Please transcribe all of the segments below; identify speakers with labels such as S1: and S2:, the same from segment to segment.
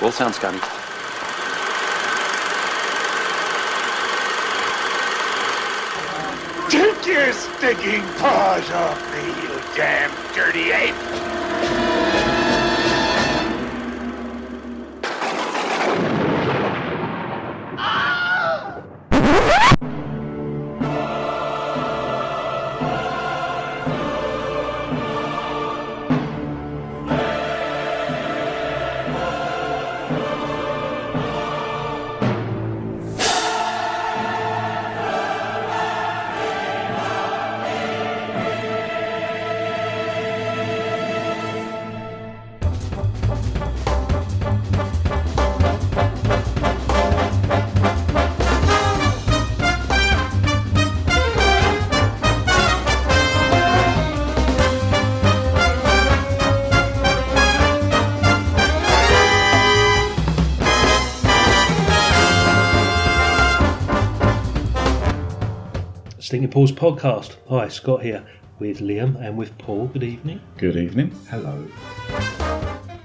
S1: Roll sound, Scotty.
S2: Take your stinking paws off me, you damn dirty ape!
S3: Stinking Paul's podcast. Hi, Scott here with Liam and with Paul. Good evening.
S4: Good evening.
S5: Hello.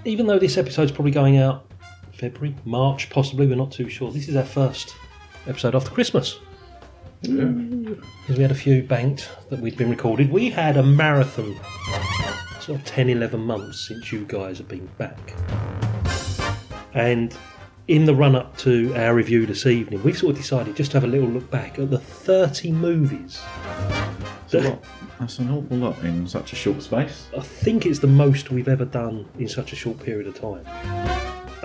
S3: Even though this episode's probably going out February, March, possibly, we're not too sure. This is our first episode after Christmas. Because we had a few banked that we'd been recorded. We had a marathon, sort of 10, 11 months since you guys have been back. And in the run up to our review this evening, we've sort of decided just to have a little look back at the 30 movies. that-
S4: That's an awful lot in such a short space.
S3: I think it's the most we've ever done in such a short period of time.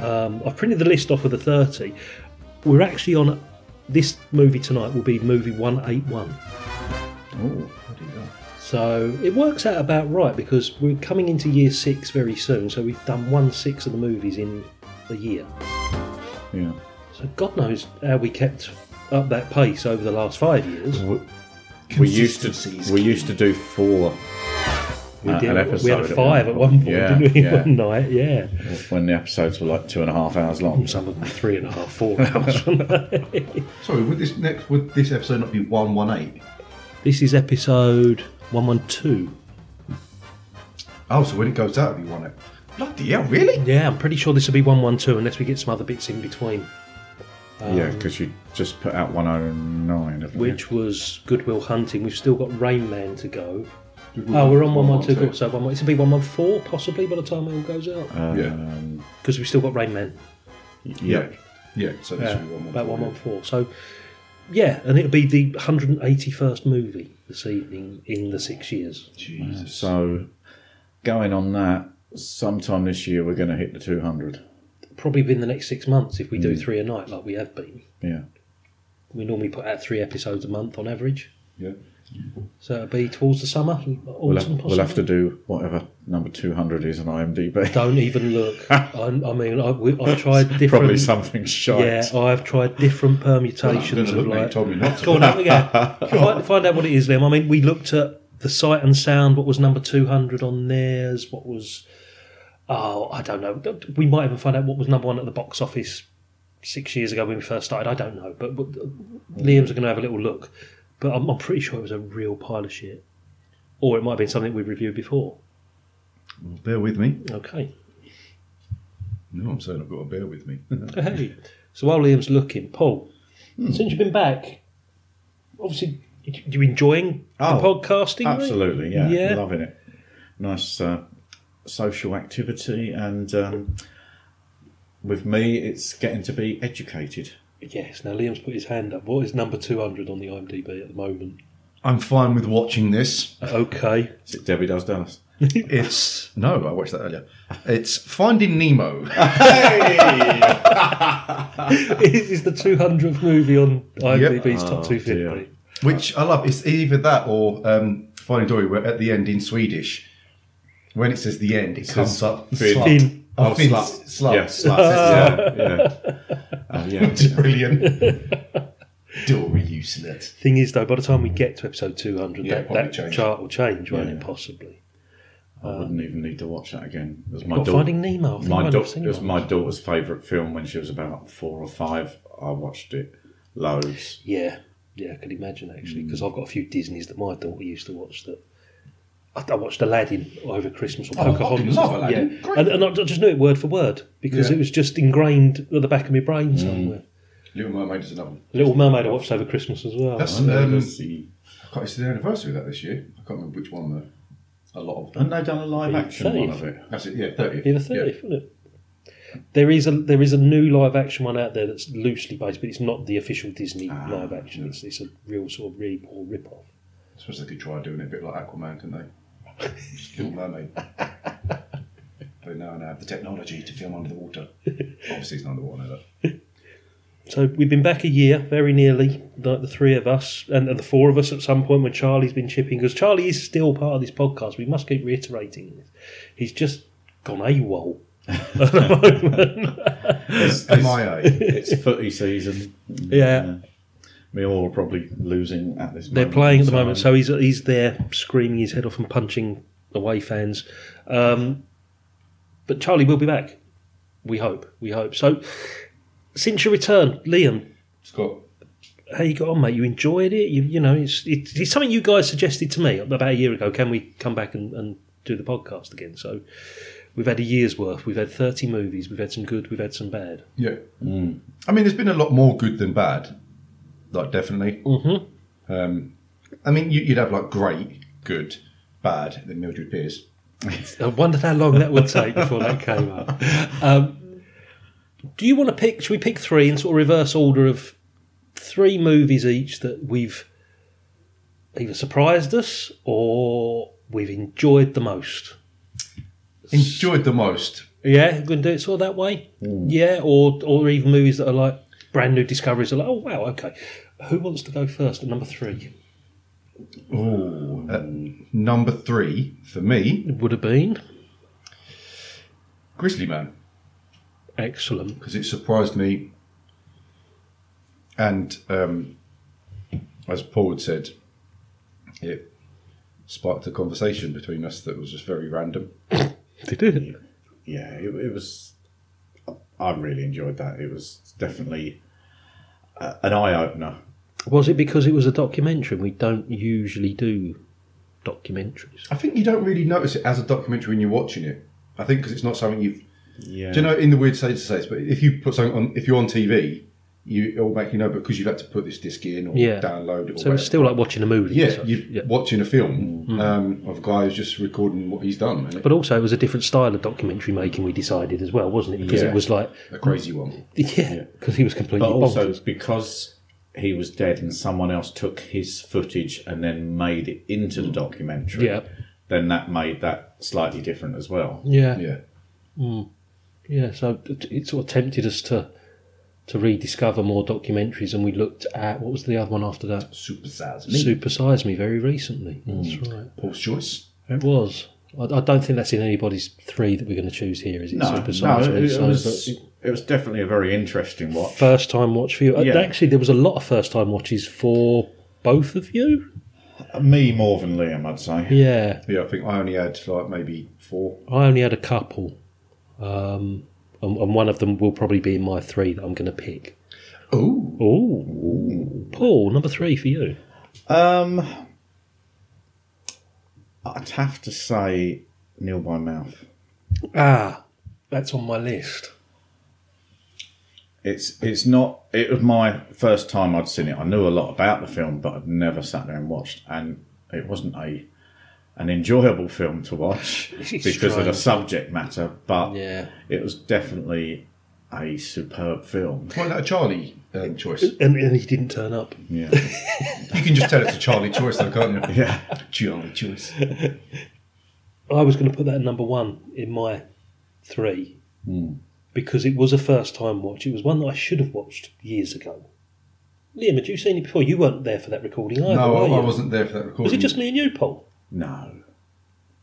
S3: Um, I've printed the list off of the 30. We're actually on this movie tonight, will be movie 181.
S4: Oh, bloody hell.
S3: So it works out about right because we're coming into year six very soon. So we've done one six of the movies in a year.
S4: Yeah.
S3: So God knows how we kept up that pace over the last five years.
S4: We, we used
S5: Consistency is
S4: to we
S5: key.
S4: used to do four.
S3: We,
S4: uh,
S3: did,
S4: an
S3: we had
S4: episode
S3: a
S4: at
S3: five at one point,
S4: Yeah,
S3: didn't we?
S4: yeah.
S3: One night, yeah.
S4: when the episodes were like two and a half hours long.
S3: Some of them three and a half, four hours.
S5: Sorry, would this next would this episode not be one one eight?
S3: This is episode 112.
S5: Oh, so when it goes out, it'll be one eight. Bloody hell, really?
S3: Yeah, I'm pretty sure this will be 112 unless we get some other bits in between,
S4: yeah, because you just put out 109, haven't you?
S3: which was Goodwill Hunting. We've still got Rain Man to go.
S5: Mm-hmm.
S3: Oh, we're on 112, so 11, this will be 114 possibly by the time it all goes
S5: Uh,
S3: out
S5: Yeah.
S3: because we've still got Rain Man.
S4: Uh, Yeah. Uh,
S5: Yeah, so this
S3: Yeah,
S5: should be one
S3: about 114. So, yeah, and it'll be the 181st movie this evening in the six years.
S5: Jesus.
S4: So, going on that, sometime this year we're going to hit the 200.
S3: Probably within the next six months if we do
S5: Mm.
S3: three a night like we have been.
S4: Yeah.
S3: We normally put out three episodes a month on average.
S5: Yeah.
S3: So it'll be towards the summer, autumn
S4: We'll have,
S3: possibly.
S4: we'll have to do whatever number 200 is on IMDb.
S3: Don't even look. I, I mean, I, we, I've tried different.
S4: Probably something shite.
S3: Yeah, I've tried different
S5: Don't
S3: permutations of
S5: look like you
S3: like.
S5: told me not to.
S3: Go on, have a go. find, find out what it is, Liam. I mean, we looked at the sight and sound. What was number two hundred on theirs? What was? Oh, I don't know. We might even find out what was number one at the box office six years ago when we first started. I don't know, but, but Liam's going to have a little look. But I'm, I'm pretty sure it was a real pile of shit, or it might have been something we reviewed before.
S5: Bear with me.
S3: Okay.
S5: No, I'm saying I've got to bear with me.
S3: Oh, Hey, Hmm. so while Liam's looking, Paul, since you've been back, obviously you- you enjoying the
S4: Oh,
S3: podcasting, right?
S4: Absolutely, yeah.
S3: Yeah.
S4: Loving it. Nice uh, social activity, and um, with me, it's getting to be educated.
S3: Yes. Now Liam's put his hand up. What is number two hundred on the IMDb at the moment?
S5: I'm fine with watching this.
S3: Okay.
S4: Is it Debbie Does Dallas?
S5: It's no, I watched that earlier. It's Finding Nemo.
S3: this is the two hundredth movie on IMDb's top two
S4: Oh, dear.
S3: fifty.
S5: Which I love. It's either that or um, Finding Dory, where at the end in Swedish, when it says the end, it comes up.
S4: Fin.
S5: slut.
S3: Fin.
S5: Oh,
S4: Oh,
S5: fin.
S4: slut.
S5: Slut.
S4: Yeah, sluts. yeah, yeah. Oh, yeah.
S5: It's brilliant. Dory, you slut.
S3: Thing is, though, by the time we get to episode two hundred,
S5: Yeah,
S3: that,
S5: probably
S3: that
S5: change.
S3: chart will change, won't
S4: Yeah.
S3: it? Possibly.
S4: I wouldn't even need to watch that again. It was my
S3: But
S4: daughter.
S3: Finding Nemo. I think I
S4: my
S3: might
S4: da-
S3: have seen
S4: it was
S3: that.
S4: my daughter's favourite film when she was about four or five. I watched it loads. Hmm.
S3: Yeah, yeah, I could imagine actually because I've got a few Disney's that my daughter used to watch that I I, I watched Aladdin over Christmas or
S1: Oh, I fucking
S3: Pocahontas.
S1: love Aladdin.
S3: Yeah,
S1: Great.
S3: and, and I just knew it word for word because
S5: Yeah.
S3: it was just ingrained at the back of my
S4: Hmm.
S3: brain somewhere.
S5: Little Mermaid is another one.
S3: Little Mermaid I watched over Christmas as well.
S5: That's
S4: And,
S5: um,
S4: the,
S5: God, it's the anniversary of that this year. I can't remember which one though. A lot of them.
S4: and they done a live action one of it.
S5: That's it. Yeah, thirtieth.
S3: Be the thirtieth, wouldn't it? There is a there is a new live action one out there that's loosely based, but it's not the official Disney live action. It's, it's a real sort of re or rip off.
S5: I suppose they could try doing it a bit like Aquaman, couldn't they? Just Little Mermaid. but no, no, have the technology to film under the water. Obviously, it's not underwater. Though.
S3: So we've been back a year, very nearly, like the three of us and, and the four of us at some point when Charlie's been chipping because Charlie is still part of this podcast. We must keep reiterating this. He's just gone AWOL. at the moment.
S4: It's,
S5: MIA.
S4: it's footy season.
S3: yeah,
S4: We all are probably losing at this.
S3: they're
S4: moment
S3: playing at the
S4: in
S3: moment,
S4: time.
S3: so he's he's there screaming his head off and punching away fans. Um, but Charlie will be back. We hope. We hope. So, since your return, Liam,
S5: Scott.
S3: how you got on, mate? You enjoyed it? You, you know, it's, it's it's something you guys suggested to me about a year ago. Can we come back and, and do the podcast again? So we've had a year's worth. We've had thirty movies. We've had some good. We've had some bad.
S5: Yeah. I mean, there's been a lot more good than bad. Like, definitely.
S3: Mm-hmm.
S5: Um, I mean, you, you'd have like great, good, bad, then Mildred Pierce.
S3: I wondered how long that would take before that came up. Um, do you want to pick? Should we pick three in sort of reverse order of three movies each that we've either surprised us or we've enjoyed the most?
S5: Enjoyed the most.
S3: Yeah, we're going to do it sort of that way. Yeah, or or even movies that are like brand new discoveries are like, oh wow, okay. Who wants to go first at number three?
S5: Ooh. Uh, number three for me,
S3: It would have been
S5: Grizzly Man,
S3: excellent.
S5: because it surprised me. And um, as Paul had said, it sparked a conversation between us that was just very random.
S3: They did.
S4: yeah, it, it was. I really enjoyed that. It was definitely uh, an eye opener.
S3: Was it because it was a documentary? We don't usually do documentaries.
S5: I think you don't really notice it as a documentary when you're watching it. I think because it's not something you've
S4: Yeah,
S5: Do you know in the weird state to say this, but if you put something on, if you're on TV, you it'll make you know because you've had to put this disc in or
S3: Yeah.
S5: download
S3: So
S5: it. Or whatever.
S3: it's still Mm-hmm. like watching a movie. as
S5: yeah,
S3: such.
S5: you're watching a film um, of a guy who's just recording what he's done, and
S3: But also, it was a different style of documentary making. We decided as well, wasn't it? Because
S5: Yeah.
S3: it was like,
S5: a crazy one.
S3: yeah, because he was completely
S4: but also
S3: bonkers.
S4: because he was dead and someone else took his footage and then made it into the documentary.
S3: Mm. Yeah.
S4: Then that made that slightly different as well.
S3: Yeah,
S5: Yeah,
S3: Yeah, so it it sort of tempted us to to rediscover more documentaries, and we looked at what was the other one after that?
S5: super size me.
S3: Super Size Me very recently.
S4: Mm.
S3: That's right.
S5: Paul's choice.
S3: It was. I, I don't think that's in anybody's three that we're going to choose here, is it?
S4: No,
S3: Super
S4: no,
S3: Size Me.
S4: it, it
S3: so
S4: was it was definitely a very interesting watch.
S3: first time watch for you. Uh,
S4: Yeah.
S3: Actually, there was a lot of first time watches for both of you.
S4: Me more than Liam, I'd say.
S3: Yeah,
S5: Yeah, I think I only had like maybe four.
S3: I only had a couple, um, and, and one of them will probably be in my three that I'm going to pick.
S5: Oh,
S3: Oh, Paul, number three for you.
S4: Um, I'd have to say Neil by Mouth.
S3: Ah, that's on my list.
S4: It's it's not. It was my first time I'd seen it. I knew a lot about the film, but I'd never sat there and watched. And it wasn't a an enjoyable film to watch
S3: It's
S4: because of the
S3: strange.
S4: subject matter. But
S3: Yeah.
S4: it was definitely a superb film.
S5: wasn't that a Charlie um, choice?
S3: And, and he didn't turn up.
S4: Yeah,
S5: You can just tell it's a Charlie choice, though, can't you?
S4: yeah.
S5: Charlie choice.
S3: I was going to put that at number one in my three Hmm. because it was a first time watch. It was one that I should have watched years ago. Liam, had you seen it before? You weren't there for that recording either.
S5: No,
S3: were
S5: I, I
S3: you?
S5: wasn't there for that recording.
S3: Was it just me and you, Paul?
S4: No,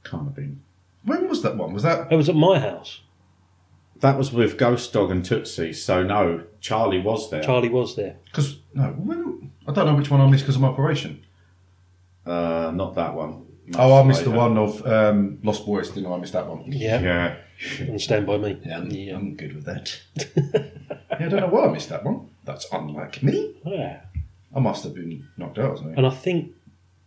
S4: can't have been.
S5: When was that one? Was that
S3: It was at my house.
S4: That was with Ghost Dog and Tootsie. So no, Charlie was there.
S3: Charlie was there.
S5: because no? When, I don't know which one I missed because of my operation.
S4: Uh, not that one.
S5: Oh, I missed the
S4: Later.
S5: one of um, Lost Boys, didn't I? I missed that one.
S3: Yeah.
S4: Yeah.
S3: And stand by me.
S5: I'm good with that. yeah, I don't know why I missed that one. That's unlike me.
S3: Yeah.
S5: I must have been knocked out or something.
S3: And I think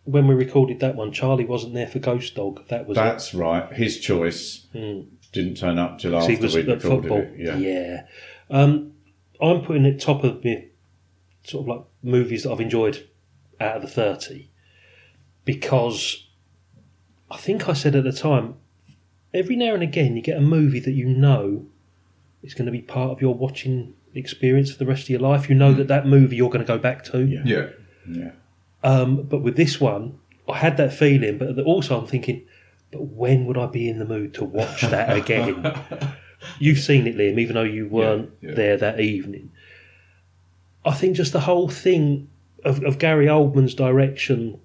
S3: when we recorded that one, Charlie wasn't there for Ghost Dog. That was it.
S4: That's right. His choice didn't turn up till after
S3: Hmm. he was
S4: we
S3: at
S4: recorded
S3: football.
S4: it. Yeah.
S3: Um, I'm putting it top of me, sort of like movies that I've enjoyed out of the 30, because I think I said at the time, every now and again you get a movie that you know is going to be part of your watching experience for the rest of your life. You know that that movie you're going to go back to.
S4: Hmm. Yeah.
S5: Yeah.
S4: yeah.
S3: Um, but with this one, I had that feeling, but also I'm thinking, but when would I be in the mood to watch that again? You've seen it, Liam, even though you weren't
S5: yeah.
S3: there that evening. I think just the whole thing of, of Gary Oldman's direction,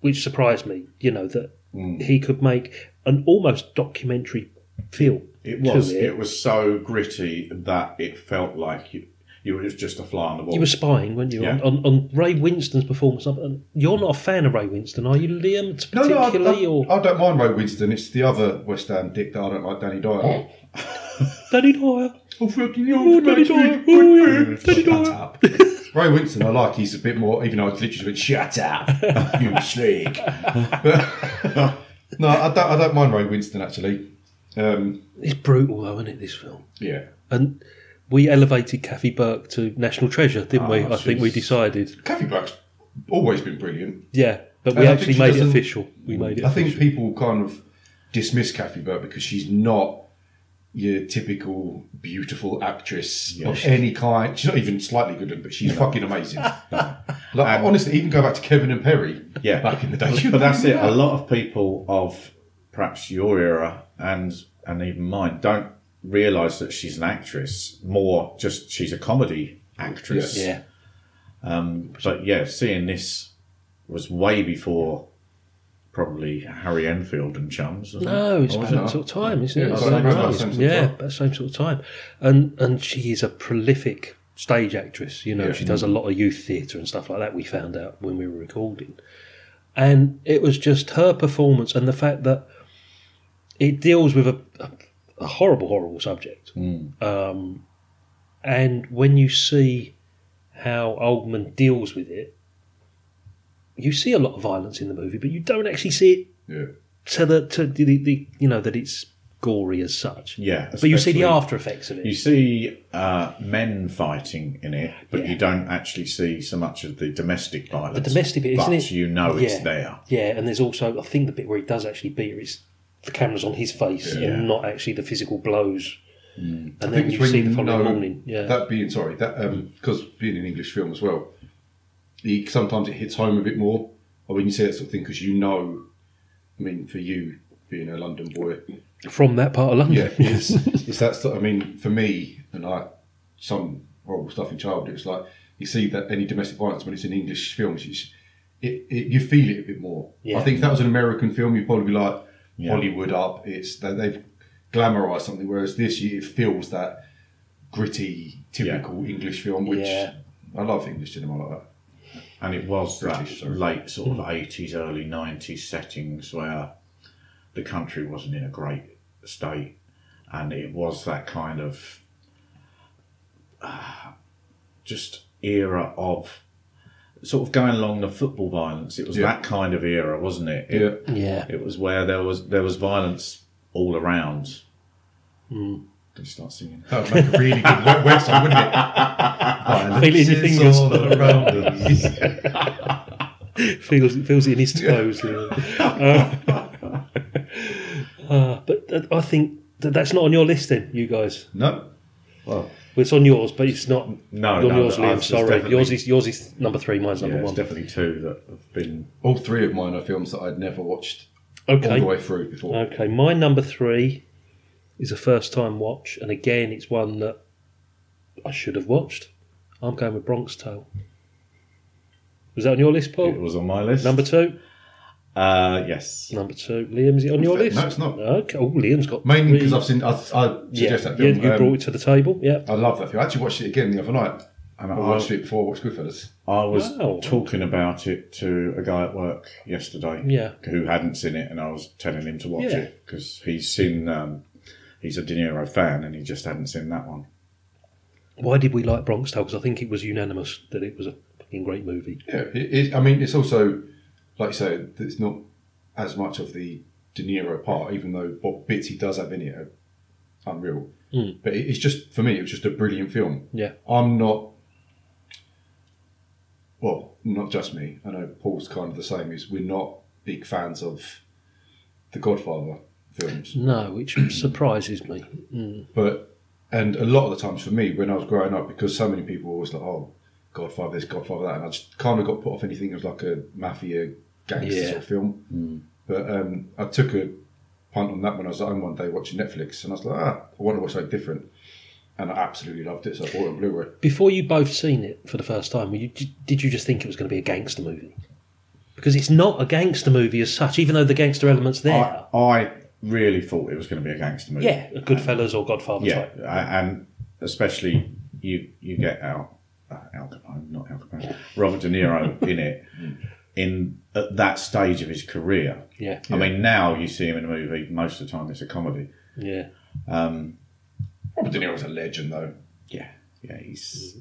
S3: which surprised me, you know, that
S4: Mm.
S3: he could make an almost documentary film.
S4: It was.
S3: To
S4: It.
S3: it.
S4: was so gritty that it felt like you, you were just a fly on the wall.
S3: You were spying, weren't you,
S4: Yeah.
S3: on, on, on Ray Winston's performance? And You're not a fan of Ray Winston, are you, Liam?
S5: No, no, I,
S3: Particularly, or
S5: I, I don't mind Ray Winston. It's the other West Ham dick that I don't like, Danny Dyer.
S3: Danny Dyer?
S5: Oh, fucking
S3: Oh, Danny Dyer. Oh, yeah. Danny
S5: Shut
S3: Dyer.
S5: up. Ray Winston, I like. He's a bit more, even though I literally went, shut up, you slag. But- no, I don't, I don't mind Ray Winston, actually. Um,
S3: It's brutal, though, isn't it, this film?
S5: yeah.
S3: And we elevated Kathy Burke to national treasure, didn't we?
S4: Ah,
S3: I think we
S4: she's-
S3: decided.
S5: Kathy Burke's always been brilliant.
S3: Yeah, but
S5: And
S3: we
S5: I
S3: actually
S5: think she
S3: made it
S5: doesn't-
S3: official. We made it
S5: I think
S3: official.
S5: people kind of dismiss Kathy Burke because she's not your typical beautiful actress of any kind. She's not even slightly good, at it, but she's fucking amazing. like, honestly, even go back to Kevin and Perry
S4: yeah.
S5: back in the day.
S4: But that's it. A lot of people of perhaps your era and and even mine don't realise that she's an actress. More just she's a comedy actress.
S3: Yeah.
S4: But yeah, seeing this was way before probably Harry Enfield and Chums. wasn't it?
S3: No, it's
S4: Or
S3: about
S4: was
S3: that
S4: it?
S3: sort of time, isn't
S5: Oh,
S3: it?
S5: Yeah, it's
S3: Same
S5: around that
S3: time.
S5: same sort of
S3: yeah,
S5: time.
S3: about the same sort of time. And and she is a prolific stage actress. You know,
S5: Yeah.
S3: she does a lot of youth theatre and stuff like that. We found out when we were recording, and it was just her performance and the fact that it deals with a, a, a horrible, horrible subject. Um, and when you see how Oldman deals with it, you see a lot of violence in the movie, but you don't actually see it
S5: Yeah.
S3: so that to the, the you know that it's gory as such.
S4: Yeah.
S3: but you see the
S4: especially-
S3: after effects of it.
S4: You see uh, men fighting in it, but you don't actually see so much of the domestic violence.
S3: domestic bit, isn't
S4: but
S3: it?
S4: you know it's
S3: Yeah.
S4: there.
S3: yeah, and there's also I think the bit where he does actually beat her is the camera's on his face
S4: Yeah.
S3: and not actually the physical blows. And
S5: Mm. I think
S3: then
S5: it's
S3: you
S5: when
S3: see the
S5: know
S3: following morning. Yeah,
S5: That being sorry, that because being an English film as well, he, sometimes it hits home a bit more. Or when you say that sort of thing, because you know, I mean, for you being a London boy,
S3: from that part of
S5: yeah,
S3: London.
S5: it's, it's that sort. I mean, for me, and like some horrible stuff in childhood, it's like you see that any domestic violence when it's in English films, it's, it, it you feel it a bit more.
S3: Yeah.
S5: I think if that was an American film, you'd probably be like Hollywood up. It's they, they've glamorized something, whereas this it feels that gritty, typical English film, which
S3: Yeah.
S5: I love English cinema like that.
S4: And it was that
S5: British, sorry.
S4: late sort
S3: Hmm.
S4: of eighties, early nineties settings where the country wasn't in a great state, and it was that kind of uh, just era of sort of going along the football violence. It was
S5: Yeah.
S4: that kind of era, wasn't it? It-
S3: Yeah,
S4: It was where there was there was violence all around.
S3: Hmm.
S4: Did you start singing?
S5: That would make a really good web- website, wouldn't it? Violence
S3: Feel it in your
S5: is
S3: fingers.
S5: all around us.
S3: feels feels it in his toes. you know. Uh, uh, but uh, I think that that's not on your list, then, you guys.
S5: No,
S4: Well,
S3: Well, it's on yours, but it's not
S4: No,
S3: on
S4: no,
S3: yours,
S4: no, ours
S3: Liam.
S4: is
S3: Sorry,
S4: definitely-
S3: yours is yours is number three. Mine's
S4: yeah,
S3: number
S4: it's
S3: one.
S4: definitely two that have been
S5: all three of mine are films that I'd never watched all
S3: Okay, Uh,
S5: the way through before.
S3: Okay, my number three is a first time watch, and again, it's one that I should have watched. I'm going with Bronx Tale. Was that on your list, Paul?
S4: it was on my list.
S3: Number two,
S4: uh yes.
S3: number two. Liam, is it on your
S5: No,
S3: list?
S5: it's not.
S3: Okay. Oh, Liam's got
S5: Mainly
S3: three-
S5: because I've seen. I, I
S3: yeah,
S5: suggest that
S3: yeah,
S5: film.
S3: you
S5: Um,
S3: brought it to the table. Yeah,
S5: I love that film. I actually watched it again the other night.
S4: And
S5: I
S4: I-
S5: watched it before I watched Goodfellas.
S4: I was
S3: Wow.
S4: talking about it to a guy at work yesterday,
S3: Yeah.
S4: who hadn't seen it, and I was telling him to watch
S3: Yeah.
S4: it because he's seen, um, he's a De Niro fan, and he just hadn't seen that one.
S3: why did we like Bronx Tale? Because I think it was unanimous that it was a fucking great movie.
S5: Yeah, it, it, I mean, it's also like you say, it's not as much of the De Niro part, even though what bits he does have in it are unreal.
S3: Mm.
S5: But it- it's just for me, it was just a brilliant film.
S3: Yeah.
S5: I'm not. Well, not just me. I know Paul's kind of the same. Is we're not big fans of the Godfather films,
S3: No, which surprises me. Mm.
S5: but and a lot of the times for me when I was growing up, because so many people were always like, "Oh, Godfather this, Godfather that," and I just kind of got put off anything that was like a mafia gangster
S3: Yeah.
S5: sort of film. But um, I took a punt on that when I was at home one day watching Netflix, and I was like, "Ah, I want to watch something different," and I absolutely loved it. So I bought it on Blu-ray.
S3: Before you both seen it for the first time, were you, did you just think it was going to be a gangster movie? Because it's not a gangster movie as such, even though the gangster elements there.
S4: I, I really thought it was going to be a gangster movie.
S3: yeah, a Goodfellas or Godfather
S4: yeah,
S3: type.
S4: a- and especially you you get Al uh, Al Capone, not Al Capone, Robert De Niro in it in at that stage of his career.
S3: Yeah,
S4: I mean, now you see him in a movie. Most of the time, it's a comedy. Um,
S3: yeah.
S5: Robert De Niro's a legend, though.
S4: Yeah, yeah, he's.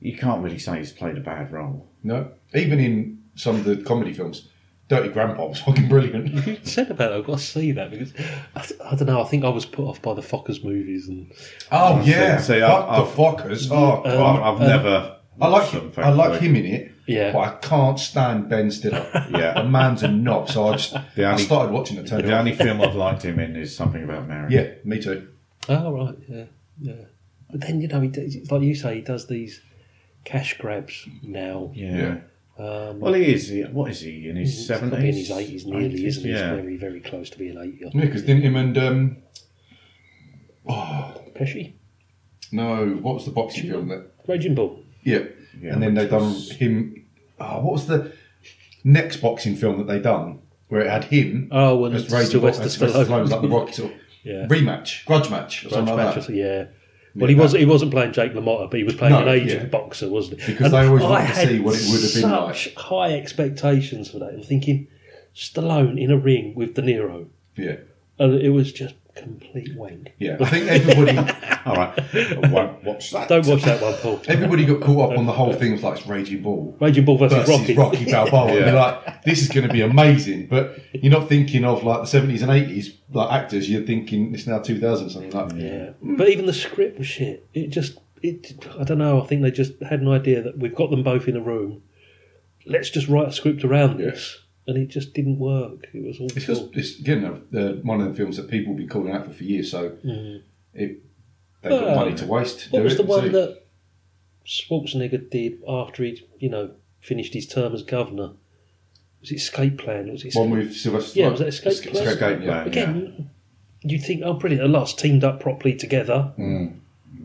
S4: You can't really say he's played a bad role.
S5: No, even in some of the comedy films, Dirty Grandpa was fucking brilliant.
S3: You said about it, I've got to see that because I, I don't know. I think I was put off by the Fockers movies and
S5: Oh
S4: yeah.
S5: so,
S4: Fuck
S5: the fuckers.
S3: Um,
S5: Oh, God.
S4: I've never.
S5: I like
S4: watched them,
S5: him. I like
S4: thankfully.
S5: him in it.
S3: Yeah.
S5: but I can't stand Ben Stiller.
S4: Yeah.
S5: the man's a knob. So I just
S4: The
S5: I
S4: only-
S5: started watching it. Turned it
S4: The
S5: off.
S4: only film I've liked him in is something about Mary.
S5: Yeah, me too.
S3: Oh right, yeah, yeah. But then you know, he does, it's like you say, he does these cash grabs now.
S4: yeah.
S5: Yeah.
S3: Um,
S4: Well, he is. What is he in his
S3: he's gotta be in
S4: seventies?
S3: his eighties, nearly, isn't he?
S4: Yeah.
S3: He's very, very close to being eighty. I
S5: Yeah,
S3: think.
S5: because didn't him and um, oh
S3: Pesci,
S5: no, what was the boxing film that?
S3: Raging Bull.
S5: Yeah,
S4: Yeah,
S5: and then they
S4: which
S5: done
S4: was-
S5: him. Oh, what was the next boxing film that they done where it had him?
S3: Oh, and
S5: as Razor
S3: Sylvester
S5: as Sylvester
S3: Stallone.
S5: Stallone was like the Rocky sort of
S3: Yeah.
S5: rematch, grudge match, or something like that.
S3: Manchester, yeah. Well, he was he wasn't playing Jake LaMotta, but he was playing
S5: No,
S3: an aging
S5: yeah.
S3: boxer, wasn't he?
S5: Because they always wanted to see what it would have been like.
S3: such high expectations for that. I'm thinking Stallone in a ring with De Niro,
S5: Yeah,
S3: and it was just complete wank.
S5: yeah. I think everybody.
S4: All right, I won't watch that.
S3: Don't watch that one, Paul.
S5: Everybody got caught up on the whole thing of like it's Raging Bull
S3: Raging Bull versus,
S5: versus Rocky, Balboa. And
S4: Yeah.
S5: you're like, this is going to be amazing. But you're not thinking of like the seventies and eighties like actors. You're thinking it's now two thousand something like.
S3: Yeah, but even the script was shit. It just, it, I don't know. I think they just had an idea that we've got them both in a room. Let's just write a script around this, and it just didn't work. It was all
S5: It's just it's again uh, uh, one of the films that people have been calling out for for years. So it they got
S3: Well,
S5: money to waste. to
S3: Mm-hmm. Uh, What
S5: do
S3: was
S5: it,
S3: the
S5: so-
S3: one that Schwarzenegger did after he'd, you know, finished his term as governor? Was it Escape Plan? Was it
S5: one with Sylvester?
S3: Yeah,
S5: Stallone.
S3: was that Escape
S5: Escape
S3: Plan?
S5: Plan,
S4: Escape
S5: yeah.
S4: Plan.
S3: Again, you'd think, oh, brilliant, at last teamed up properly together.
S4: No,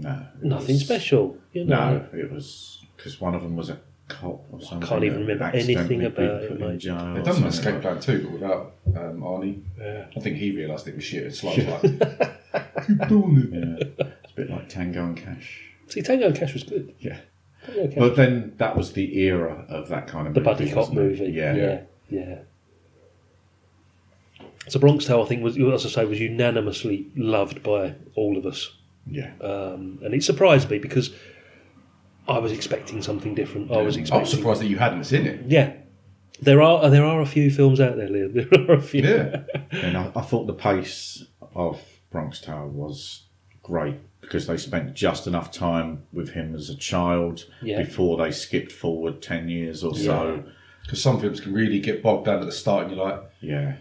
S4: it
S3: Nothing
S4: was-
S3: special. You know?
S4: No, it was because one of them was a cop or something.
S3: can't even
S4: that
S3: remember
S4: accidentally
S3: anything
S4: been
S3: about it,
S4: put in
S3: mate.
S4: jail or
S5: They've done an
S4: something
S5: escape
S4: like
S5: plan too, but without um, Arnie.
S3: Yeah.
S5: I think he realised it was shit and Sly was like, keep doing it.
S4: that. Yeah. It's a bit like Tango and Cash.
S3: See, Tango and Cash was good.
S4: Yeah,
S3: Tango and Cash
S4: but then that was the era of that kind of
S3: the
S4: movie,
S3: buddy cop
S4: wasn't it?
S3: movie.
S4: Yeah,
S3: yeah, yeah. So Bronx Tale, I think, was as I say, was unanimously loved by all of us,
S4: yeah.
S3: um, and it surprised me because I was expecting something different. I was
S5: I was
S3: expecting,
S5: surprised that you hadn't seen it.
S3: yeah. There are uh, there are a few films out there, Liam. There are a few.
S5: Yeah.
S4: and I, I thought the pace of Bronx Tale was great because they spent just enough time with him as a child
S3: Yeah.
S4: before they skipped forward ten years or so.
S5: Because some films can really get bogged down at the start, and you're like,
S4: Yeah.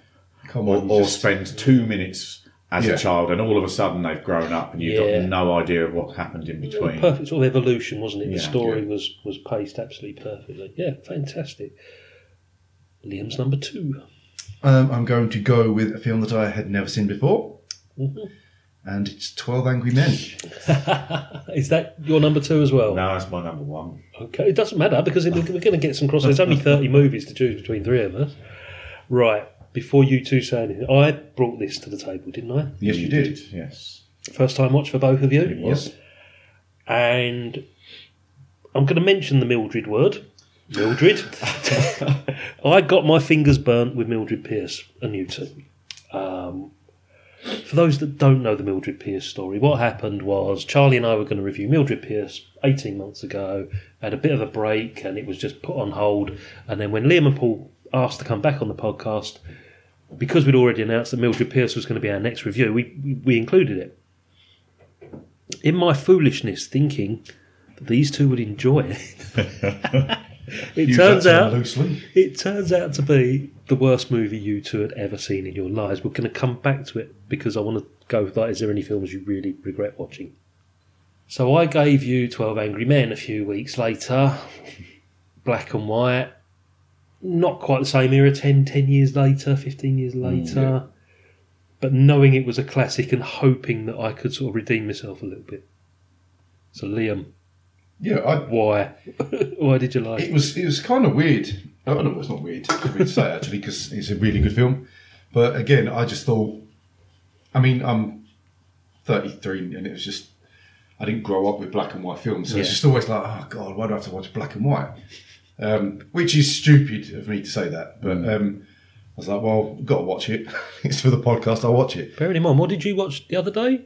S5: "Come
S4: or,
S5: on!" you
S4: or
S5: just-
S4: spend two minutes as
S5: Yeah.
S4: a child and all of a sudden they've grown up and you've
S3: Yeah.
S4: got no idea of what happened in between.
S3: Perfect sort of evolution, wasn't it? the
S4: Yeah,
S3: story was was paced absolutely perfectly. Yeah, fantastic. Liam's number two.
S5: um, I'm going to go with a film that I had never seen before, and it's Twelve Angry Men.
S3: Is that your number two as well?
S4: No, that's my number one.
S3: Okay, it doesn't matter because it, we're going to get some crosses. There's only 30 movies to choose between three of us. Right, before you two say anything, I brought this to the table, didn't I?
S5: Yes, you did.
S4: Yes.
S3: First time watch for both of you.
S4: It was.
S3: And I'm going to mention the Mildred word. Mildred. I got my fingers burnt with Mildred Pierce, a new two. Um, for those that don't know the Mildred Pierce story, what happened was Charlie and I were going to review Mildred Pierce 18 months ago, had a bit of a break, and it was just put on hold. And then when Liam and Paul asked to come back on the podcast, because we'd already announced that Mildred Pierce was going to be our next review, we, we- we included it. In my foolishness, thinking that these two would enjoy it, it
S5: Use that
S3: turns
S5: term
S3: out
S5: loosely.
S3: it turns out to be the worst movie you two had ever seen in your lives. We're going to come back to it because I want to go with that. Is there any films you really regret watching? So I gave you 12 Angry Men a few weeks later, black and white, not quite the same era, 10, 10 years later, 15 years later. But knowing it was a classic and hoping that I could sort of redeem myself a little bit. So Liam,
S5: Yeah, I,
S3: why? why did you like
S5: it
S3: it?
S5: was it was kind of weird. Oh, no, it's not weird. I would say actually because it's a really good film. But again, I just thought. I mean, I'm 33, and it was just I didn't grow up with black and white films, so it's
S3: Yeah.
S5: just always like, oh god, why do I have to watch black and white? Um, which is stupid of me to say that, but um, I was like, well, got to watch it. it's for the podcast. I'll watch it.
S3: Bearing in mind, what did you watch the other day?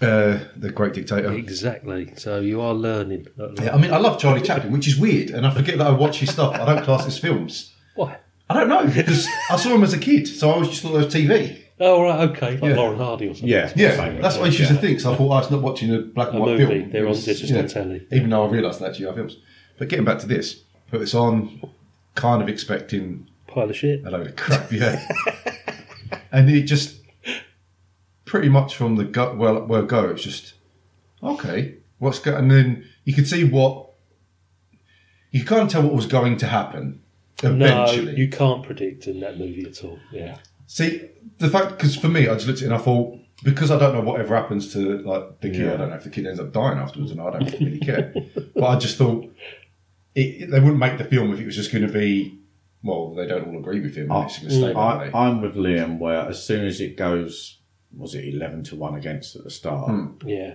S5: Uh, the Great Dictator.
S3: Exactly. So you are learning.
S5: Yeah, I mean, I love Charlie Chaplin, which is weird, and I forget that I watch his stuff. I don't class his films.
S3: Why?
S5: I don't know because I saw him as a kid, so I always just thought that was TV.
S3: Oh right, okay. Like
S5: Yeah.
S3: Lauren Hardy or something.
S4: Yeah,
S5: Yeah,
S4: same.
S5: that's what I used to think. So I thought I was not watching a black and
S3: A
S5: white
S3: movie,
S5: film.
S3: they're
S5: It
S3: on
S5: was-
S3: digital telly.
S5: Even though I realised that actually are films. But getting back to this, put this on, kind of expecting
S3: Pile of shit.
S5: a load of crap, yeah. and it just pretty much from the go, well, well go, it's just okay. What's going? And then you could see what you can't tell what was going to happen eventually.
S3: No, you can't predict in that movie at all. Yeah.
S5: See the fact because for me, I just looked at it and I thought because I don't know whatever happens to like the kid.
S4: Yeah.
S5: I don't know if the kid ends up dying afterwards, and I don't really care. but I just thought it, it- they wouldn't make the film if it was just going to be. Well, they don't all agree with him. and it's going to stay that
S4: Oh, mm. I,
S5: way.
S4: I'm with Liam, where as soon as it goes, was it 11 to 1 against at the start,
S5: Hmm.
S3: Yeah.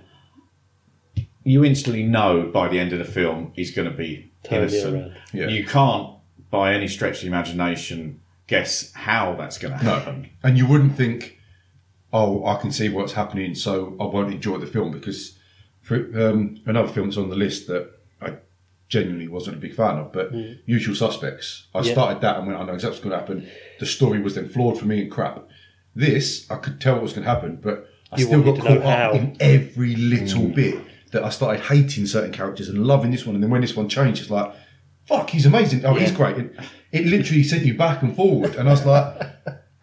S4: you instantly know by the end of the film he's going to be
S3: Totally
S4: innocent.
S3: around.
S5: Yeah.
S4: You can't, by any stretch of the imagination, guess how that's going to happen.
S5: And you wouldn't think, oh, I can see what's happening, so I won't enjoy the film because for, um, another film that's on the list that I genuinely wasn't a big fan of, but Usual Suspects. I
S3: Mm. Yeah.
S5: started that and went, I know exactly what's going to happen. The story was then flawed for me and crap. This, I could tell what was going to happen, but I
S3: You
S5: still got
S3: wanted to know
S5: caught up
S3: how.
S5: in every little bit that I started hating certain characters and loving this one. And then when this one changed, it's like, fuck, he's amazing. Oh, he's
S3: Yeah.
S5: great. It, it literally sent you back and forward. And I was like,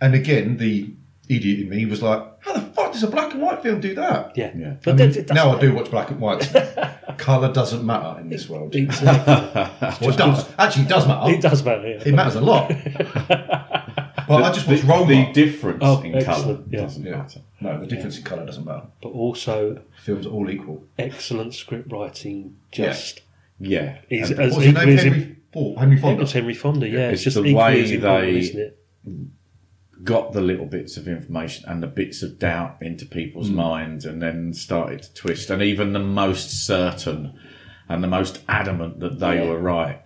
S5: and again, the idiot in me was like, how the fuck does a black and white film do that?
S3: Yeah.
S4: Yeah.
S3: But
S5: I mean,
S3: that, it
S5: now
S3: doesn't-
S5: I do watch black and white. Colour doesn't matter in this world. Well,
S3: Exactly.
S5: it does. Actually, it does matter.
S3: it
S5: It,
S3: does matter. Yeah.
S5: matters a lot. but I just watch Roma.
S4: The difference
S3: Oh,
S4: in colour
S3: excellent, yeah.
S4: doesn't
S5: Yeah.
S4: matter.
S5: No, the difference in colour doesn't matter.
S3: But also
S5: Films are all equal.
S3: excellent script writing. Just
S4: Yeah.
S3: is
S4: And
S3: as
S5: What's his
S3: equally
S5: name?
S3: as im-
S5: Henry, Ford- Henry
S3: it
S5: Fonda.
S3: was Henry Fonda. Yeah. It's,
S4: It's
S3: just
S4: the
S3: equally
S4: way
S3: as important,
S4: they-
S3: isn't it?
S4: got the little bits of information and the bits of doubt into people's
S5: Hmm.
S4: minds and then started to twist. And even the most certain and the most adamant that they
S3: Yeah.
S4: were right.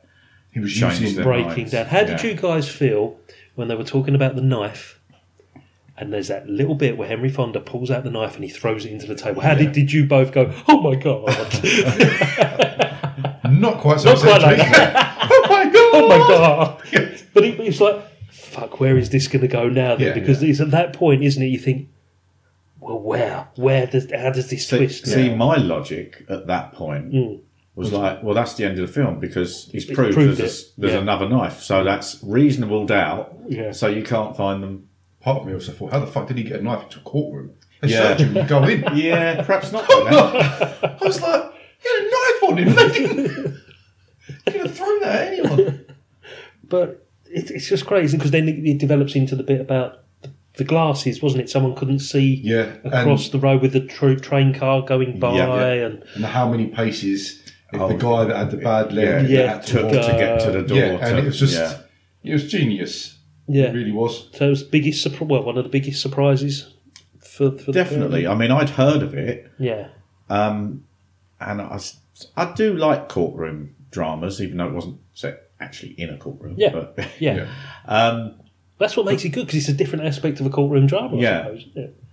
S5: He was
S4: changed
S5: using
S4: their
S3: Breaking
S4: minds.
S3: down. How did
S4: Yeah.
S3: you guys feel when they were talking about the knife? And there's that little bit where Henry Fonda pulls out the knife and he throws it into the table. How did, did you both go? Oh my god!
S5: Not quite so
S3: Not quite like
S5: accentuated. Oh my god!
S3: oh my god! but it, it's like, fuck, where is this going to go now? Then?
S5: Yeah,
S3: because
S5: yeah.
S3: it's at that point, isn't it? You think, well, where, where does, how does this
S4: See,
S3: twist?
S4: see,
S3: now?
S4: my logic at that point
S3: Hmm.
S4: was like, well, that's the end of the film because he's proved,
S3: proved
S4: there's,
S3: it.
S4: there's
S3: Yeah.
S4: another knife. So that's reasonable doubt.
S3: Yeah.
S4: So you can't find them.
S5: Part of me also thought, how the fuck did he get a knife into a courtroom? They
S4: Yeah.
S5: showed you when you go in.
S4: Yeah, perhaps not.
S5: I was like, he had a knife on him. They didn't. They could have thrown that at anyone.
S3: But it, it's just crazy because then it, it develops into the bit about the, the glasses, wasn't it? Someone couldn't see
S5: Yeah,
S3: across
S5: and-
S3: the road with the tr- train car going by,
S4: yeah.
S3: and
S5: And how many paces if
S4: Oh,
S5: the guy that had the bad leg
S3: Yeah,
S5: had to
S4: took
S5: walk.
S4: to get
S3: Uh,
S4: to the door.
S5: yeah, and
S4: to-
S5: it was just,
S4: yeah.
S5: it was genius.
S3: yeah.
S5: It really was.
S3: So it was the biggest, surpri- well, one of the biggest surprises for, for the film.
S4: Definitely. I mean, I'd heard of it.
S3: yeah.
S4: and I, s- I do like courtroom dramas, even though it wasn't set actually in a courtroom.
S3: Yeah.
S4: but,
S3: Yeah.
S5: Yeah.
S4: um,
S3: That's what makes it good because it's a different aspect of a courtroom drama, I
S4: Yeah.
S3: suppose. isn't it?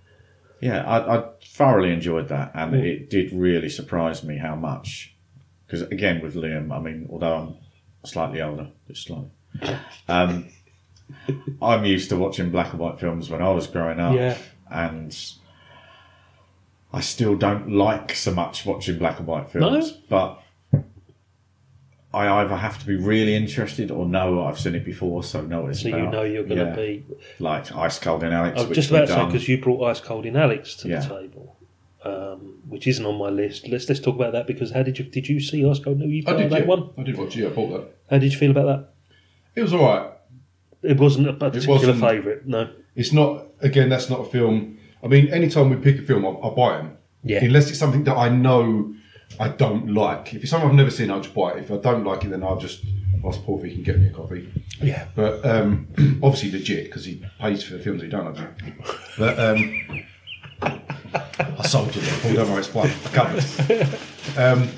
S4: yeah, I, I thoroughly enjoyed that, and it did really surprise me how much. Because again, with Liam, I mean, although I'm slightly older, just slightly, um, I'm used to watching black and white films when I was growing up,
S3: Yeah.
S4: and I still don't like so much watching black and white films. But I either have to be really interested or know I've seen it before, so know what it's
S3: So
S4: about.
S3: you know you're going to
S4: Yeah.
S3: be.
S4: like Ice Cold and Alex.
S3: I was
S4: which
S3: just
S4: we've
S3: about to say
S4: done.
S3: because you brought Ice Cold in Alex to
S4: Yeah.
S3: the table, um, which isn't on my list. Let's let's talk about that because how did you did you see Ice Cold? No, you
S5: I
S3: bought
S5: did
S3: that
S5: yeah.
S3: one.
S5: I did watch it. Yeah, I bought that.
S3: How did you feel about that?
S5: It was all right.
S3: It wasn't a particular
S5: wasn't-
S3: favourite. No.
S5: It's not again. That's not a film. I mean, anytime we pick a film, I'll, I'll buy them.
S3: Yeah.
S5: Unless it's something that I know I don't like. If it's something I've never seen, I'll just buy it. If I don't like it, then I'll just ask Paul if he can get me a copy.
S3: Yeah.
S5: But um, obviously legit because he pays for the films he don't like. But um, I sold you. that, Paul, don't worry, it's fine. Covered. Um,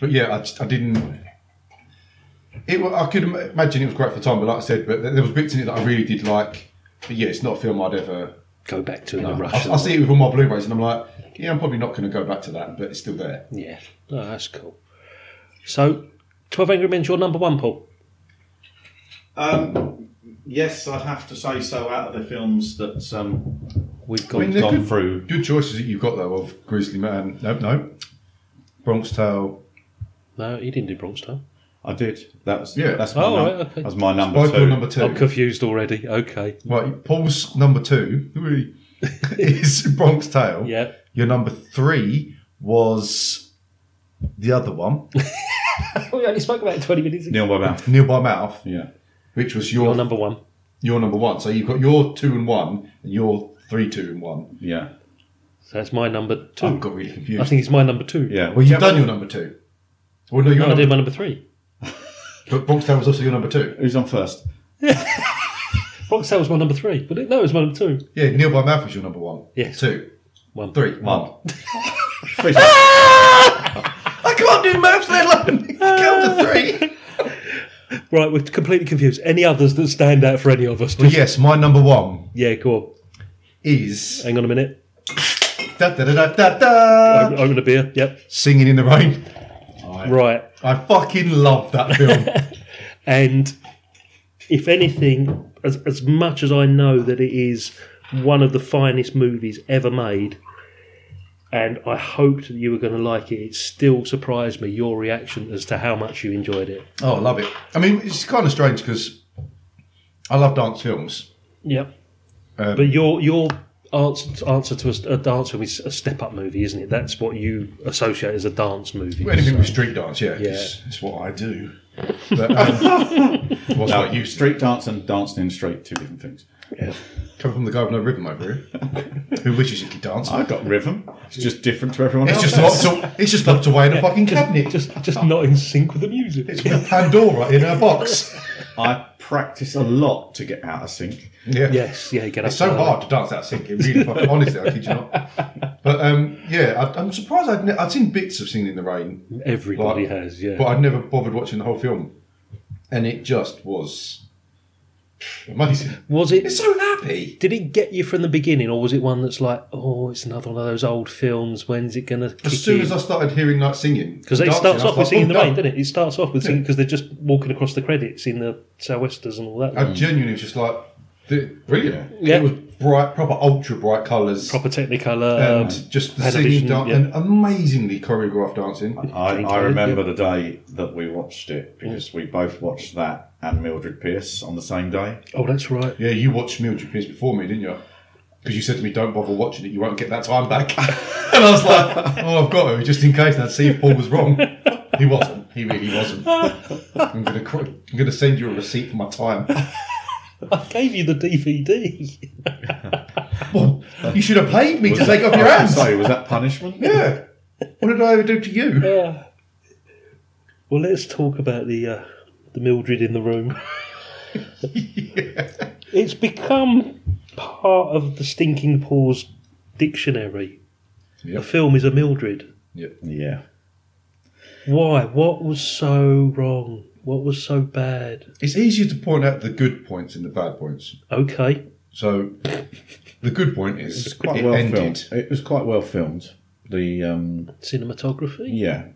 S5: but yeah, I, just, I didn't. It, wa- I could im- imagine it was great for the time, but like I said, but there was bits in it that I really did like. But yeah, it's not a film I'd ever.
S3: Go back to in a rush.
S5: I, I see it with all my Blu-rays, and I'm like, yeah, I'm probably not going to go back to that, but it's still there.
S3: Yeah. Oh, that's cool. So, Twelve Angry Men's your number one, Paul.
S4: Um, yes, I'd have to say so. Out of the films that um,
S3: We've got
S5: I mean, they're
S4: gone
S5: good,
S4: through.
S5: good choices that you've got though of Grizzly Man. No, no, Bronx Tale.
S3: no. He didn't do Bronx Tale.
S4: I did. That was
S5: Yeah.
S4: That's my
S3: Oh,
S4: num-
S3: right, okay.
S4: That's my number
S5: Both
S4: two.
S5: were number 2
S3: I'm confused already. Okay.
S5: Right, Paul's number two really, is Bronx Tale.
S3: Yeah.
S5: Your number three was the other one,
S3: Oh, we only spoke about it 20 minutes ago.
S4: Neil by mouth.
S5: Neil by Mouth,
S4: Yeah.
S5: which was your
S3: Your
S5: your number,
S3: number one.
S5: one. So you've got your two and one, and your three two and one.
S4: Yeah.
S3: So that's my number two.
S5: I got really confused.
S3: I think it's my number two.
S4: Yeah.
S5: well, you've done your number two. Well, no, your
S3: No, I
S5: number,
S3: did my number three.
S5: but Bronx Tale was also your number two.
S4: Who's on first?
S3: Bronx Tale was my number three. But it, no, it was my number two.
S5: Yeah, Neil by Mouth was your number one.
S3: Yes. Mm.
S5: two,
S3: One.
S5: three,
S4: One.
S5: one.
S4: Three.
S5: I can't do maths, let alone count to three.
S3: Right, we're completely confused. Any others that stand out for any of us?
S5: Well, yes, my number one
S3: Yeah, go on.
S5: is
S3: Hang on a minute.
S5: da da da da da.
S3: Open, open a beer. Yep.
S5: Singing in the Rain.
S3: Right.
S5: I fucking love that film.
S3: And if anything, as, as much as I know that it is one of the finest movies ever made, and I hoped that you were going to like it, it still surprised me your reaction as to how much you enjoyed it.
S5: oh, I love it. I mean, it's kind of strange because I love dance films.
S3: Yep.
S5: Um,
S3: but your your answer, answer to a, a dance film is a step up movie, isn't it? That's what you associate as a dance movie.
S5: Anything with street dance, yeah,
S3: Yeah.
S5: It's, it's what I do. But, um, it was
S4: No,
S5: like
S4: you
S5: you
S4: street dance and dancing in the street, two different things.
S5: coming from the guy with no rhythm over here, who wishes he could dance.
S4: I got rhythm. It's just different to everyone
S5: It's
S4: else.
S5: just locked. a- It's just locked away in a fucking cabinet.
S3: Just just not in sync with the music.
S5: it's with Pandora in her box.
S4: I practice a lot to get out of sync.
S5: Yeah.
S3: yes, yeah, get up.
S5: It's so
S3: there.
S5: hard to dance that sync. It really fucking honestly, I kid you not. But um, yeah, I, I'm surprised I'd, ne- I'd seen bits of Singing in the Rain.
S3: Everybody
S5: Like,
S3: has, yeah.
S5: But I'd never bothered watching the whole film. And it just was amazing.
S3: was it?
S5: It's so happy.
S3: Did it get you from the beginning, or was it one that's like, oh, it's another one of those old films? When's it gonna?
S5: As soon as I started hearing like singing.
S3: because it
S5: dancing,
S3: starts
S5: I was
S3: off with
S5: like, "Oh,
S3: singing in the
S5: well
S3: rain,
S5: done.
S3: doesn't it? It starts off with singing because they're just walking across the credits in the sou'westers and all that.
S5: I genuinely was just like, th- brilliant.
S3: Mm. Yeah.
S5: It was bright, proper ultra bright colours.
S3: Proper Technicolor. um,
S5: and just the
S3: television,
S5: singing dan-
S3: yeah.
S5: and amazingly choreographed dancing.
S4: I,
S3: Thank
S4: I
S3: you.
S4: remember the day that we watched it because we both watched that and Mildred Pierce on the same day.
S3: oh, that's right.
S5: Yeah, you watched Mildred Pierce before me, didn't you? Because you said to me, "Don't bother watching it; you won't get that time back." and I was like, "Oh, I've got to, just in case." And I'd see if Paul was wrong. He wasn't. He really wasn't. I'm gonna, cr- I'm gonna send you a receipt for my time.
S3: I gave you the DVD.
S5: Well, you should have paid me to
S4: Was
S5: take
S4: that-
S5: off your
S4: I was
S5: hands.
S4: gonna say, was that punishment?
S5: Yeah. What did I ever do to you?
S3: Uh, well, let's talk about the uh, the Mildred in the room. It's become part of the Stinking Paws dictionary.
S5: Yep.
S3: A film is a Mildred.
S4: Yeah.
S3: Why? What was so wrong? What was so bad?
S5: It's easier to point out the good points and the bad points.
S3: Okay.
S5: So, the good point is
S4: It's quite
S5: it
S4: well
S5: ended.
S4: filmed. It was quite well filmed. The um,
S3: Cinematography?
S4: yeah,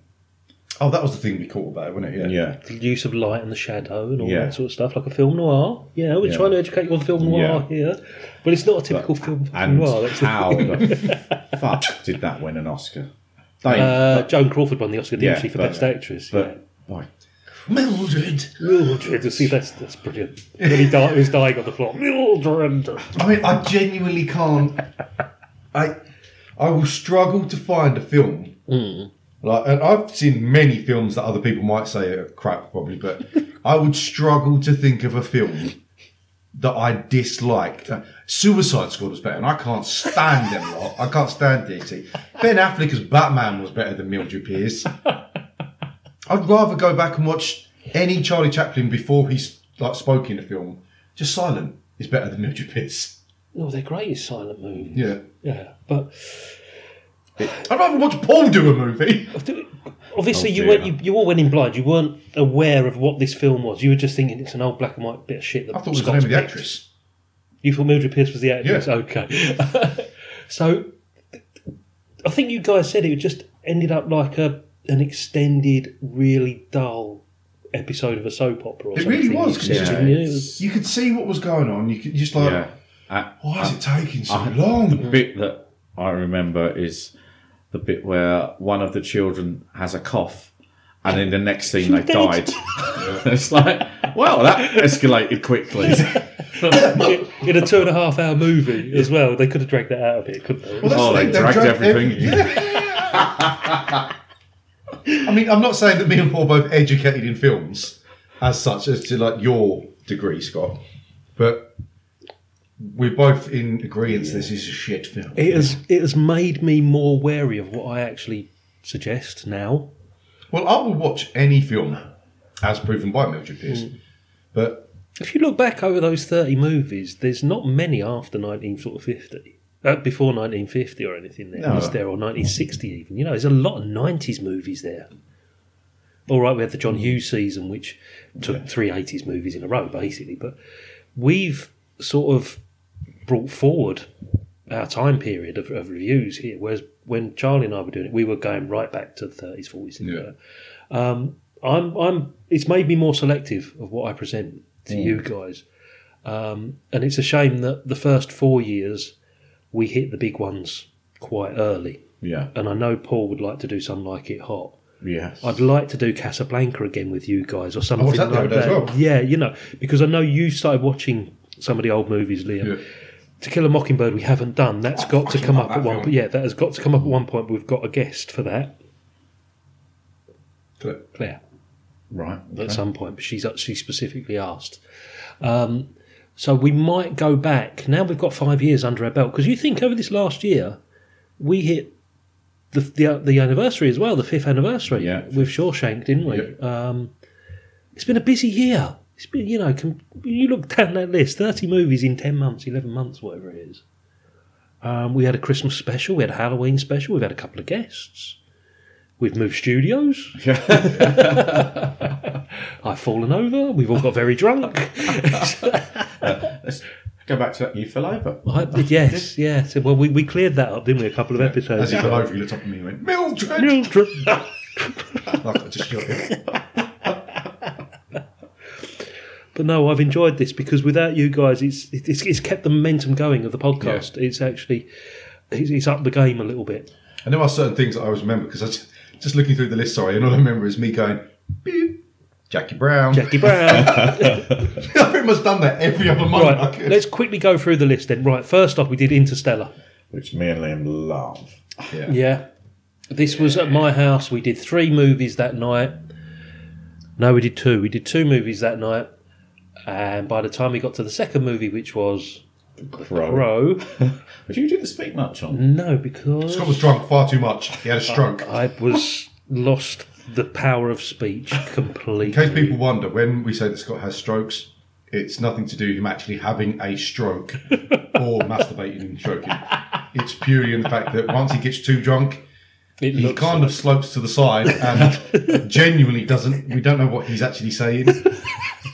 S5: Oh, that was the thing we caught about it, wasn't it?
S4: Yeah.
S3: The use of light and the shadow and all
S4: Yeah.
S3: that sort of stuff, like a film noir. Yeah, we're
S4: Yeah.
S3: trying to educate you on film noir
S4: Yeah.
S3: here, but it's not a typical film fucking
S4: And
S3: noir. That's the uh,
S4: how
S3: thing.
S4: the f- fuck did that win an Oscar? They,
S3: Uh, Joan Crawford won the Oscar, didn't
S4: Yeah,
S3: she, for
S4: but-
S3: Best Actress?
S4: but boy,
S5: Mildred.
S3: yeah. Mildred. See, that's, that's brilliant. When he di- was dying on the floor. Mildred.
S5: I mean, I genuinely can't. I I will struggle to find a film. Like, and I've seen many films that other people might say are crap, probably, but I would struggle to think of a film that I disliked. Uh, Suicide Squad was better, and I can't stand them lot. I can't stand DC. Ben Affleck as Batman was better than Mildred Pierce. I'd rather go back and watch any Charlie Chaplin before he's like spoke in a film. Just silent is better than Mildred Pierce.
S3: No, they're great as silent movies.
S5: Yeah.
S3: Yeah, but
S5: I'd rather watch Paul do a movie.
S3: obviously
S4: Oh,
S3: you
S4: dear.
S3: weren't. You, you all went in blind. You weren't aware of what this film was. You were just thinking it's an old black and white bit of shit. That
S5: I thought it was the
S3: Scott's
S5: name of the
S3: picked.
S5: actress.
S3: You thought Mildred Pierce was the actress?
S5: Yeah.
S3: Okay. so, I think you guys said it just ended up like a an extended, really dull episode of a soap opera. Or
S5: It really
S3: something,
S5: was,
S3: you said,
S4: yeah.
S3: didn't you? It was-
S5: You could see what was going on. You could just like,
S4: yeah. Uh,
S5: why is it taking so
S4: I- Oh,
S5: long?
S4: The bit that I remember is the bit where one of the children has a cough, and in the next scene they
S3: Dead.
S4: died. it's like, well, that escalated quickly.
S3: in a two and a half hour movie as well, they could have dragged that out a bit, couldn't they?
S5: that's
S4: oh,
S5: the
S4: they
S5: thing,
S4: dragged
S5: dragged
S4: everything.
S5: every- I mean, I'm not saying that me and Paul are both educated in films as such as to like your degree, Scott, but we're both in agreement this is a shit film.
S3: It has it has made me more wary of what I actually suggest now.
S5: well, I will watch any film as proven by Mildred Pierce,
S4: Mm.
S5: but
S3: If you look back over those thirty movies, there's not many after nineteen sort of fifty. Uh, before 1950 or anything there,
S4: No.
S3: is there, or 1960 even. You know, there's a lot of 90s movies there. All right, we had the John Hughes season, which took three 80s movies in a row, basically, but we've sort of brought forward our time period of, of reviews here, whereas when Charlie and I were doing it, we were going right back to the 30s, 40s,
S5: Yeah.
S3: yeah. Um, I'm I'm it's made me more selective of what I present to you guys. Um, and it's a shame that the first four years we hit the big ones quite early.
S4: yeah,
S3: And I know Paul would like to do some like it hot.
S4: yeah.
S3: I'd like to do Casablanca again with you guys or something
S5: Oh, was that the
S3: like
S5: other day as
S3: that.
S5: well?
S3: Yeah, you know, because I know you started watching some of the old movies, Liam.
S5: Yeah.
S3: To Kill a Mockingbird, we haven't done. That's got to
S5: fucking
S3: come
S5: love
S3: up
S5: that
S3: at one.
S5: film.
S3: Yeah, that has got to come up at one point. We've got a guest for that, Claire
S4: Right.
S3: at some point, but she's actually specifically asked. Um, so we might go back. Now we've got five years under our belt because you think over this last year we hit the the, the anniversary as well, the fifth anniversary
S4: Yeah.
S3: with Shawshank, didn't we?
S5: Yep.
S3: Um, it's been a busy year. It's been you know com- you look down that list, thirty movies in ten months, eleven months, whatever it is. Um, we had a Christmas special, we had a Halloween special, we've had a couple of guests. We've moved studios.
S4: Yeah.
S3: I've fallen over. We've all got very drunk.
S4: Let's go back to that. You fell over.
S3: I- yes, yes. Well, we, we cleared that up, didn't we? A couple of
S5: as
S3: episodes.
S5: he
S3: ago.
S5: fell over, he looked up at me and went, Mildred!
S3: Mildred.
S5: Like, I just shot him.
S3: but no, I've enjoyed this because without you guys, it's it's, it's kept the momentum going of the podcast. It's actually it's, it's up the game a little bit.
S5: And there are certain things that I always remember because I just, just looking through the list, sorry, and all I remember is me going, Beep, Jackie Brown.
S3: Jackie Brown.
S5: I've pretty much done that every other month. I
S3: right,
S5: could.
S3: let's quickly go through the list then. Right, first off, we did Interstellar.
S4: Which me and Liam love.
S5: yeah.
S3: Yeah. This was at my house. We did three movies that night. No, we did two. We did two movies that night. And by the time we got to the second movie, which was
S4: Crow.
S3: Row,
S4: But you didn't speak much on.
S3: no, because
S5: Scott was drunk far too much. He had a stroke.
S3: I was lost the power of speech
S5: In case
S3: completely.
S5: people wonder, when we say that Scott has strokes, it's nothing to do with him actually having a stroke or masturbating and stroking. It's purely in the fact that once he gets too drunk,
S3: It
S5: he
S3: looks-
S5: kind of slopes to the side and genuinely doesn't. We don't know what he's actually saying.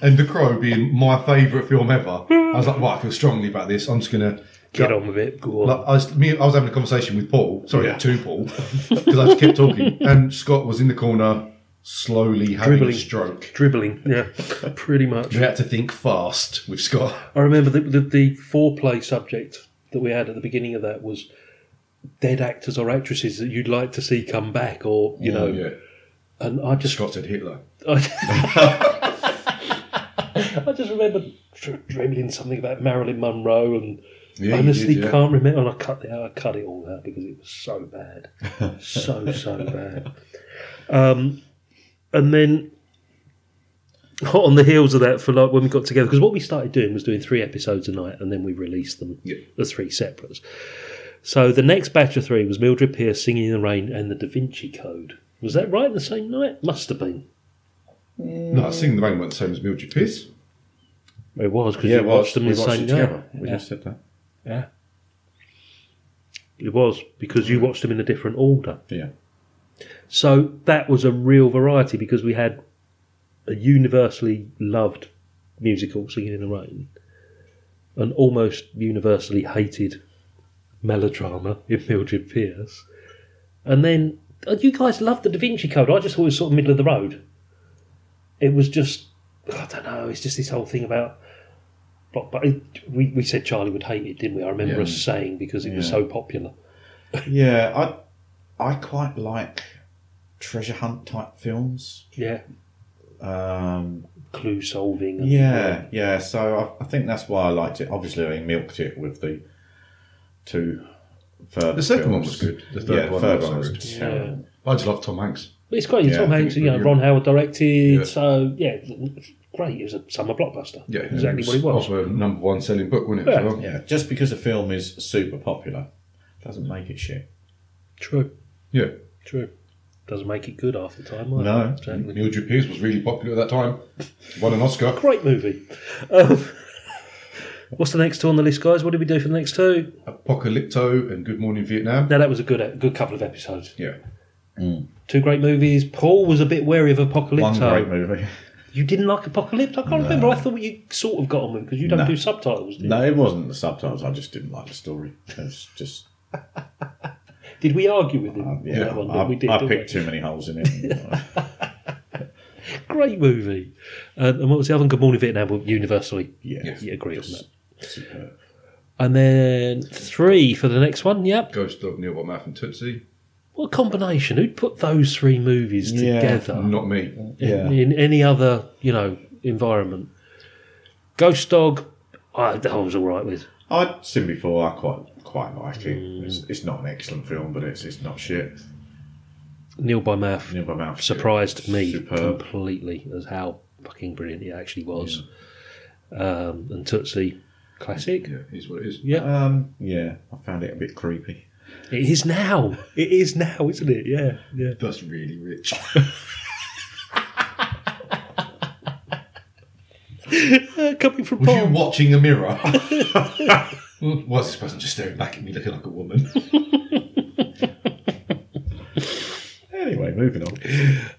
S5: And The Crow being my favourite film ever, I was like, "Well, I feel strongly about this. I'm just gonna."
S3: get on with it. Go on.
S5: Like, I was, me, I was having a conversation with Paul. Sorry,
S4: Yeah.
S5: to Paul, because I just kept talking, and Scott was in the corner slowly having
S3: Dribbling.
S5: a stroke.
S3: Dribbling, yeah, pretty much.
S5: You had to think fast with Scott.
S3: I remember the, the, the foreplay subject that we had at the beginning of that was dead actors or actresses that you'd like to see come back, or you know,
S5: Oh, yeah.
S3: and I just
S5: Scott said Hitler.
S3: I, I just remember dr- dreaming something about Marilyn Monroe and
S5: Yeah,
S3: honestly
S5: you did, yeah.
S3: can't remember. And I cut the I cut it all out because it was so bad, so so bad. Um, and then on the heels of that, for like when we got together, because what we started doing was doing three episodes a night, and then we released them
S5: Yeah.
S3: the three separates. So the next batch of three was Mildred Pierce singing in the rain and the Da Vinci Code. Was that right? The same night? Must have been.
S5: No, singing the rain went the same as Mildred Pierce.
S3: It was because
S4: Yeah,
S3: you
S4: it
S3: watched
S4: was.
S3: them
S4: we
S3: the
S4: watched
S3: same
S4: it
S3: night.
S4: together. We
S3: Yeah.
S4: just said that.
S3: It was because you watched them in a different order.
S4: Yeah.
S3: So that was a real variety because we had a universally loved musical, Singing in the Rain, an almost universally hated melodrama in Mildred Pierce, and then oh, you guys loved the Da Vinci Code. I just thought it was sort of middle of the road. It was just I don't know. It's just this whole thing about. But, but it, we, we said Charlie would hate it, didn't we? I remember
S5: Yeah.
S3: us saying because it was
S4: Yeah.
S3: so popular.
S4: Yeah, I I quite like treasure hunt type films.
S3: Yeah,
S4: Um,
S3: clue solving. and-
S4: yeah, yeah. So I, I think that's why I liked it. Obviously, I milked it with the two further.
S5: The second one
S4: films.
S5: was good. The
S4: yeah,
S5: third
S4: the
S5: one
S4: third
S5: was
S4: one was
S5: good.
S4: terrible.
S5: I just love Tom Hanks.
S3: But it's great.
S4: Yeah,
S3: Tom
S4: I think
S3: Hanks,
S5: it's
S3: you know, Ron
S5: brilliant.
S3: Howard directed.
S5: Yeah.
S3: So yeah, great. It was a summer blockbuster.
S5: Yeah,
S3: exactly what it was.
S5: Also, a number one selling book, wasn't it?
S3: Yeah.
S5: as well?
S4: Yeah, just because a film is super popular doesn't make it shit.
S3: True,
S5: yeah.
S3: true. Doesn't make it good half the time. Either.
S4: No.
S3: exactly.
S5: Mildred Pierce was really popular at that time. Won an Oscar.
S3: Great movie. Um, what's the next two on the list, guys? What did we do for the next two?
S5: Apocalypto and Good Morning Vietnam.
S3: Now that was a good, a good couple of episodes.
S5: Yeah.
S3: Two great movies. Paul was a bit wary of Apocalypto.
S4: One great movie.
S3: You didn't like Apocalypto? I can't remember. I thought you sort of got on with because you don't
S4: No.
S3: do subtitles. Do you?
S4: No, it wasn't the subtitles. I just didn't like the story. It's just
S3: Did we argue with him? on
S4: Uh, yeah.
S3: that one?
S4: I,
S3: we did.
S4: I
S3: didn't we?
S4: picked too many holes in it.
S3: Great movie. Uh, and what was the other one? Good Morning Vietnam. Well, universally,
S4: yeah,
S3: you agree on that.
S4: superb.
S3: And then three for the next one. Yep.
S5: Ghost Dog, Neil Mouth and Tootsie.
S3: What a combination? Who'd put those three movies
S4: Yeah.
S3: together
S5: Not me.
S4: Yeah.
S3: in any other, you know, environment? Ghost Dog, I, I was all right with.
S4: I'd seen before. I quite quite like it.
S3: Mm.
S4: It's, it's not an excellent film, but it's it's not shit.
S3: Neil by Mouth
S4: Near by mouth.
S3: surprised me
S4: Superb.
S3: completely as how fucking brilliant it actually was. Um, and Tootsie, classic.
S5: Yeah, is what it is.
S3: Yeah.
S4: Um, yeah, I found it a bit creepy.
S3: It is now. It is now, isn't it? Yeah. Yeah.
S5: That's really rich.
S3: Uh, coming from
S5: Was you
S3: Paul.
S5: watching a mirror? Why is this person just staring back at me looking like a woman?
S4: Anyway, moving on.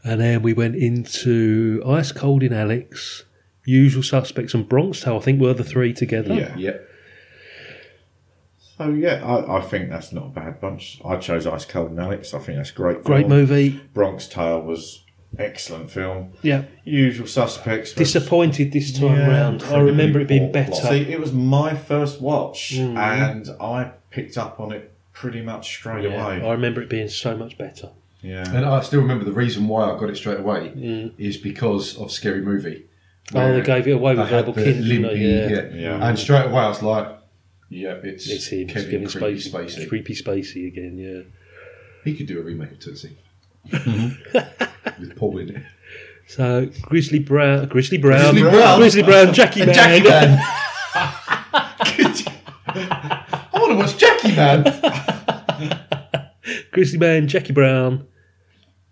S3: And then we went into Ice Cold in Alex, Usual Suspects, and Bronx Tale, I think, were the three together.
S4: Yeah.
S5: Yeah.
S4: So yeah, I, I think that's not a bad bunch. I chose Ice Cold and Alex. I think that's a great.
S3: Great
S5: Oh.
S4: film.
S3: movie.
S4: Bronx Tale was excellent film.
S3: Yeah.
S4: Usual Suspects. was-
S3: Disappointed this time
S4: Yeah.
S3: round. I remember it being
S5: Poor plot.
S3: better.
S4: See, it was my first watch,
S3: Hmm.
S4: and I picked up on it pretty much straight
S3: Yeah, I
S4: away.
S3: remember it being so much better.
S4: Yeah.
S5: And I still remember the reason why I got it straight away is because of Scary Movie.
S3: Mm. Oh,
S5: Where
S3: they gave it away
S5: I
S3: with
S5: had
S3: verbal
S5: the
S3: kids. didn't
S5: limpy,
S3: they? Yeah.
S5: yeah.
S4: Yeah.
S5: And straight away I was like, yeah, it's,
S3: It's him. It's
S5: Kevin
S3: giving
S5: Creepy
S3: space,
S5: Spacey.
S3: creepy spacey again. Yeah.
S5: He could do a remake of Tootsie. With Paul in it.
S3: So Grizzly Brown, Grizzly Brown,
S5: Grizzly Brown.
S3: Grizzly Brown, Jackie Man,
S5: Jackie Man. I want to watch Jackie Man.
S3: Grizzly Man, Jackie Brown.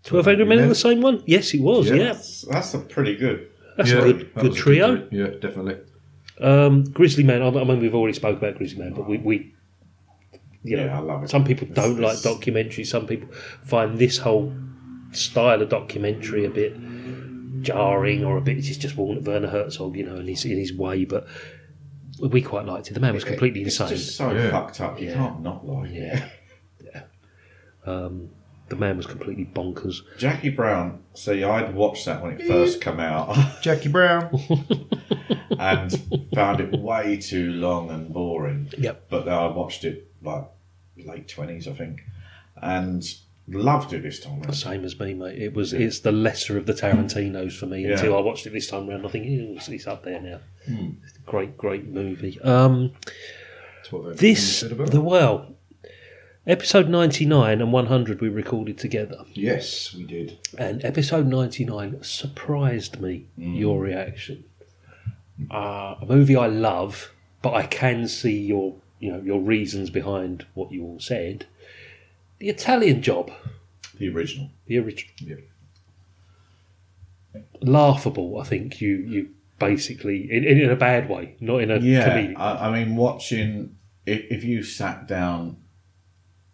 S3: Twelve Angry Men, the same one. Yes, it was.
S5: Yeah.
S3: Yeah,
S4: That's, that's a pretty good.
S3: that's a good,
S5: that
S3: good
S5: was a
S3: trio.
S5: good- yeah, definitely.
S3: Um, Grizzly Man. I I mean, we've already spoke about Grizzly Man, but we, we you know,
S4: Yeah, I love it.
S3: some people
S4: It's-
S3: don't like
S4: it's-
S3: documentaries. Some people find this whole style of documentary a bit jarring or a bit. It's just Walnut Werner Herzog, you know, and he's in his way. But we quite liked it. The man was completely
S4: It's
S3: insane.
S4: just so
S5: Yeah.
S4: fucked up. You
S3: Yeah.
S4: can't not like it.
S3: Yeah, yeah. Um, the man was completely bonkers.
S4: Jackie Brown. See, I'd watched that when it first came out
S5: Jackie Brown.
S4: and found it way too long and boring.
S3: Yep.
S4: But then I watched it like late twenties, I think, and loved it this time. round.
S3: Same as me, mate. It was it's the lesser of the Tarantinos for me
S4: Yeah. Hmm.
S3: until I watched it this time round. I think "Ew, it's, it's up there now. Great, great movie. Um,
S5: That's what they-
S3: this
S5: said about
S3: the
S5: it.
S3: well, episode ninety nine and one hundred we recorded together,
S5: Yes, we did.
S3: and episode ninety nine surprised me.
S5: Mm.
S3: Your reaction, uh, a movie I love, but I can see your you know your reasons behind what you all said. The Italian Job.
S4: The original.
S3: The original.
S5: Yeah.
S3: Laughable, I think you you basically in, in, in a bad way, not in a
S4: Yeah,
S3: comedic.
S4: I, I mean, watching if, if you sat down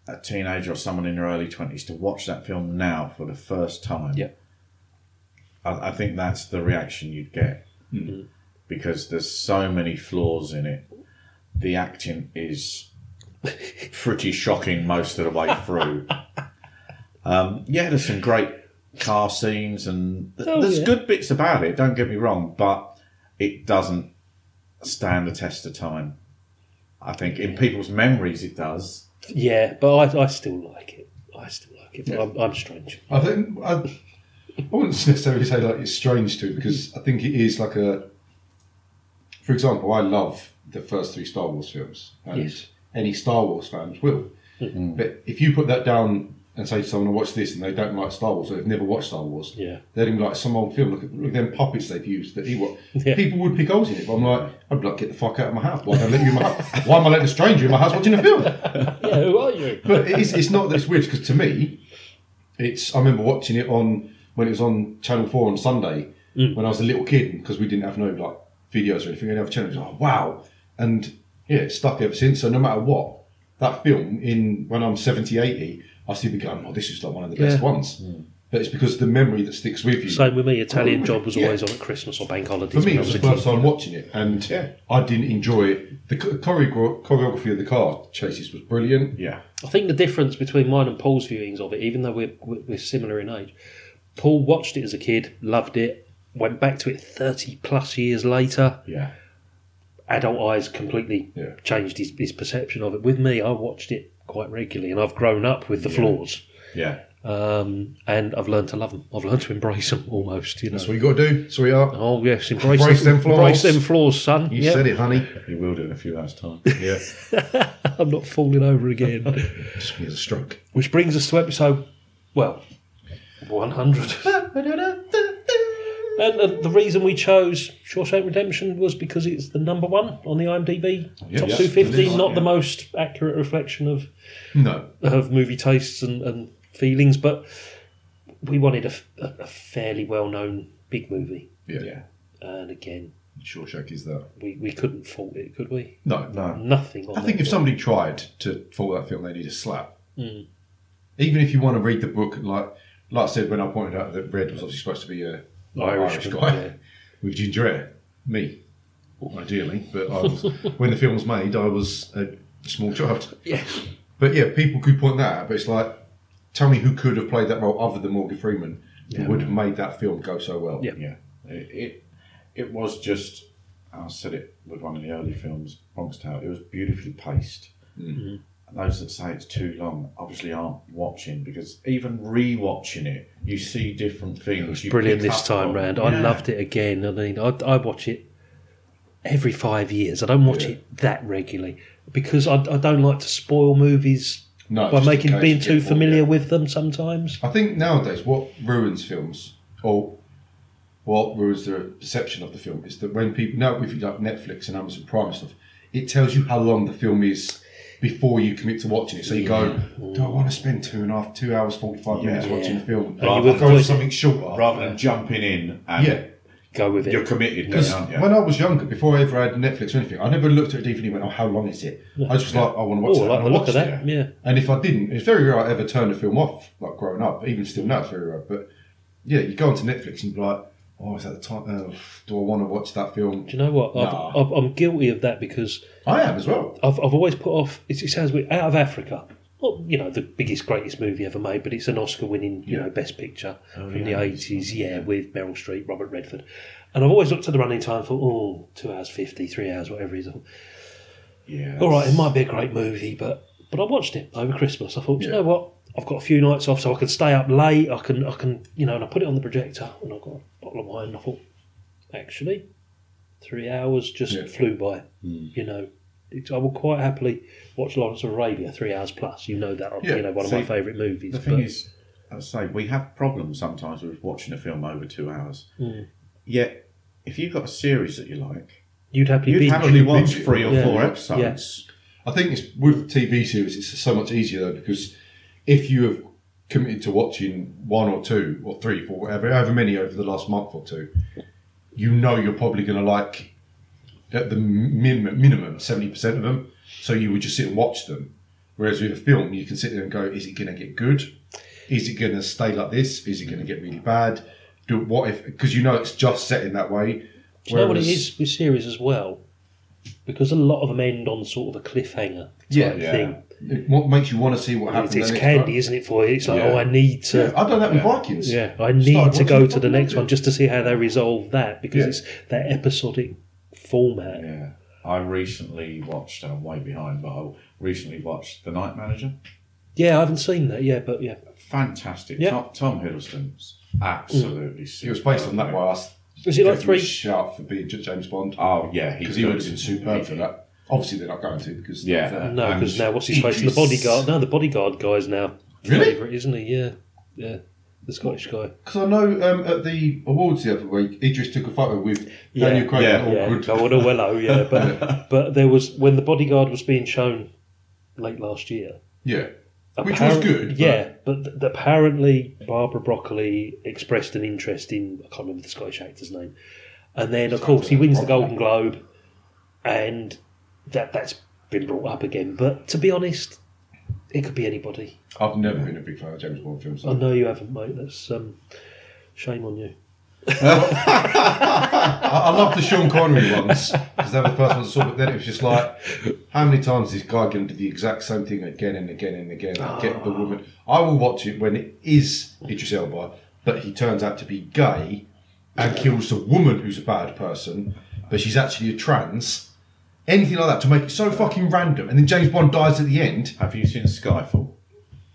S4: a teenager or someone in their early twenties to watch that film now for the first time,
S3: Yeah.
S4: I, I think that's the reaction you'd get because there's so many flaws in it. The acting is pretty shocking most of the way through. um, yeah, there's some great car scenes and th-
S3: Oh,
S4: there's
S3: yeah.
S4: good bits about it. Don't get me wrong, but it doesn't stand the test of time. I think in people's memories it does.
S3: yeah, but I, I still like it. I still like it. But I'm, I'm strange.
S5: I think I, I wouldn't necessarily say like it's strange to because I think it is like a. For example, I love the first three Star Wars films, and
S3: Yes. Mm-hmm.
S5: any Star Wars fans will. But if you put that down and say to someone, "Watch this," and they don't like Star Wars or they've never watched Star Wars,
S3: Yeah.
S5: they're gonna be like some old film. Look at look at them puppets they've used. That Ewok.
S3: Yeah.
S5: People would pick holes in it. But I'm like, I'd be like, get the fuck out of my house. Why don't I let you in my house? Why am I letting a stranger in my house watching a film?
S3: Yeah, who are you?
S5: but it is, it's not that it's weird because to me, it's. I remember watching it on when it was on Channel Four on Sunday when I was a little kid because we didn't have no like videos or anything. We didn't have channels. Oh wow! And yeah, it's stuck ever since. So no matter what, that film in when I'm 70, 80, I still be going, "Oh, this is like one of the best
S3: Yeah.
S5: ones." But it's because the memory that sticks with you.
S3: Same with me. Italian Job was
S5: Yeah.
S3: always on at Christmas or bank holidays.
S5: For
S3: when
S5: me, it
S3: I
S5: was the
S3: a
S5: first
S3: kid.
S5: time watching it, and
S4: Yeah.
S5: I didn't enjoy it. The cho- choreo- choreography of the car chases was brilliant.
S4: Yeah.
S3: I think the difference between mine and Paul's viewings of it, even though we're, we're we're similar in age, Paul watched it as a kid, loved it, went back to it 30 plus years later,
S4: Yeah.
S3: adult eyes completely
S5: Yeah.
S3: changed his, his perception of it. With me, I watched it quite regularly, and I've grown up with the flaws,
S4: Yeah.
S3: um, and I've learned to love them. I've learned to embrace them almost. You know.
S5: That's what you got to do, sweetheart.
S3: Oh yes, embrace,
S5: Embrace
S3: them,
S5: them flaws.
S3: Embrace them flaws, son.
S5: You
S3: Yep.
S5: said it, honey.
S4: You will do in a few hours' time. Yeah.
S3: I'm not falling over again.
S5: Just me as a stroke.
S3: Which brings us to episode, well, 100. And uh, the, the reason we chose Shawshank Redemption was because it's the number one on the IMDb top
S4: yes,
S3: 250.
S4: it is,
S3: not the
S4: yeah.
S3: most accurate reflection of
S5: No.
S3: of movie tastes and, and feelings, but we wanted a, f- a- a fairly well known big movie.
S5: Yeah.
S4: Yeah.
S3: And again,
S5: Shawshank is that.
S3: we, we couldn't fault it, could we?
S5: No. no.
S4: No.
S3: Nothing on
S5: I think
S3: that
S5: if
S3: film.
S5: somebody tried to follow that film, they need a slap.
S3: Hmm.
S5: Even if you want to read the book, like like I said when I pointed out that Red was obviously supposed to be a Irish,
S3: Irishman,
S5: guy
S3: yeah.
S5: with ginger hair, me, ideally. But I was, when the film was made, I was a small child.
S3: Yeah.
S5: But yeah, people could point that out, but it's like, tell me who could have played that role other than Morgan Freeman that would have made that film go so well.
S3: Yeah.
S4: Yeah. It, it it was just I said it with one of the early films, Bronx Tale, it was beautifully paced.
S3: Mm-hmm.
S4: And those that say it's too long obviously aren't watching because even re-watching it, you see different things. you
S3: Brilliant
S4: pick
S3: this
S4: up
S3: time
S4: on.
S3: round.
S4: Yeah.
S3: I loved it again. I mean, I, I watch it every five years. I don't watch it that regularly because I, I don't like to spoil movies
S5: No,
S3: by
S5: just in
S3: making
S5: case
S3: being
S5: you
S3: too
S5: get bored,
S3: familiar
S5: yeah.
S3: with them sometimes.
S5: I think nowadays what ruins films or what ruins the perception of the film is that when people now if you like Netflix and Amazon Prime and stuff, it tells you how long the film is before you commit to watching it. So you go, do I want to spend two and a half, two hours, forty five minutes
S4: Yeah.
S5: watching a film?
S3: you
S5: Rather
S3: would
S5: than go
S3: avoid
S5: for
S3: it.
S5: something shorter.
S4: Rather than jumping in and
S5: Yeah,
S3: Go with it.
S4: you're committed, then,
S5: because
S4: aren't you?
S5: when I was younger, before I ever had Netflix or anything, I never looked at a DVD and went, "Oh, how long is it?" I was just like, "I want to watch
S3: Oh, I
S5: that."
S3: like
S5: and
S3: the look of
S5: watched
S3: that,
S5: it.
S3: yeah.
S5: And if I didn't, it's very rare I ever turned a film off. Like growing up, even still now, it's very rare. But yeah, you go onto Netflix and be like, "Oh, is that the time? Uh, do I want to watch that film?"
S3: Do you know what? I've,
S5: Nah.
S3: I've, I'm guilty of that because
S5: I am as well.
S3: I've, I've always put off. It, it sounds weird. Out of Africa, well, you know, the biggest, greatest movie ever made, but it's an Oscar-winning, you know, Best Picture from the eighties. Yeah, with Meryl Streep, Robert Redford, and I've always looked at the running time for oh, two hours fifty, three hours, whatever it is.
S4: Yeah.
S3: All right, it might be a great movie, but but I watched it over Christmas. I thought, "Do you know what? I've got a few nights off, so I can stay up late. I can, I can, you know, and I put it on the projector, and I got a bottle of wine. And I thought, actually, three hours just
S5: Yeah.
S3: flew by. You know, it, I will quite happily watch Lawrence of Arabia three hours plus. You know that,
S5: Yeah.
S3: you know, one of
S4: See,
S3: my favourite movies.
S4: The thing
S3: but-
S4: is, I say we have problems sometimes with watching a film over two hours. Yet, if you've got a series that you like,
S3: you'd happily
S4: you'd
S3: be.
S4: happily watch
S5: binge it.
S4: three or
S3: Yeah.
S4: four episodes.
S5: I think it's with TV series. It's so much easier though because if you have committed to watching one or two or three, four, whatever, however many over the last month or two, you know you're probably going to like at the minimum minimum seventy percent of them. So you would just sit and watch them. Whereas with a film, you can sit there and go, "Is it going to get good? Is it going to stay like this? Is it going to get really bad? Do what if?" Because you know it's just set in that way.
S3: Do you know what it
S5: Whereas-
S3: is with series as well? Because a lot of them end on sort of a cliffhanger type thing.
S5: What makes you want to see what happens?
S3: It's, it's
S5: the next
S3: candy,
S5: time?
S3: isn't it? For you, it's like,
S5: Yeah.
S3: oh, I need to.
S5: Yeah, I've done that with
S4: Yeah.
S5: Vikings.
S3: Yeah, I need
S5: Started
S3: to go
S5: watching
S3: to the
S5: Fucking
S3: next
S5: Logic.
S3: one just to see how they resolve that because
S5: Yeah.
S3: it's that episodic format.
S4: Yeah. I recently watched. I'm way behind, but I recently watched The Night Manager.
S3: Yeah, I haven't seen that. Yeah, but yeah,
S4: Fantastic.
S3: Yeah.
S4: Tom, Tom Hiddleston's absolutely.
S5: It was based on that
S4: one.
S5: by us.
S3: Was it like three-
S5: Shout for being J- James Bond
S4: Oh yeah,
S5: because he would have
S4: could.
S5: been superb for that. Obviously, they're not going to because
S4: Yeah.
S5: they're-
S3: no,
S4: And
S3: because now what's his face? The
S5: Idris-
S3: bodyguard. No, the bodyguard guy's now
S5: Really?
S3: favourite, isn't he? Yeah, yeah, the Scottish guy.
S5: Because I know um, at the awards the other week, Idris took a photo with
S3: Yeah.
S5: Daniel Craig.
S4: Yeah.
S5: and all
S3: Yeah,
S5: good.
S3: oh, well, oh, well, oh, yeah. But but there was when the bodyguard was being shown late last year.
S5: yeah. Which was
S3: apparent-
S5: good. but-
S3: Yeah, but th- apparently Barbara Broccoli expressed an interest in I can't remember the Scottish actor's name, and then of course he wins the Golden Globe, and that that's been brought up again. But to be honest, it could be anybody.
S5: I've never been a big fan of James Bond films.
S3: I know you haven't, mate. That's um, shame on you.
S5: I, I love the Sean Connery ones because they were the first ones I saw. But then it was just like, how many times is this guy going to do the exact same thing again and again and again? and Get the woman. I will watch it when it is Idris Elba, but he turns out to be gay and kills the woman who's a bad person, but she's actually a trans. Anything like that to make it so fucking random, and then James Bond dies at the end.
S4: Have you seen Skyfall?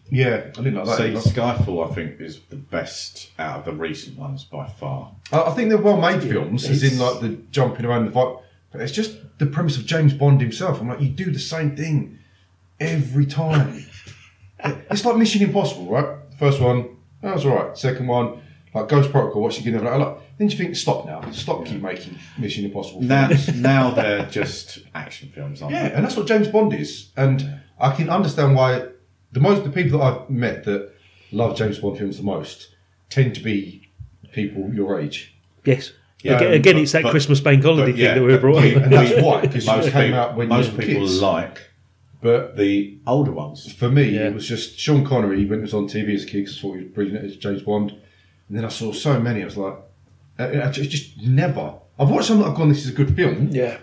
S5: Yeah, I didn't like that.
S4: See,
S5: either.
S4: Skyfall, I think, is the best out of the recent ones by far.
S5: I I think they're well made films, as in
S3: It's-
S5: like the jumping around the fight. But it's just the premise of James Bond himself. I'm like, you do the same thing every time. it's like Mission Impossible, right? The first one, that was all right. Second one, like Ghost Protocol, what's she going to like, Then you think, stop now, stop keep making Mission Impossible. films.
S4: Now, now they're just action films, aren't
S5: Yeah, and that's what James Bond is. And I can understand why the most the people that I've met that love James Bond films the most tend to be people your age.
S3: Yes.
S4: Yeah,
S3: again,
S4: um,
S3: again
S4: but-
S3: it's that
S4: but-
S3: Christmas bank holiday
S4: but yeah,
S3: thing that we were brought
S5: Yeah,
S3: up.
S5: and that's why
S4: they?
S5: because
S4: Most
S5: you came
S4: people,
S5: out when
S4: most
S5: you were
S4: people
S5: kids.
S4: like
S5: But
S4: the older ones.
S5: for me,
S3: Yeah.
S5: it was just Sean Connery when it was on TV as a kid 'cause I thought he was brilliant as James Bond. And then I saw so many, I was like, I, I just, just never. I've watched some that I've gone, this is a good film,
S3: Yeah.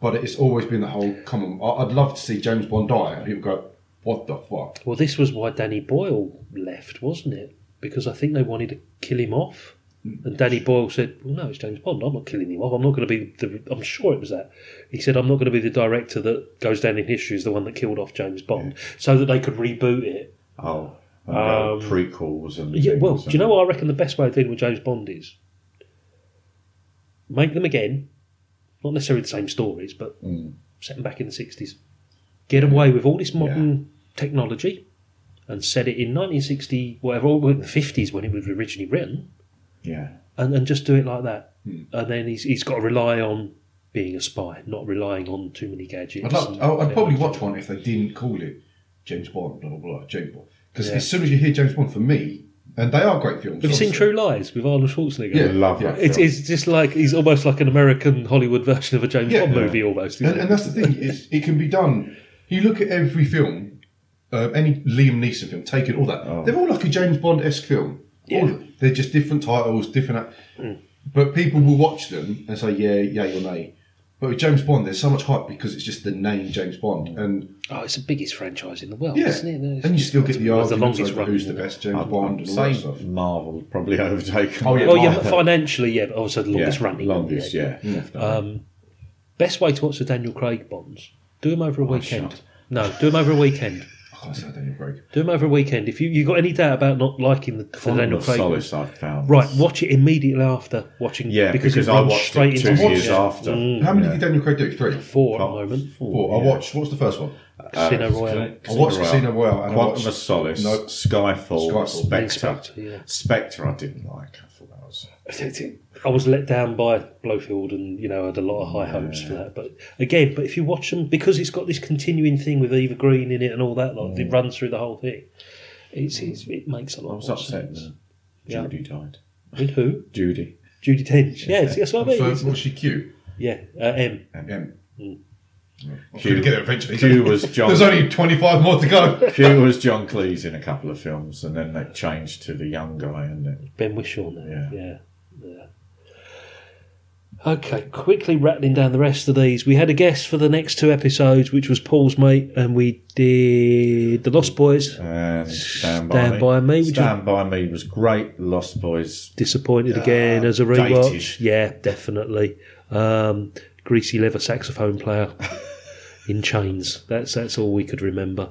S5: but it's always been the whole, come on, I- I'd love to see James Bond die. And people go, what the fuck?
S3: Well, this was why Danny Boyle left, wasn't it? Because I think they wanted to kill him off. And Danny Boyle said, well, no, it's James Bond. I'm not killing him off. I'm not going to be the. I'm sure it was that. He said, I'm not going to be the director that goes down in history as the one that killed off James Bond so that they could reboot it.
S4: Oh, and there were prequels
S3: Um,
S4: and.
S3: Yeah, well,
S4: things
S3: do you know
S4: and-
S3: what I reckon the best way of dealing with James Bond is? Make them again, not necessarily the same stories, but
S5: Mm.
S3: set them back in the 60s. Get away with all this modern technology and set it in 1960, whatever, or the 50s when it was originally written,
S4: Yeah.
S3: and, and just do it like that.
S5: Hmm.
S3: And then he's, he's got to rely on being a spy, not relying on too many gadgets.
S5: I'd, love,
S3: and-
S5: I- I'd probably watch one if they didn't call it James Bond, blah, blah, blah, James Bond. Because
S3: Yeah.
S5: as soon as you hear James Bond, for me, and they are great films.
S3: Have you seen
S5: obviously.
S3: True Lies with Arnold Schwarzenegger?
S5: Yeah.
S4: Love
S5: Yeah.
S4: that.
S3: It's,
S4: film.
S3: it's just like he's almost like an American Hollywood version of a James
S5: Yeah.
S3: Bond movie, almost. isn't
S5: And,
S3: it?
S5: and that's the thing; is it can be done. You look at every film, uh, any Liam Neeson film, Taken, all
S3: Oh.
S5: that. They're all like a James Bond esque film. All of them. They're
S3: Mm.
S5: just different titles, different. act- But people will watch them and say, "Yeah, yeah or nay." But But with James Bond, there's so much hype because it's just the name James Bond, and
S3: Oh, it's the biggest franchise in the world,
S5: yeah,
S3: isn't it? There's-
S5: and you still get the
S3: It's the
S5: arguments
S3: longest
S5: over
S3: run.
S5: who's the best James
S4: I'm,
S5: Bond
S4: I'm
S5: and all
S4: saying
S5: that stuff.
S4: Marvel probably overtaken.
S5: Oh, yeah,
S3: Well, yeah,
S5: Marvel.
S3: financially, yeah, but also the longest running. Um,
S4: Longest, yeah.
S3: Best way to watch the Daniel Craig Bonds: do them over a
S5: Oh,
S3: weekend.
S4: shut.
S3: No, do them over a weekend.
S5: I can't say Daniel Craig.
S3: Do them over a weekend. If you you got any doubt about not liking the, the
S4: Quantum
S3: Daniel
S4: of
S3: Craig,
S4: Solace I've found.
S3: right, watch it immediately after watching.
S4: Yeah, because,
S3: it
S4: I
S3: runs
S4: watched
S3: straight
S4: it two
S3: into
S4: years
S3: Yeah.
S4: after.
S5: How many did Daniel Craig do? Three,
S3: four at
S4: Oh,
S3: the moment.
S5: four. I watched. What was the first one?
S4: uh,
S3: Casino Royale.
S5: I watched Casino Royale and I
S4: Quantum
S5: watched-
S4: of Solace,
S5: No.
S4: Skyfall,
S5: Skyfall.
S4: Spectre.
S3: Spectre, yeah.
S4: Spectre I didn't like. I thought that was...
S3: I was let down by Blowfield, and you know I had a lot of high hopes for that. But again, but if you watch them, because it's got this continuing thing with Eva Green in it and all that, like it runs through the whole thing. It's, it's it makes a lot.
S4: I was
S3: more
S4: upset
S3: sense.
S4: when Judy died.
S3: With who?
S4: Judy.
S3: Judy Dench. Yeah, that's what I mean.
S5: So
S3: It's-
S5: was she Q?
S3: yeah, uh, M.
S5: M. I
S4: Q-
S5: could get it eventually.
S4: Q was John.
S5: There's only 25 more to go.
S4: Q was John Cleese in a couple of films, and then they changed to the young guy, and it?
S3: Ben Whishaw now. Yeah.
S4: Yeah.
S3: yeah. Okay, quickly rattling down the rest of these. We had a guest for the next two episodes, which was Paul's mate, and we did The Lost Boys.
S4: And Stand,
S3: Stand By
S4: by,
S3: Me,
S4: Me.
S3: which
S4: Stand by Me was great. Lost Boys.
S3: Disappointed again as a rewatch.
S4: dated.
S3: Yeah, definitely. Um, greasy leather saxophone player in chains. That's that's all we could remember.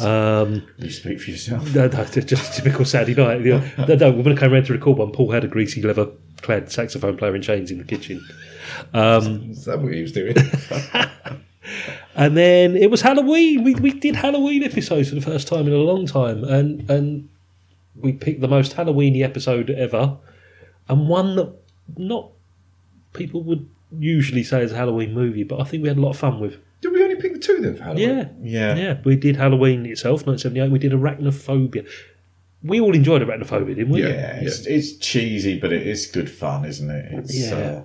S3: Um,
S4: You speak for yourself.
S3: No, no, it's just typical Saturday night. You know, no, no, when I came round to record one, Paul had a greasy leather clad saxophone player in chains in the kitchen.
S5: Is that what he was doing?
S3: And then it was Halloween. We, we did Halloween episodes for the first time in a long time. And, and we picked the most Halloweeny episode ever and one that not people would usually say is a Halloween movie, but I think we had a lot of fun with.
S5: Did we only pick the two then for Halloween?
S3: Yeah.
S4: Yeah.
S3: Yeah, we did Halloween itself, 1978. We did Arachnophobia. We all enjoyed Arachnophobia, didn't we?
S5: Yeah.
S4: Yeah, it's, it's cheesy, but it is good fun, isn't it? It's
S3: Yeah.
S4: uh,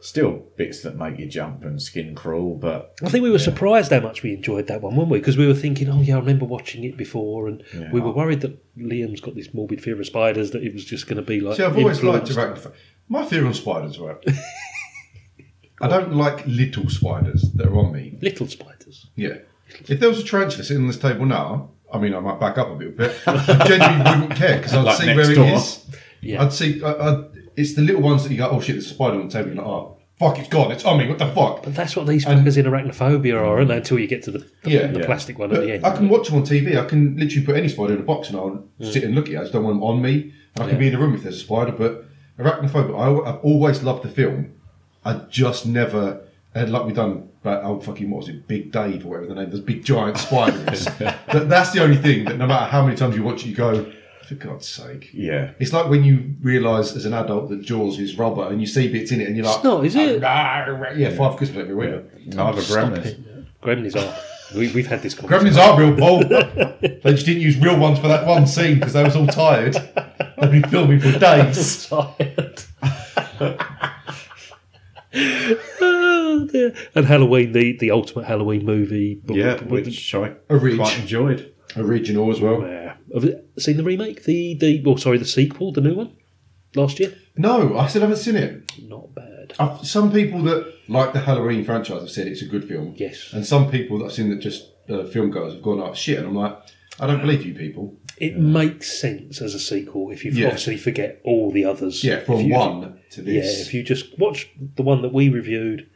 S4: still bits that make you jump and skin crawl, but
S3: I think we were surprised how much we enjoyed that one, weren't we? Because we were thinking, oh yeah, I remember watching it before, and we were worried that Liam's got this morbid fear of spiders that it was just going to be like.
S5: See, I've always liked
S3: influenced-
S5: arachnophobia. My theory on spiders, right? I don't like little spiders that are on me.
S3: little spiders.
S5: Yeah. If there was a tarantula sitting on this table now, I mean, I might back up a bit, but I genuinely wouldn't care because I'd
S4: Like
S5: see
S4: next
S5: where
S4: door.
S5: it is.
S3: Yeah.
S5: I'd see. I, I, it's the little ones that you go, oh shit, there's a spider on the table. You're like, oh, fuck, it's gone. It's on me. What the fuck?
S3: But that's what these fuckers in arachnophobia are, aren't they? Until you get to the, the,
S5: Yeah,
S3: the
S5: yeah. Mm.
S3: plastic one at
S5: But
S3: the end.
S5: I can watch them on TV. I can literally put any spider in a box and I'll sit and look at it. I just don't want them on me. And I can
S3: Yeah.
S5: be in a room if there's a spider. But Arachnophobia, I, al- I've always loved the film. I just never, and like we done about old fucking, what was it, Big Dave or whatever the name, this big giant spider is. that, that's the only thing that no matter how many times you watch it, you go, for God's sake.
S4: yeah.
S5: It's like when you realise as an adult that Jaws is rubber and you see bits in it and you're like,
S3: It's not, is it?
S5: "Ah, rah, rah." Yeah, Five Christmas every
S4: yeah.
S5: winter.
S4: Neither Gremlins.
S3: Gremlins are. We, we've had this conversation.
S5: Gremlins are real, Paul. they just didn't use real ones for that one scene because they was all tired. They've been filming for days.
S3: tired. Oh, dear. and Halloween, the, the ultimate Halloween movie. But-
S4: Yeah,
S3: but-
S4: which I
S5: Ridge.
S4: quite enjoyed.
S5: Original as well.
S3: Yeah. Have you seen the remake? The the well, sorry, the sequel, the new one, last year.
S5: No, I still haven't seen it.
S3: Not bad.
S5: I've, some people that like the Halloween franchise have said it's a good film.
S3: Yes.
S5: And some people that I've seen that just uh, film goers have gone, oh shit. And I'm like, I don't believe you people.
S3: It makes sense as a sequel if you
S5: uh, Yeah.
S3: obviously forget all the others.
S5: Yeah,
S3: If
S5: from
S3: you-
S5: one to
S3: Yeah,
S5: this.
S3: if you just watch the one that we reviewed,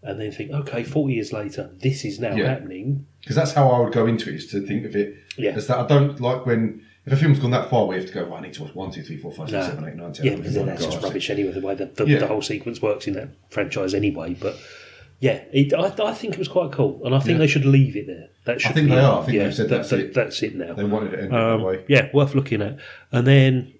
S3: and then think, okay, forty years later, this is now
S5: Yeah.
S3: happening.
S5: because that's how I would go into it is to think of it
S3: Yeah.
S5: as that I don't like when if a film's gone that far we have to go well, I need to watch one two three four five six
S3: No.
S5: seven eight nine ten
S3: Yeah, because then that's just rubbish anyway. The way the, the,
S5: Yeah.
S3: the whole sequence works in that franchise anyway. But yeah, it, I, I think it was quite cool, and I think
S5: Yeah.
S3: they should leave it there. That should
S5: think
S3: be-
S5: they are. I think
S3: yeah,
S5: they've said
S3: that-
S5: that's
S3: that-
S5: it.
S3: That's it now.
S5: they wanted it ended
S3: Um,
S5: that way
S3: yeah, worth looking at. And then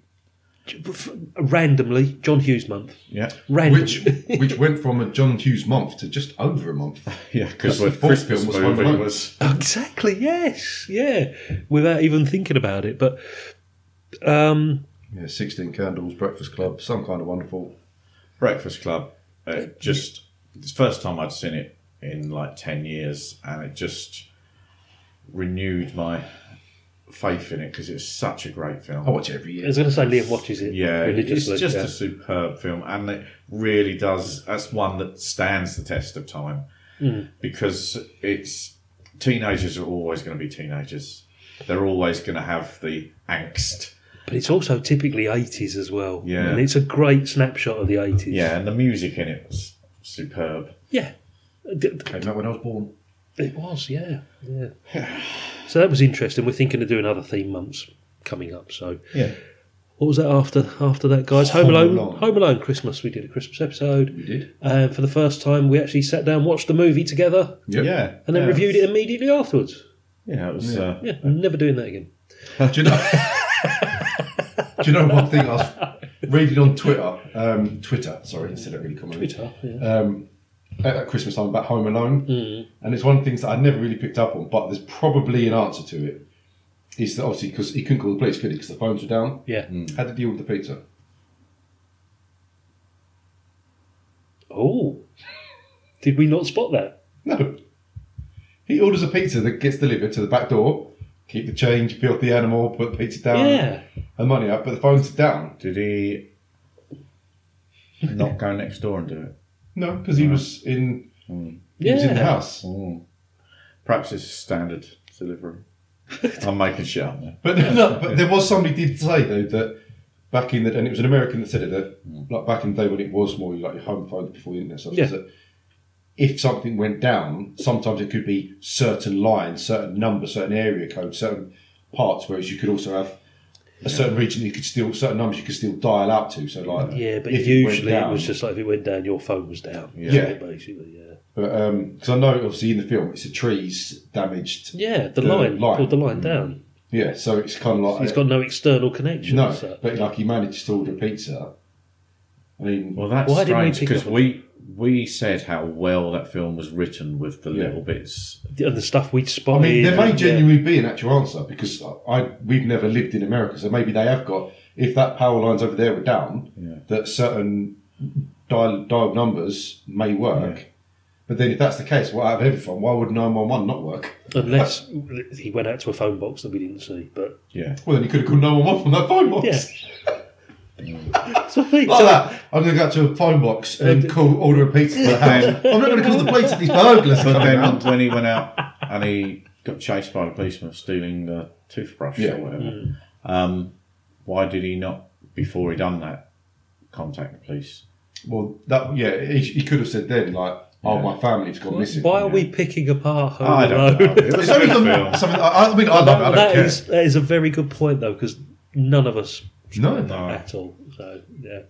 S3: randomly, John Hughes month.
S4: Yeah.
S3: Random.
S5: which which went from a John Hughes month to just over a month.
S4: Yeah, because
S5: That's the
S4: the
S5: fourth
S4: Christmas
S5: film was Home
S4: movie
S5: Alone.
S4: was.
S3: exactly, yes, yeah, without even thinking about it. But um,
S5: Yeah, sixteen candles, Breakfast Club, some kind of wonderful.
S4: Breakfast Club. It just it's the first time I'd seen it in like ten years, and it just renewed my faith in it because it's such a great film.
S3: Oh,
S5: I watch it every
S3: I
S5: year.
S3: was going to say Liam watches it
S4: Yeah,
S3: religiously.
S4: it's just
S3: yeah.
S4: a superb film, and it really does. That's one that stands the test of time
S3: Hmm.
S4: because it's teenagers are always going to be teenagers. They're always going to have the angst.
S3: but it's also typically 80s as well.
S4: Yeah.
S3: And it's a great snapshot of the 80s.
S4: Yeah, and the music in it was superb.
S3: Yeah. D- d-
S5: Came out when I was born.
S3: It was, yeah. Yeah. so that was interesting. We're thinking of doing other theme months coming up. So
S4: Yeah,
S3: what was that after after that, guys? Home,
S5: Home
S3: Alone.
S5: Alone.
S3: Home Alone Christmas. We did a Christmas episode.
S5: We did.
S3: And for the first time, we actually sat down, watched the movie together,
S5: Yep.
S4: yeah,
S3: and then
S4: yeah,
S3: reviewed it immediately afterwards.
S4: Yeah, it was. Uh,
S3: Yeah, I'm never doing that again.
S5: Do you know? do you know one thing I was reading on Twitter? Um, Twitter, sorry, instead of really commonly.
S3: Twitter, yeah.
S5: Um, at, at Christmas time about Home Alone, and it's one of the things that I would never really picked up on, but there's probably an answer to it. Is that obviously because he couldn't call the police, could he? Because the phones were down.
S3: Yeah.
S5: How did he order the pizza?
S3: Oh, did we not spot that?
S5: No. He orders a pizza that gets delivered to the back door. Keep the change, peel off the animal, put the pizza down,
S3: yeah.
S5: and money up, but the phones are down.
S4: Did he not go next door and do it?
S5: No, because he was in he
S3: Yeah.
S5: was in the house.
S4: Oh. Perhaps it's standard delivery. I'm making shit up now.
S5: But no, but there was somebody did say though that back in the and it was an American that said it that like back in the day when it was more like your home phone before the internet stuff
S3: Yeah.
S5: is that if something went down, sometimes it could be certain lines, certain number, certain area code, certain parts. Whereas you could also have a certain region you could still certain numbers you could still dial out to. So like
S3: Yeah, but
S5: if went
S3: usually it,
S5: down-
S3: was just like if it went down, your phone was down.
S5: Yeah.
S3: basically, yeah.
S5: But because I know obviously in the film it's the trees damaged.
S3: Yeah, the,
S5: The
S3: line,
S5: line.
S3: pulled the line down.
S5: Yeah, so it's kind of like
S3: He's got no external connection.
S5: no,
S3: so-
S5: but like he managed to order pizza. I mean,
S4: Well, that's
S3: Why didn't we
S4: strange
S3: pick
S4: because
S3: up on-
S4: we we said how well that film was written with the
S5: Yeah.
S4: little bits.
S3: and the stuff we'd
S5: I
S3: spotted.
S5: mean, there may
S3: and- uh,
S5: genuinely be an actual answer because I, I we've never lived in America, so maybe they have got if that power lines over there were down, that certain dial dial numbers may work. But then, if that's the case, well, out of everything, why would nine one one not work?
S3: yeah. Unless he went out to a phone box that we didn't see. But
S4: Yeah,
S5: Well, then you could have called nine one one from that phone box.
S3: yeah. so, I think-
S5: Like
S3: so-
S5: that. I'm going to go out to a phone box and call order a pizza for the house. I'm not going to call the police. These burglars
S4: but
S5: coming
S4: then
S5: out.
S4: when he went out and he got chased by the policeman stealing the toothbrush
S5: Yeah.
S4: or whatever,
S3: Mm.
S4: um, why did he not before he done that contact the police?
S5: Well, that yeah, he, he could have said then like, "Oh, my family's gone missing."
S3: why are we picking apart Home
S4: I
S3: Alone?
S4: don't know. It was a good film.
S5: Something, I, I mean, I love it. I don't
S3: That
S5: care.
S3: is- that is a very good point, though, because none of us
S5: no,
S3: at all. So, yeah.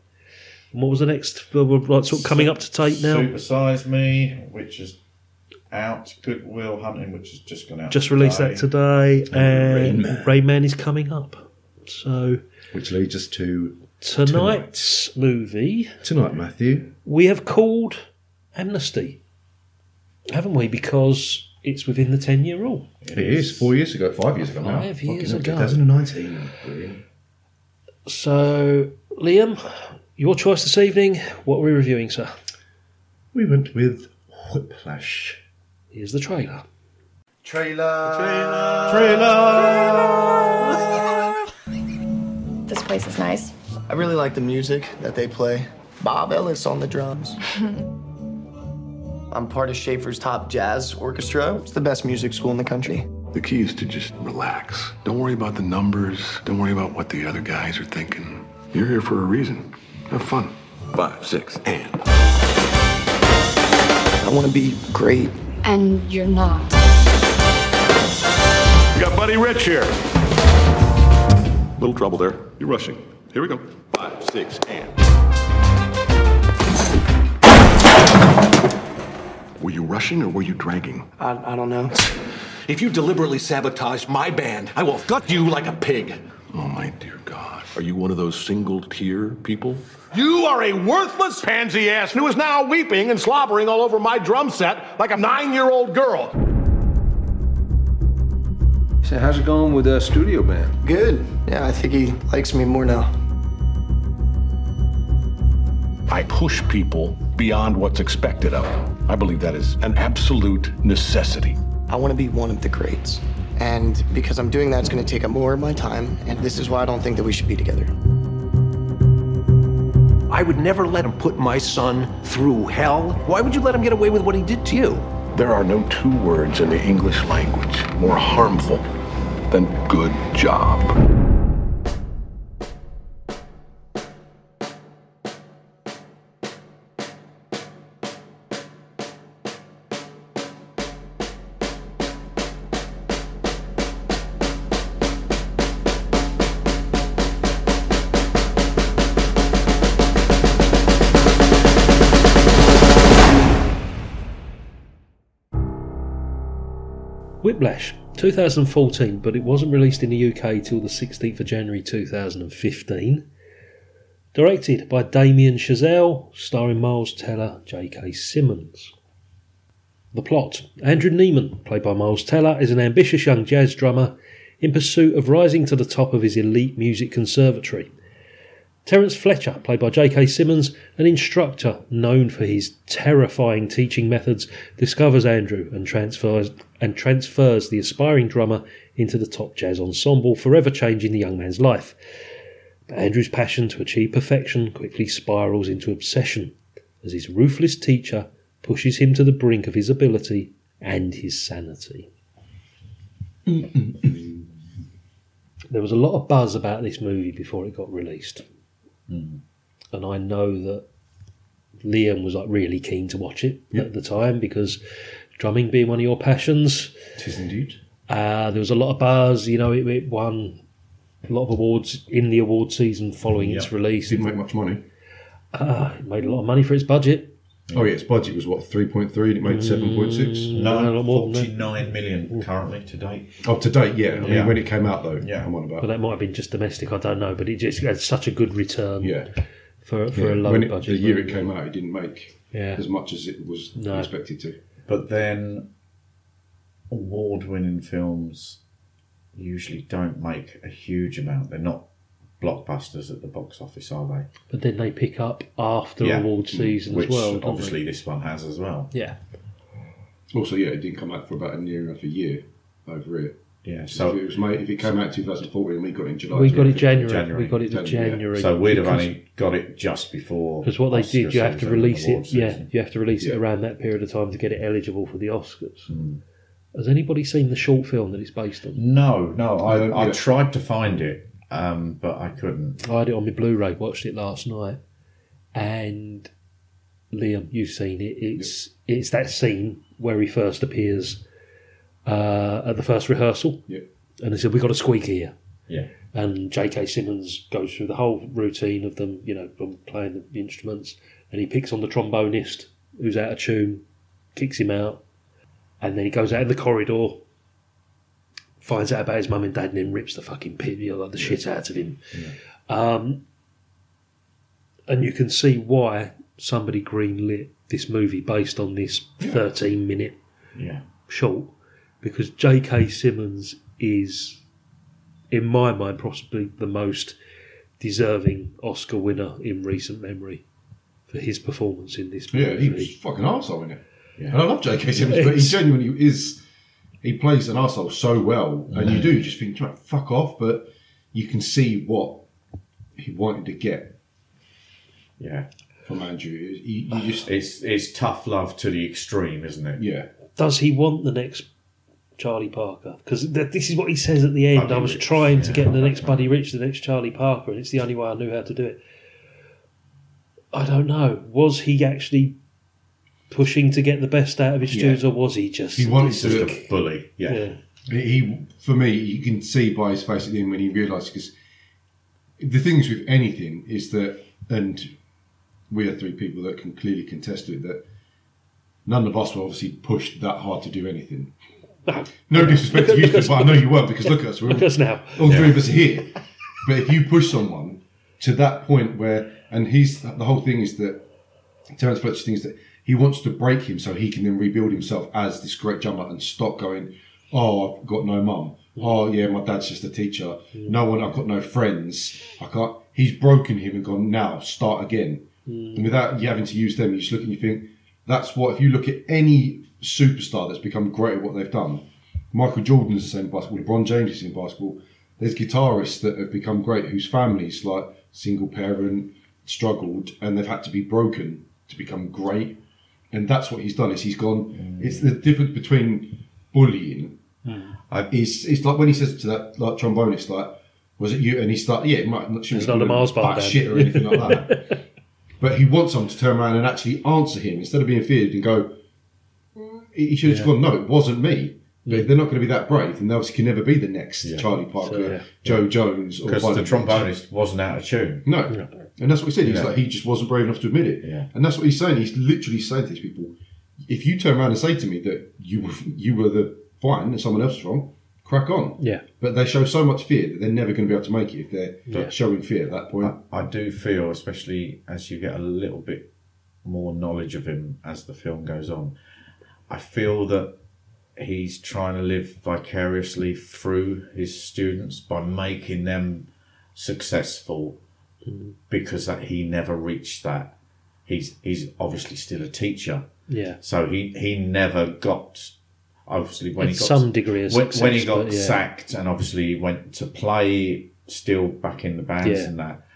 S3: And what was the next? Well, we're like sort of coming up to tape now.
S4: Super Size Me, which is out. Goodwill Hunting, which has just gone out.
S3: Just released that today, and
S5: Rain
S3: Rayman is coming up. So
S5: Which leads us to
S3: tonight's movie
S5: tonight, Matthew.
S3: we have called Amnesty, haven't we? Because it's within the ten-year rule.
S5: It is four years ago, five years ago now.
S3: Five
S5: Fucking
S3: years
S5: hell,
S3: ago.
S5: 2019. Brilliant.
S3: So, Liam, your choice this evening. What are we reviewing, sir?
S5: We went with Whiplash.
S3: Here's the trailer.
S1: This place is nice.
S6: I really like the music that they play. Bob Ellis on the drums. I'm part of Schaefer's top jazz orchestra. It's the best music school in the country.
S7: The key is to just relax. Don't worry about the numbers. Don't worry about what the other guys are thinking. You're here for a reason. Have fun. Five, six, and.
S6: I want to be great.
S8: And you're not.
S7: We got Buddy Rich here. Little trouble there. You're rushing. Here we go. Five, six, and. Were you rushing or were you dragging?
S6: I, I don't know.
S9: If you deliberately sabotage my band, I will gut you like a pig.
S7: Oh, my dear God. Are you one of those single tier people?
S9: You are a worthless pansy ass who is now weeping and slobbering all over my drum set like a nine year old girl.
S10: So how's it going with uh, studio band?
S6: Good. Yeah, I think he likes me more now.
S7: I push people beyond what's expected of them. I believe that is an absolute necessity.
S6: I want to be one of the greats. And because I'm doing that, it's going to take up more of my time. And this is why I don't think that we should be together.
S1: I would never let him put my son through hell. Why would you let him get away with what he did to you?
S7: There are no two words in the English language more harmful than good job.
S3: Whiplash, 2014, but it wasn't released in the UK till the 16th of January 2015. Directed by Damien Chazelle, starring Miles Teller, J.K. Simmons. The plot Andrew Neiman, played by Miles Teller, is an ambitious young jazz drummer in pursuit of rising to the top of his elite music conservatory. Terence Fletcher, played by J.K. Simmons, an instructor known for his terrifying teaching methods, discovers Andrew and transfers and transfers the aspiring drummer into the top jazz ensemble, forever changing the young man's life. But Andrew's passion to achieve perfection quickly spirals into obsession as his ruthless teacher pushes him to the brink of his ability and his sanity. there was a lot of buzz about this movie before it got released. And I know that Liam was like really keen to watch it at the time because drumming being one of your passions,
S5: Tis indeed.
S3: uh, there was a lot of buzz. You know, it, it won a lot of awards in the award season following its release.
S5: Didn't make much money.
S3: Uh, it made a lot of money for its budget.
S5: Oh yeah, its budget was what three point three, and it made seven point six.
S3: Mm, No, a lot more than that.
S4: 49 million currently to date.
S5: Oh, to date, yeah. I mean,
S4: Yeah.
S5: when it came out though,
S4: Yeah.
S5: I'm on about.
S3: But that might have been just domestic. I don't know. But it just had such a good return
S5: yeah,
S3: for for
S5: yeah.
S3: a low
S5: when it,
S3: budget.
S5: the year it
S3: movie.
S5: came out, it didn't make
S3: Yeah.
S5: as much as it was
S3: No.
S5: expected to.
S4: But then award winning films usually don't make a huge amount. They're not blockbusters at the box office, are they?
S3: But then they pick up after
S4: Yeah.
S3: award season
S4: Which
S3: as well. don't they?
S4: obviously this one has as well.
S3: Yeah.
S5: Also, yeah, it didn't come out for about a near enough a year over it.
S4: Yeah,
S5: So if it
S4: so
S5: was made, if it came out in 2014, and we got it in July.
S3: We got it
S5: 2015.
S3: January.
S4: January.
S3: We got it in
S5: January, yeah.
S3: January.
S4: so we'd have
S3: because-
S4: only got it just before
S3: Because what they
S4: Oscar
S3: did, you have to
S4: season,
S3: release
S4: award
S3: it. Yeah,
S4: season.
S3: you have to release
S5: Yeah.
S3: it around that period of time to get it eligible for the Oscars. Has anybody seen the short film that it's based on?
S4: No, no, I,
S5: No,
S4: I
S5: yeah.
S4: tried to find it, um, but I couldn't.
S3: I had it on my Blu-ray. Watched it last night, and Liam, you've seen it. It's it's that scene where he first appears uh, at the first rehearsal,
S5: Yeah.
S3: and they said we've got a squeak here.
S4: Yeah.
S3: And J.K. Simmons goes through the whole routine of them, you know, them playing the instruments, and he picks on the trombonist who's out of tune, kicks him out, and then he goes out in the corridor, finds out about his mum and dad, and then rips the fucking pit, you know, like the shit out of him. Um, and you can see why somebody greenlit this movie based on this 13 minute
S4: Yeah.
S3: short because J.K. Simmons is, in my mind, possibly the most deserving Oscar winner in recent memory for his performance in this movie.
S5: Yeah, he was fucking arsehole in it. And I love J.K. Simmons, but he genuinely is. He plays an arsehole so well, and you do you just think, "Right, fuck off, but you can see what he wanted to get
S4: Yeah.
S5: from Andrew. You, you just,
S4: It's it's tough love to the extreme, isn't it?
S5: yeah.
S3: Does he want the next Charlie Parker? Because th- this is what he says at the end.
S4: Buddy
S3: I was
S4: Rich,
S3: trying to
S4: yeah.
S3: get the next Buddy Rich, the next Charlie Parker, and it's the only way I knew how to do it. I don't know. Was he actually pushing to get the best out of his
S5: Yeah.
S3: students, or was he just
S5: He wanted
S4: It's
S5: to.
S4: just a bully. Yeah.
S3: yeah.
S5: He, for me, you can see by his face at the end when he realised because the thing is with anything is that, and we are three people that can clearly contest it that none of us were obviously pushed that hard to do anything. No disrespect to you, two, but I know you weren't because look at us, we're all,
S3: Because now,
S5: all three of us here. But if you push someone to that point where, and he's the whole thing is that Terence Fletcher thinks that he wants to break him so he can then rebuild himself as this great drummer and stop going, oh, I've got no mum. Oh, yeah, my dad's just a teacher. No one, I've got no friends. I can't. He's broken him and gone, now start again. And without you having to use them, you just look and you think, that's what, if you look at any superstar that's become great at what they've done, Michael Jordan's the same in basketball. LeBron James is in basketball. There's guitarists that have become great whose families, like single parent, struggled and they've had to be broken to become great. And that's what he's done. Is he's
S3: Mm.
S5: gone. It's the difference between bullying. Uh, is it's like when he says to that like trombonist, like, "Was it you?" And he start, yeah, it might not. shouldn't
S3: It's
S5: be
S3: not a
S5: called
S3: Mars bar
S5: fat
S3: band.
S5: shit or anything like that. But he wants someone to turn around and actually answer him instead of being feared and go, he should have just gone, no, it wasn't me. But if they're not going to be that brave, then they obviously can never be the next Charlie Parker,
S3: yeah.
S5: Joe Jones, or
S4: Because
S5: Buddy
S4: the
S5: Rich.
S4: trombonist wasn't out of tune.
S5: No. And that's what he said. He's
S4: Yeah.
S5: like, he just wasn't brave enough to admit it.
S4: Yeah.
S5: And that's what he's saying. He's literally saying to these people, if you turn around and say to me that you were, you were the fine and someone else was wrong, crack on.
S3: Yeah.
S5: But they show so much fear that they're never going to be able to make it if they're showing fear at that point.
S4: I do feel, especially as you get a little bit more knowledge of him as the film goes on, I feel that he's trying to live vicariously through his students by making them successful because that he never reached that. He's he's obviously still a teacher.
S3: Yeah.
S4: So he, he never got obviously when
S3: At
S4: he got
S3: some degree of
S4: when, when he
S3: success,
S4: got
S3: but yeah.
S4: sacked and obviously he went to play still back in the bands
S3: Yeah.
S4: and that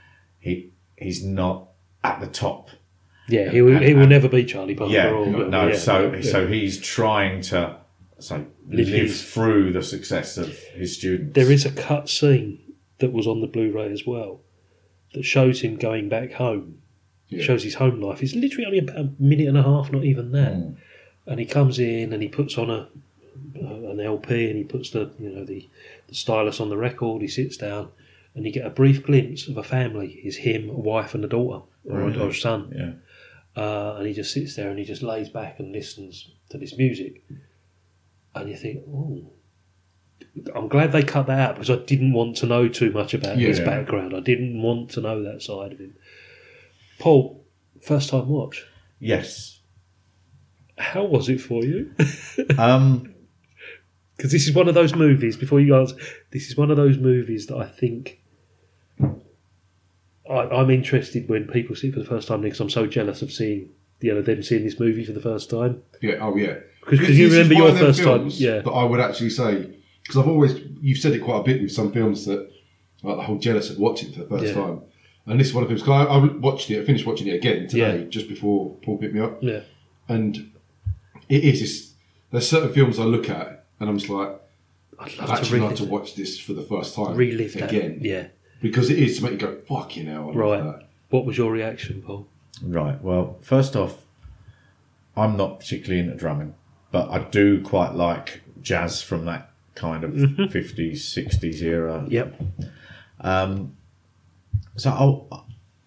S4: he he's not at the top.
S3: Yeah, he will, he will
S4: and-
S3: never be Charlie Parker.
S4: Yeah,
S3: or,
S4: no.
S3: yeah,
S4: so
S3: yeah.
S4: so he's trying to so
S3: Live
S4: live,
S3: his-
S4: through the success of his students.
S3: There is a cut scene that was on the Blu-ray as well that shows him going back home. Shows his home life. It's literally only about a minute and a half, not even that.
S4: Mm.
S3: And he comes in and he puts on a uh, an LP and he puts the you know the, the stylus on the record. He sits down and you get a brief glimpse of a family. Is him, a wife, and a daughter or, a- or a son.
S4: yeah.
S3: uh, and he just sits there and he just lays back and listens to this music. And you think, oh, I'm glad they cut that out because I didn't want to know too much about his
S4: Yeah.
S3: background. I didn't want to know that side of him. Paul, first time watch.
S4: Yes.
S3: How was it for you?
S4: Um
S3: Because this is one of those movies. Before you answer, this is one of those movies that I think I, I'm interested when people see it for the first time because I'm so jealous of seeing you know them seeing this movie for the first time.
S5: Yeah, oh yeah.
S3: 'Cause- 'cause
S5: This
S3: you
S5: is
S3: remember
S5: one
S3: your
S5: of them
S3: first time,
S5: films
S3: yeah.
S5: That I would actually say because I've always you've said it quite a bit with some films that like the whole jealous of watching it for the first
S3: Yeah.
S5: time, and this is one of them because I, I watched it, I finished watching it again today
S3: Yeah.
S5: just before Paul picked me up,
S3: Yeah,
S5: and it is. It's, there's certain films I look at and I'm just like
S3: I'd
S5: I'd
S3: love to
S5: actually
S3: read
S5: like
S3: it.
S5: to watch this for the first time,
S3: relive that.
S5: again
S3: Yeah,
S5: because it is to make you go fucking hell, I love
S3: right.
S5: that."
S3: What was your reaction, Paul?
S4: Right. Well, first off, I'm not particularly into drumming, but I do quite like jazz from that kind of 50s, 60s era.
S3: Yep.
S4: So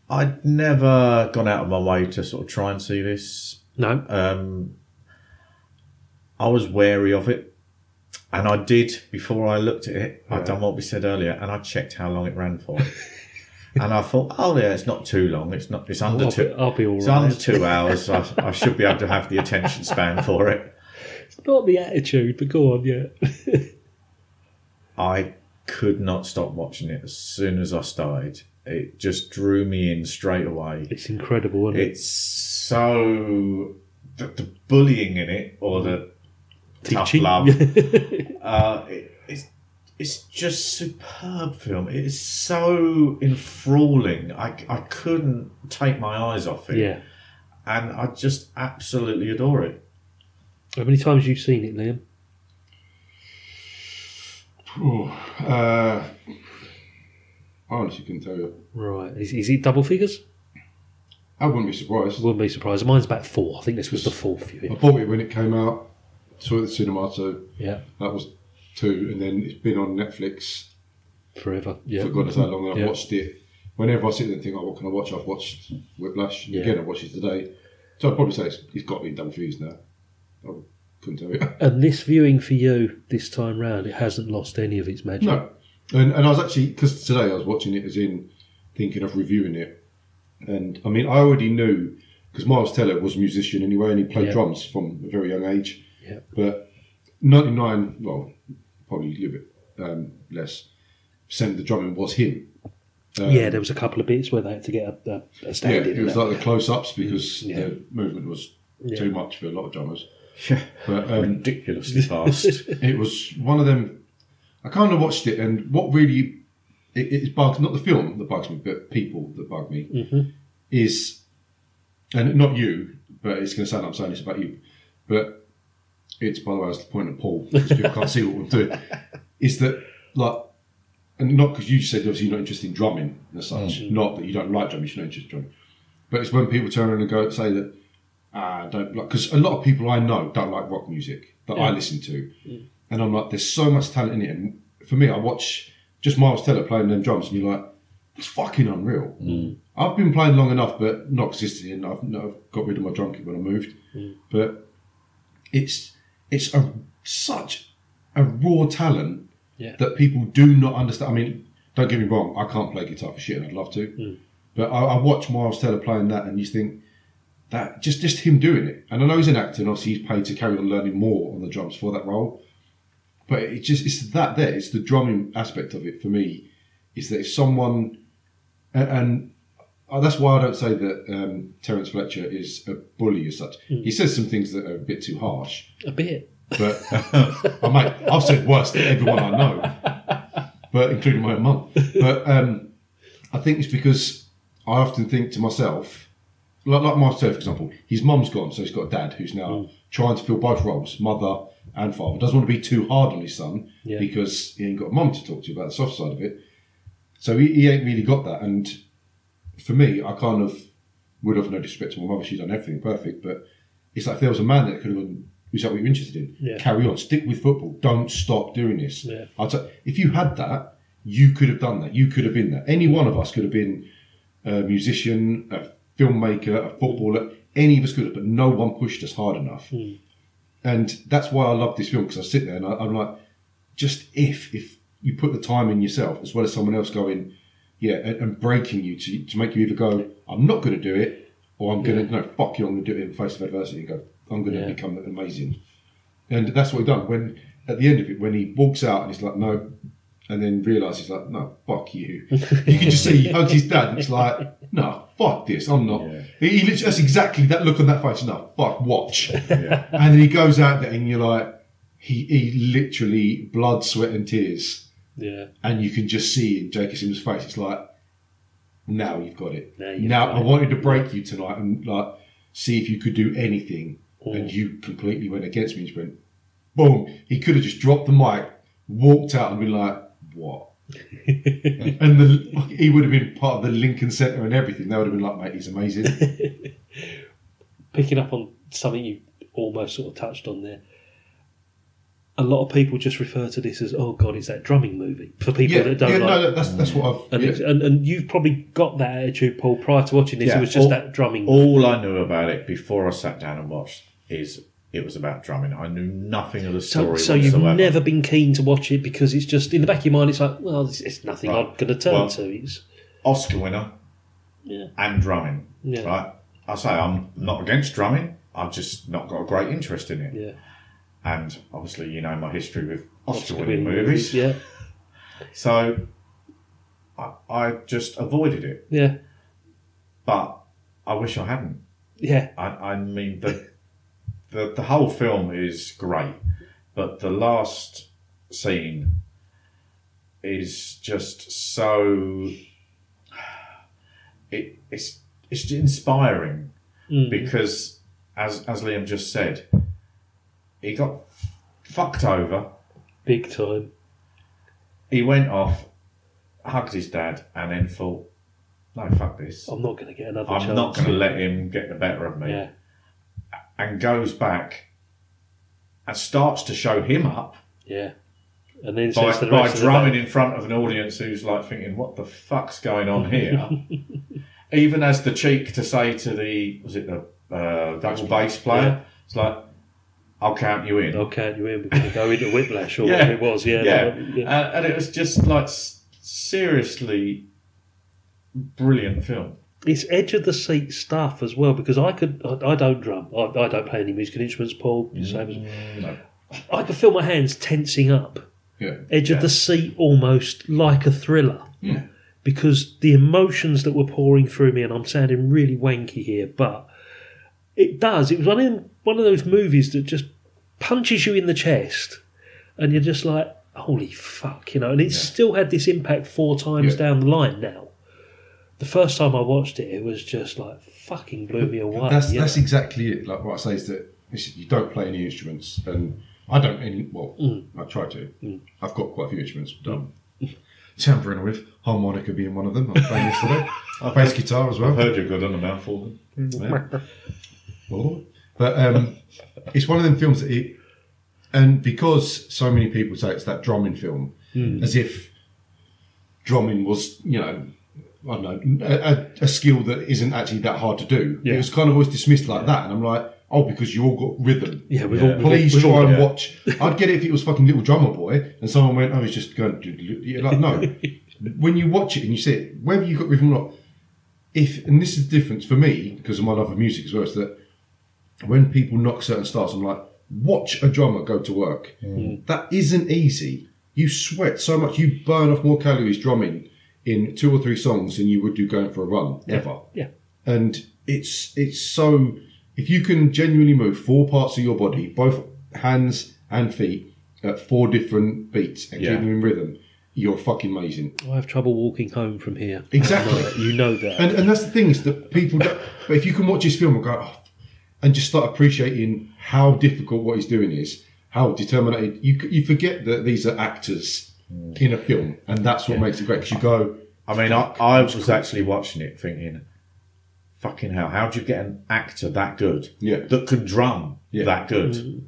S4: I, I'd never gone out of my way to sort of try and see this.
S3: No.
S4: Um, I was wary of it. And I did before I looked at it. i done what we said earlier, and I checked how long it ran for, and I thought, oh yeah, it's not too long. It's not. It's under
S3: I'll
S4: two.
S3: be- I'll be all
S4: it's
S3: right.
S4: under two hours. I, I should be able to have the attention span for it.
S3: Not the attitude, but go on. Yeah.
S4: I could not stop watching it as soon as I started. It just drew me in straight away.
S3: It's incredible, isn't it?
S4: It's so the, the bullying in it or the tough
S3: Teaching.
S4: love. uh, it, it's it's just superb film. It is so enthralling. I I couldn't take my eyes off it.
S3: Yeah.
S4: and I just absolutely adore it.
S3: How many times have you seen it, Liam?
S5: Uh, I honestly couldn't tell you.
S3: Right. Is, is it double figures?
S5: I wouldn't be surprised.
S3: Wouldn't be surprised. Mine's about four. I think this was the fourth
S5: I
S3: viewing.
S5: bought it when it came out, saw it at the cinema, so
S3: Yeah.
S5: That was two, and then it's been on Netflix Oh,
S3: Forever. Yeah. Mm-hmm.
S5: for God knows how long. And
S3: Yeah.
S5: I've watched it. Whenever I sit there and think, "Oh, what can I watch?" I've watched Whiplash and
S3: Yeah.
S5: again. I watched it today, so I'd probably say it's, it's got to be double fused now. I couldn't tell you.
S3: And this viewing for you this time round, it hasn't lost any of its magic.
S5: no, and and I was actually because today I was watching it as in thinking of reviewing it, and I mean I already knew because Miles Teller was a musician anyway, and he played
S3: Yeah.
S5: drums from a very young age.
S3: Yeah.
S5: But ninety nine, well, probably a little bit um, less. Percent of the drumming was him.
S3: yeah, there was a couple of bits where they had to get a, a, a stand
S5: Yeah,
S3: in.
S5: it was
S3: and
S5: like the close ups because
S3: Mm, Yeah.
S5: the movement was
S3: Yeah.
S5: too much for a lot of drummers. But um,
S4: ridiculously fast.
S5: it was one of them. I kind of watched it, and what really it, it bugs not the film that bugs me, but people that bug me is, and not you, but it's going to sound like I'm saying this about you, but it's by the way, I was pointing at Paul because people can't see what I'm doing. Is that like, and not because you said obviously you're not interested in drumming as such, not that you don't like drumming, you're not interested in drumming, but it's when people turn around and go say that I don't like because a lot of people I know don't like rock music that I listen to, and I'm like, there's so much talent in it. And for me, I watch just Miles Teller playing them drums, and you're like, it's fucking unreal. I've been playing long enough, but not consistently, and I've, no, I've got rid of my drum kit when I moved. But it's it's a such a raw talent
S3: Yeah.
S5: that people do not understand. I mean, don't get me wrong, I can't play guitar for shit, and I'd love to. But I, I watch Miles Teller playing that, and you think that just just him doing it. And I know he's an actor, and obviously he's paid to carry on learning more on the drums for that role. But it just it's that there. It's the drumming aspect of it for me. Is that if someone and, and uh, that's why I don't say that um, Terence Fletcher is a bully as such. He says some things that are a bit too harsh.
S3: A bit.
S5: But oh, mate, I've said worse than everyone I know, but including my own mum. But um, I think it's because I often think to myself, like, like myself, for example, his mum's gone, so he's got a dad who's now trying to fill both roles, mother and father. Doesn't want to be too hard on his son
S3: Yeah.
S5: because he ain't got a mum to talk to about the soft side of it. So he, he ain't really got that. And for me, I kind of would have no disrespect to my mother. She's done everything perfect, but it's like if there was a man that could have gone, is that what you're interested in?
S3: Yeah.
S5: Carry on, stick with football. Don't stop doing this.
S3: Yeah.
S5: I'd say, if you had that, you could have done that. You could have been that. Any one of us could have been a musician, a filmmaker, a footballer. Any of us could have, but no one pushed us hard enough. And that's why I love this film because I sit there and I, I'm like, just if if you put the time in yourself as well as someone else going, yeah, and, and breaking you to, to make you either go, I'm not going to do it, or I'm going to no fuck you, I'm going to do it in the face of adversity and go, I'm going to
S3: Yeah.
S5: become amazing. And that's what he done when at the end of it when he walks out and he's like no, and then realizes like no fuck you. you can just see he hugs his dad and it's like no fuck this I'm not.
S4: Yeah.
S5: He, he literally, that's exactly that look on that face. No fuck watch.
S4: Yeah.
S5: And then he goes out there and you're like he he literally blood sweat and tears
S3: Yeah.
S5: and you can just see in Jacob Simmons' face, it's like, now you've got it.
S3: Now
S5: Now,
S3: you've got
S5: I
S3: it.
S5: wanted to break you tonight and like see if you could do anything, and you completely went against me. And just went, boom. He could have just dropped the mic, walked out, and been like, what? and the, he would have been part of the Lincoln Center and everything. They would have been like, mate, he's amazing.
S3: Picking up on something you almost sort of touched on there. A lot of people just refer to this as, oh God, it's that drumming movie for people
S5: yeah,
S3: that don't
S5: yeah,
S3: like.
S5: no, that's that's what I've.
S3: and,
S5: yeah.
S3: it's, and, and you've probably got that attitude, Paul, prior to watching this.
S4: Yeah,
S3: it was just
S4: all-
S3: that drumming.
S4: All I knew about it before I sat down and watched is it was about drumming. I knew nothing of the
S3: So,
S4: story.
S3: so you've
S4: whatsoever.
S3: never been keen to watch it because it's just in the back of your mind. It's like, well, it's, it's nothing
S4: Right.
S3: I'm going to turn
S4: Well-
S3: to. It's
S4: Oscar winner
S3: Yeah.
S4: and drumming.
S3: Yeah.
S4: Right? I say I'm not against drumming. I've just not got a great interest in it.
S3: yeah,
S4: And obviously, you know my history with
S3: Oscar
S4: Oscar-winning
S3: winning
S4: movies.
S3: Yeah,
S4: So I, I just avoided it.
S3: yeah,
S4: But I wish I hadn't.
S3: yeah,
S4: I, I mean the, the the whole film is great, but the last scene is just so it it's it's inspiring
S3: Mm. Mm-hmm.
S4: because as as Liam just said, he got f- fucked over.
S3: big time.
S4: He went off, hugged his dad, and then thought, "No, fuck this.
S3: I'm not going to get another
S4: I'm
S3: Oh, chance.
S4: not going to let him get the better of me."
S3: Yeah,
S4: and goes back and starts to show him up
S3: yeah, and then
S4: by,
S3: says to the
S4: by
S3: rest of the
S4: drumming
S3: band-
S4: in front of an audience who's like thinking, "What the fuck's going on here?" Even as the cheek to say to the was it the uh, double bass player, it's like, "I'll count you in."
S3: I'll count you in. We're going to go into Whiplash or
S4: Yeah.
S3: whatever it was. Yeah,
S4: yeah,
S3: that was- yeah.
S4: Uh, and it was just like s- seriously brilliant film.
S3: it's edge of the seat stuff as well because I could I, I don't drum I, I don't play any musical instruments Paul
S4: Mm-hmm.
S3: you same as- I could feel my hands tensing up
S5: Yeah.
S3: edge of the seat almost like a thriller because the emotions that were pouring through me and I'm sounding really wanky here but It does. It was one of them, one of those movies that just punches you in the chest, and you're just like, "Holy fuck!" You know. And it's still had this impact four times
S5: Yeah.
S3: down the line now. The first time I watched it, it was just like fucking blew me away.
S5: That's
S3: you
S5: that's
S3: know?
S5: exactly it. Like what I say is that listen, you don't play any instruments, and I don't any. Well, I try to. I've got quite a few instruments done. Tampering with harmonica being one of them. I played yesterday. I plays guitar as
S4: I've
S5: well.
S4: heard you've got on a mouthful. Yeah.
S5: Well, But um, it's one of them films that it, and because so many people say it's that Drummond film,
S3: Hmm.
S5: as if Drummond was, you know, I don't know, a, a- a skill that isn't actually that hard to do. It was kind of always dismissed like that, and I'm like, oh, because you all got rhythm.
S3: Yeah, we've all- we've all-
S5: Please
S3: we've
S5: try
S3: all-
S5: and
S3: yeah.
S5: watch. I'd get it if it was fucking Little Drummer Boy, and someone went, oh, he's just going to do. You're like, no. when you watch it and you see it, whether you got rhythm or not, if and this is the difference for me because of my love of music as well, is that when people knock certain styles, I'm like, watch a drummer go to work.
S3: Mm.
S5: That isn't easy. You sweat so much, you burn off more calories drumming in two or three songs than you would do going for a run ever.
S3: yeah.
S5: And it's it's so if you can genuinely move four parts of your body, both hands and feet, at four different beats and keep
S4: Yeah.
S5: them in rhythm, you're fucking amazing.
S3: I have trouble walking home from here.
S5: Exactly.
S3: You know that.
S5: And, and that's the thing is that people. Don't, but if you can watch this film and go, oh, and just start appreciating how difficult what he's doing is, how determined you c- you forget that these are actors in a film, and that's what makes it great. Because you go,
S4: I mean, I, I was actually watching it thinking, fucking hell, how do you get an actor that good?
S5: Yeah.
S4: That can drum
S5: Yeah. Mm.
S4: that good?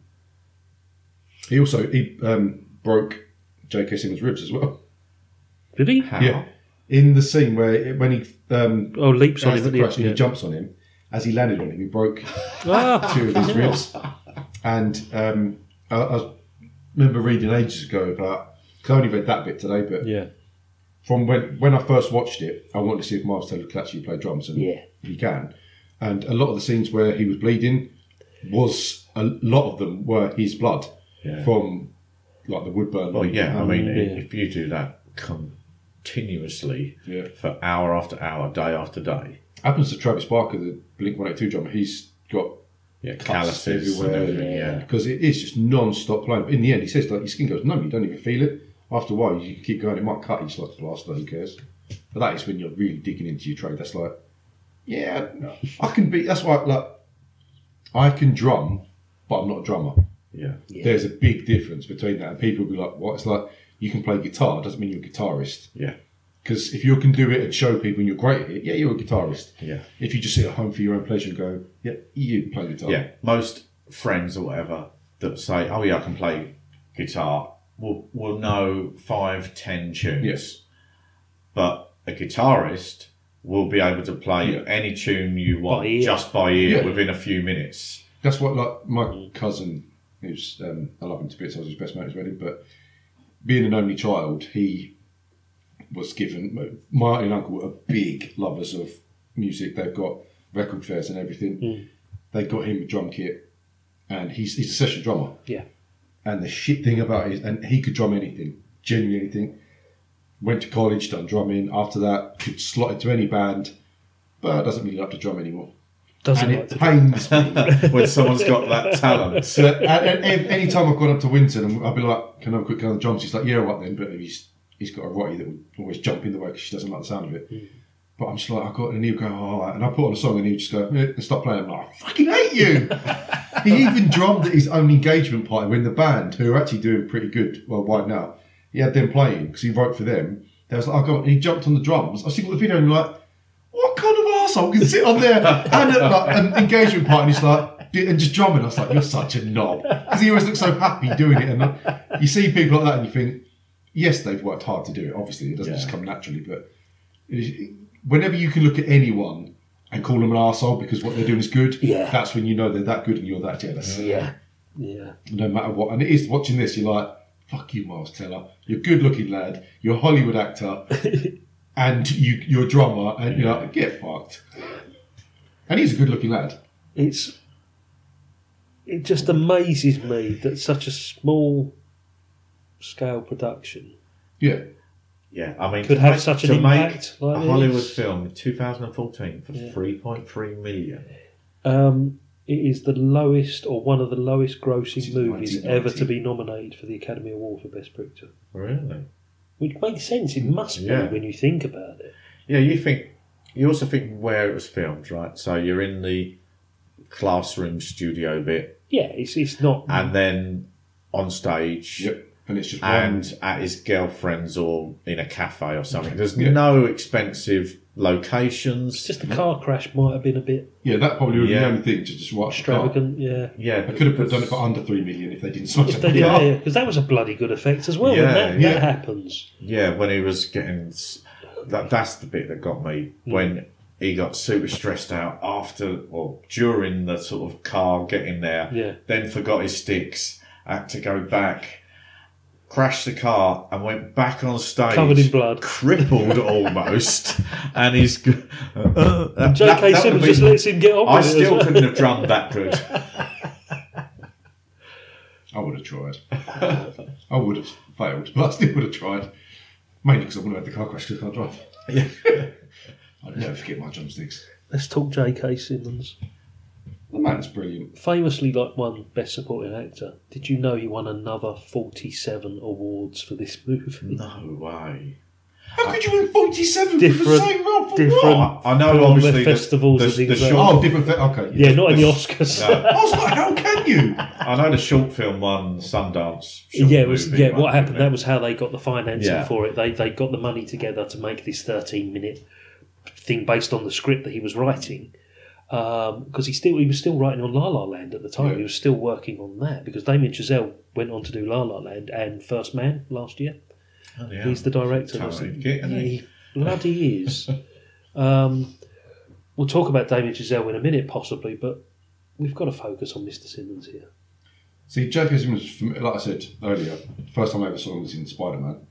S5: he also he um, broke J.K. Simmons' ribs as well.
S3: Did he?
S4: How?
S5: Yeah, in the scene where it, when he um,
S3: Oh, leaps on him
S5: has the
S3: at the end.
S5: crash and he
S3: Yeah.
S5: jumps on him, as he landed on him, he broke
S3: Ah,
S5: two of his ribs. And um, I, I remember reading ages ago about. Cause I only read that bit today, but
S3: yeah.
S5: from when when I first watched it, I wanted to see if Miles Taylor could actually play drums, and
S3: Yeah.
S5: he can. And a lot of the scenes where he was bleeding was a lot of them were his blood
S4: Yeah.
S5: from like the Woodburn.
S4: Well, yeah, I mean,
S5: Mm.
S3: Yeah.
S4: if you do that continuously
S5: Yeah.
S4: for hour after hour, day after day,
S5: happens to Travis Barker, the Blink One Eight Two drummer. He's got
S4: yeah,
S5: cuts
S4: calluses and
S5: everywhere
S4: everything, yeah.
S5: because it is just non-stop playing. But in the end, he says like your skin goes numb. You don't even feel it. After a while, you keep going. It might cut. You just like plaster. Who cares? But that is when you're really digging into your trade. That's like, yeah, no. I can be. That's why like I can drum, but I'm not a drummer.
S4: yeah.
S5: There's a big difference between that. And people be like, what? It's like you can play guitar. Doesn't mean you're a guitarist.
S4: Yeah.
S5: Because if you can do it and show people and you're great at it, yeah, you're a guitarist.
S4: Yeah.
S5: If you just sit at home for your own pleasure and go, yeah, you play guitar.
S4: Yeah, most friends or whatever that say, "Oh yeah, I can play guitar," will will know five, ten tunes.
S5: Yes.
S4: but a guitarist will be able to play any tune you want
S3: ear.
S4: just by ear
S5: Yeah.
S4: within a few minutes.
S5: That's what like
S3: Mm.
S5: my cousin, who's um, I love him to bits. I was his best mate at his wedding, but being an only child, he was given my aunt and uncle are big lovers of music. They've got record fairs and everything.
S3: Mm.
S5: They got him a drum kit, and he's he's a session drummer.
S3: Yeah.
S5: And the shit thing about it is, and he could drum anything, genuinely anything. Went to college, done drumming. After that, could slot into any band, but doesn't really like to drum anymore.
S3: Doesn't
S5: And
S3: like
S5: it
S3: to
S5: pains me.
S4: when someone's got that talent,
S5: So at, at, ev- any time I've gone up to Winton, and I've been like, "Can I have a quick go on the drums?" He's like, "Yeah, right then." But he's he's got a rotty that would always jump in the way because she doesn't like the sound of it. But I'm just like, I got, and he'll go, "Oh, "All right," and I put on a song, and he'll just go, "Eh," and stop playing. I'm like, "I fucking hate you." he even drummed at his own engagement party when the band, who are actually doing pretty good worldwide now, he had them playing because he wrote for them. They was like, "I got," and he jumped on the drums. I still got the video, and I'm like what kind of asshole can sit on there and at like, an engagement party and he's like, and just drumming? I was like, you're such a knob. Because he always looks so happy doing it. And uh, you see people like that and you think, yes, they've worked hard to do it. Obviously, it doesn't just come naturally. But it is, whenever you can look at anyone and call them an asshole because what they're doing is good,
S3: Yeah.
S5: that's when you know they're that good and you're that jealous.
S3: Yeah. Yeah.
S5: No matter what. And it is watching this, you're like, fuck you, Miles Teller. You're a good looking lad. You're a Hollywood actor. and you, you're a drummer. And you're like, get fucked. And he's a good looking lad.
S3: It's it just amazes me that such a small scale production
S5: Yeah.
S4: yeah, I mean,
S3: Could
S4: to
S3: have
S4: make-
S3: such an
S4: to
S3: impact
S4: Make
S3: like
S4: a Hollywood
S3: this.
S4: film in 2014 for 3.3 million.
S3: um, It is the lowest or one of the lowest grossing movies ever
S5: 1990.
S3: to be nominated for the Academy Award for Best Picture.
S4: Really?
S3: Which makes sense, it must
S4: Yeah.
S3: be when you think about it.
S4: Yeah, you think you also think where it was filmed, right? So you're in the classroom studio bit,
S3: Yeah, it's, it's not.
S4: and then on stage,
S5: Mm-hmm. Yep. Um, And it's just one.
S4: and at his girlfriend's or in a cafe or something. There's no expensive locations.
S3: Just the car crash might have been a bit
S5: Yeah, that probably would be
S4: Yeah.
S5: the only thing to just watch. the car.
S3: extravagant, yeah.
S4: yeah,
S5: I could have put, done it for under three million if they didn't smash
S3: If
S5: up
S3: they
S5: the
S3: did,
S5: car.
S3: yeah, because that was a bloody good effect as well. when
S4: Yeah,
S3: that,
S4: yeah.
S3: that happens.
S4: Yeah, when he was getting that, that's the bit that got me
S3: Hmm.
S4: when he got super stressed out after or during the sort of car getting there.
S3: Yeah.
S4: Then forgot his sticks, had to go back, crashed the car, and went back on stage
S3: Covered in blood.
S4: crippled almost, and he's. g- Uh, uh, that- that-
S3: J.K.
S4: that
S3: Simmons
S4: would be-
S3: just lets him get on
S4: I
S3: with it as
S4: still
S3: well.
S4: couldn't have drummed that good.
S5: I would have tried. I would have failed, but I still would have tried. Mainly because I wouldn't have had the car crash because I can't drive. I'd never forget my drumsticks.
S3: Let's talk J.K. Simmons.
S5: The man's brilliant.
S3: Famously, like one Best Supporting Actor. Did you know he won another forty-seven awards for this movie?
S4: No way.
S5: How could you win 47 for the
S3: Different-
S5: same role for
S3: different-
S5: what?
S4: I, I know
S3: Film
S4: obviously the,
S3: festivals
S4: the,
S3: and things
S4: the
S3: like
S4: short
S5: Oh, different. Fe- okay.
S3: Yeah, not in the Oscars.
S5: I was like, how can you?
S4: I know the short film won Sundance. Short
S3: yeah, it was,
S4: movie
S3: yeah.
S4: one,
S3: What happened? That
S4: didn't
S3: was how they got the financing
S4: Yeah.
S3: for it. They they got the money together to make this thirteen-minute thing based on the script that he was writing. Because he still he was still writing on La La Land at the time.
S5: Yeah.
S3: He was still working on that because Damien Chazelle went on to do La La Land and First Man last year.
S4: it? Yeah.
S3: He's the director.
S4: Totally
S3: isn't he?
S4: get it.
S3: He bloody is. Um, we'll talk about Damien Giselle in a minute, possibly, but we've got to focus on Mr. Simmons here.
S5: See, J.K. Simmons, from, like I said earlier, the first time I ever saw him was in Spider Man.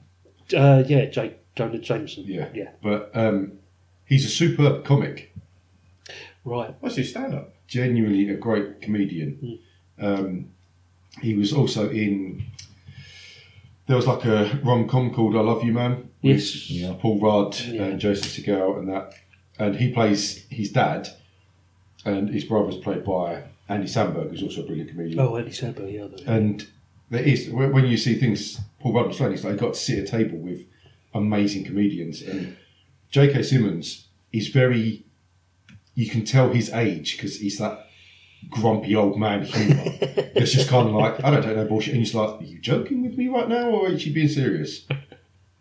S3: Uh, yeah, Jake Jonah Jameson.
S5: Yeah.
S3: yeah,
S5: But um, he's a superb comic,
S3: right.
S4: What's his stand up?
S5: genuinely a great comedian.
S3: Hmm.
S5: Um, he was also in. There was like a rom com called I Love You Man. with
S3: Yes. Yeah.
S5: Paul Rudd
S3: Yeah.
S5: and Jason Segel and that. And he plays his dad, and his brother's played by Andy Samberg, who's also a brilliant comedian.
S3: Oh, Andy Samberg, yeah, though.
S5: And there is when when you see things Paul Rudd was saying, it's like he got to sit at a table with amazing comedians, and J.K. Simmons is very. You can tell his age because he's that grumpy old man humour. it's just kind of like I don't take no bullshit, and he's like, "Are you joking with me right now, or are you being serious?"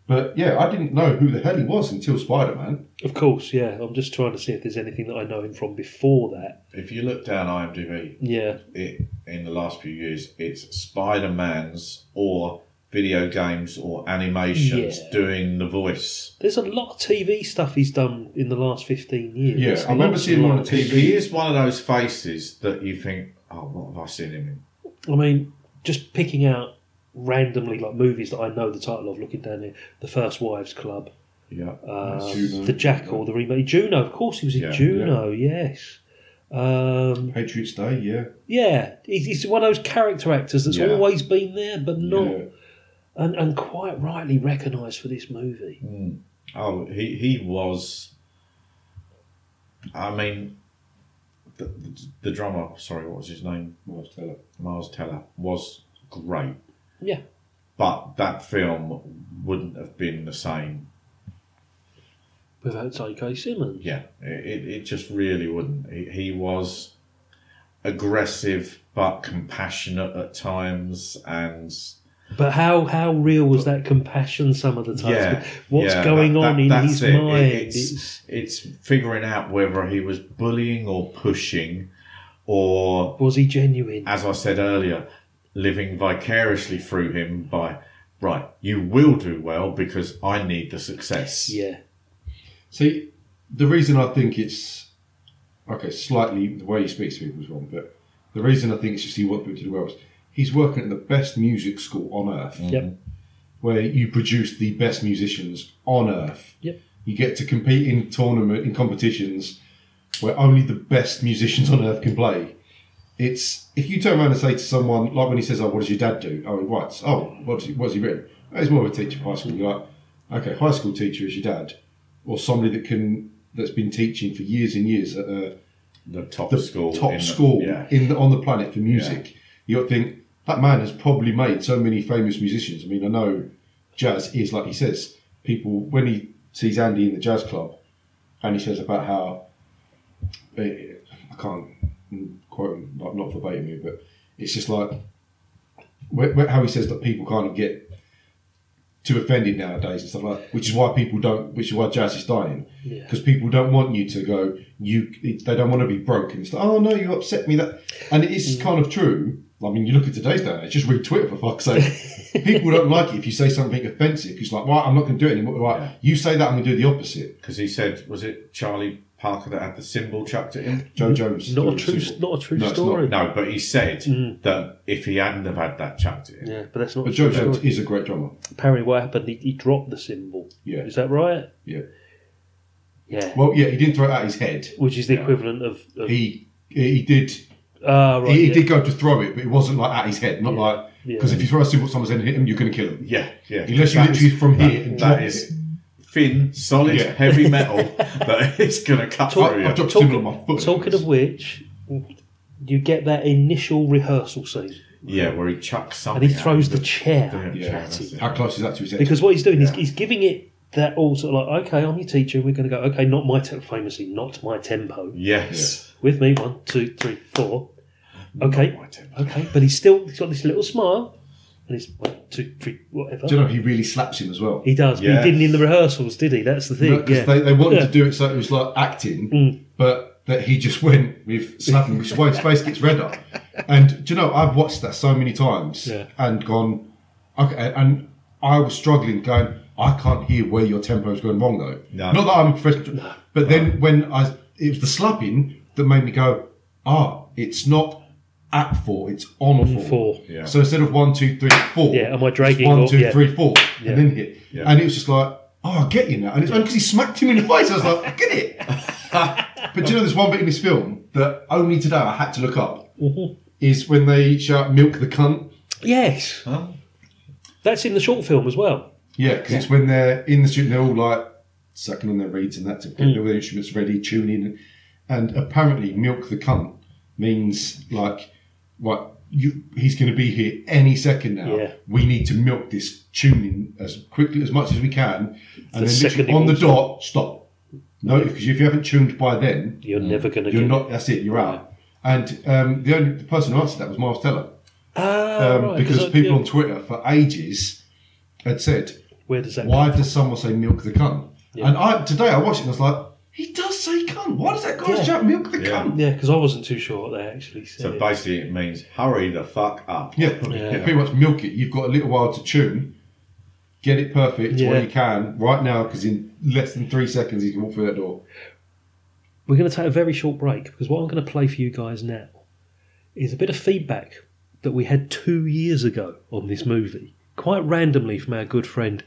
S5: But yeah, I didn't know who the hell he was until Spider Man.
S3: Of course, yeah. I'm just trying to see if there's anything that I know him from before that.
S4: If you look down IMDb,
S3: Yeah,
S4: it in the last few years, it's Spider Man's or video games or animations
S3: Yeah.
S4: doing the voice.
S3: there's a lot of TV stuff he's done in the last 15 years.
S5: Yeah, I remember
S3: Lots
S5: seeing
S3: and
S5: him on
S3: lots.
S5: TV.
S4: He is one of those faces that you think, oh, what have I seen him in?
S3: I mean, just picking out randomly like movies that I know the title of. Looking down here, The First Wives Club,
S4: Yeah.
S3: uh,
S5: Juno.
S3: The Jackal, the remake, Juno. Of course, he was in
S4: Mm. Yeah,
S3: Juno. Yes. Um,
S5: Patriots Day, yeah,
S3: yeah, he's, he's one of those character actors that's
S4: Yeah.
S3: always been there, but not
S5: yeah.
S3: and, and quite rightly recognised for this movie.
S4: Oh, he, he was. I mean, the, the, the drummer, sorry, what was his name?
S5: Miles Teller.
S4: Miles Teller, was great.
S3: Yeah,
S4: But that film wouldn't have been the same.
S3: without J.K. Simmons.
S4: Yeah, it, it- it just really wouldn't. He, he was aggressive but compassionate at times, and
S3: But how how real was that compassion some of the times?
S4: yeah,
S3: What's
S4: yeah,
S3: going
S4: that-
S3: on
S4: that-
S3: in
S4: that's
S3: his
S4: it. It-
S3: mind?
S4: it's, it's figuring out whether he was bullying or pushing, or
S3: was he genuine?
S4: as I said earlier, living vicariously through him by, right, you will do well because I need the success.
S3: Yeah,
S5: See, the reason I think it's okay, slightly the way he speaks to people is wrong, but the reason I think it's just he wants people to do well is he's working at the best music school on earth,
S3: Yep.
S5: where you produce the best musicians on earth.
S3: Yep.
S5: You get to compete in tournament in competitions where only the best musicians on earth can play. It's if you turn around and say to someone like when he says, "Oh, what does your dad do?" Oh, he writes. Oh, what's he, what's he written? Oh, he's more of a teacher of high school. You're like, okay, high school teacher is your dad, or somebody that can that's been teaching for years and years at a
S4: the top
S5: the
S4: school.
S5: top
S4: in the-
S5: school
S4: yeah.
S5: in the, on the planet for music. You would think that man has probably made so many famous musicians. I mean, I know jazz is like he says. People when he sees Andy in the jazz club, and he says about how eh, I can't quote him, not, not verbatim here, but it's just like wh- wh- how he says that people kind of get too offended nowadays and stuff like that, which is why people don't, which is why jazz is dying. Because people don't want you to go, you, they don't want to be broken. It's like, oh no, you upset me. That, and it
S3: Mm.
S5: is kind of true. I mean, you look at today's day and age, just read Twitter for fuck's sake. people don't like it if you say something offensive. It's like, right, I'm not going to do it anymore. Right, you say that, I'm going to do the opposite.
S4: because he said, was it Charlie Parker that had the symbol chucked at him?
S5: Joe Jones.
S3: Not a
S5: story
S3: true,
S5: was simple.
S3: not a true
S5: No, it's not.
S3: story.
S4: No, but he said
S3: Mm.
S4: that if he hadn't have had that chucked at him,
S3: Yeah, but that's not.
S5: But
S3: a
S5: Joe
S3: true
S5: Jones
S3: story.
S5: is a great drummer.
S3: Apparently, what happened? He, he dropped the symbol.
S5: Yeah.
S3: Is that right?
S5: Yeah.
S3: Yeah.
S5: Well, yeah, he didn't throw it at his head.
S3: Which is the equivalent of. of
S5: He he did
S3: ah, right.
S5: he, he
S3: yeah.
S5: did go to throw it, but it wasn't like at his head, not like because
S3: Yeah.
S5: if you throw a symbol at someone's head and hit him, you're going to kill him.
S4: Yeah, yeah.
S5: Unless you
S4: That's-
S5: literally from
S4: that-
S5: here and drop
S4: that is thin, solid,
S5: Yeah.
S4: heavy metal that is going to cut
S3: Talk-
S4: through
S5: I
S4: you.
S5: dropped a
S3: Talking-
S5: symbol on my foot.
S3: Talking of which, you get that initial rehearsal scene,
S4: Yeah, where he chucks something.
S3: and he
S4: at
S3: throws
S4: him.
S3: the chair
S4: Yeah, yeah,
S3: at
S4: that's
S3: him.
S4: it.
S5: how close is that to his head?
S3: Because what he's doing is he's giving it that all sort of like, okay, I'm your teacher. We're going to go, okay, not my te- famously, not my tempo.
S4: Yes. Oh,
S3: With me, one, two, three, four. Okay,
S4: my tempo.
S3: okay, but he's still he's got this little smile, and he's one, two, three, whatever.
S5: do you know he really slaps him as well?
S3: He does. but
S4: Yes.
S3: He didn't in the rehearsals, did he? That's the thing.
S5: Because
S3: yeah.
S5: they, they wanted
S3: Yeah. Mm.
S5: to do it so it was like acting, but that he just went with slapping, which is why his face gets redder. And do you know, I've watched that so many times
S3: Yeah.
S5: and gone, okay. and- And I was struggling, going, I can't hear where your tempo is going wrong, though.
S4: No.
S5: Not that I'm a professional, but then when I, it was the slapping that made me go, ah, it's not at four, it's on a four.
S3: Four.
S4: Yeah.
S5: So instead of one, two, three, four.
S3: Yeah, am I
S5: it's
S3: dragging
S5: One,
S3: or-
S5: two,
S3: yeah.
S5: three, four, and then hit.
S4: Yeah.
S5: And it was just like, oh, I get you now. And it's only because he smacked him in the face. I was like, I get it. but do you know, there's one bit in this film that only today I had to look up is when they shout "milk the cunt."
S3: Yes. That's in the short film as well.
S5: Yeah, because it's when they're in the studio, they're all like sucking on their reeds and that to
S3: Mm.
S5: get their instruments ready, tuning, and apparently "milk the cunt" means like, what you he's going to be here any second now.
S3: Yeah.
S5: We need to milk this tuning as quickly as much as we can, and then
S3: second
S5: literally
S3: it
S5: on the
S3: walks
S5: dot, stop. No, because if you haven't tuned by then,
S3: You're never going to
S5: you're
S3: get.
S5: not. That's it. You're out. And um, the only the person who answered that was Miles Teller.
S3: ah,
S5: um,
S3: right,
S5: because
S3: 'cause I-
S5: people
S3: yeah.
S5: on Twitter for ages had said,
S3: Where does that?
S5: "Why does someone say milk the cunt?" And I today I watched it and I was like, "He does say cunt. Why does that guy
S3: Yeah.
S5: shout milk the
S4: Yeah.
S5: cunt?"
S3: Yeah, because I wasn't too sure what they actually said.
S4: So basically, it means hurry the fuck up.
S5: Yeah, pretty much milk it. You've got a little while to tune, get it perfect
S3: Yeah.
S5: when you can right now because in less than three seconds you can walk through that door.
S3: We're going to take a very short break because what I'm going to play for you guys now is a bit of feedback that we had two years ago on this movie, quite randomly from our good friend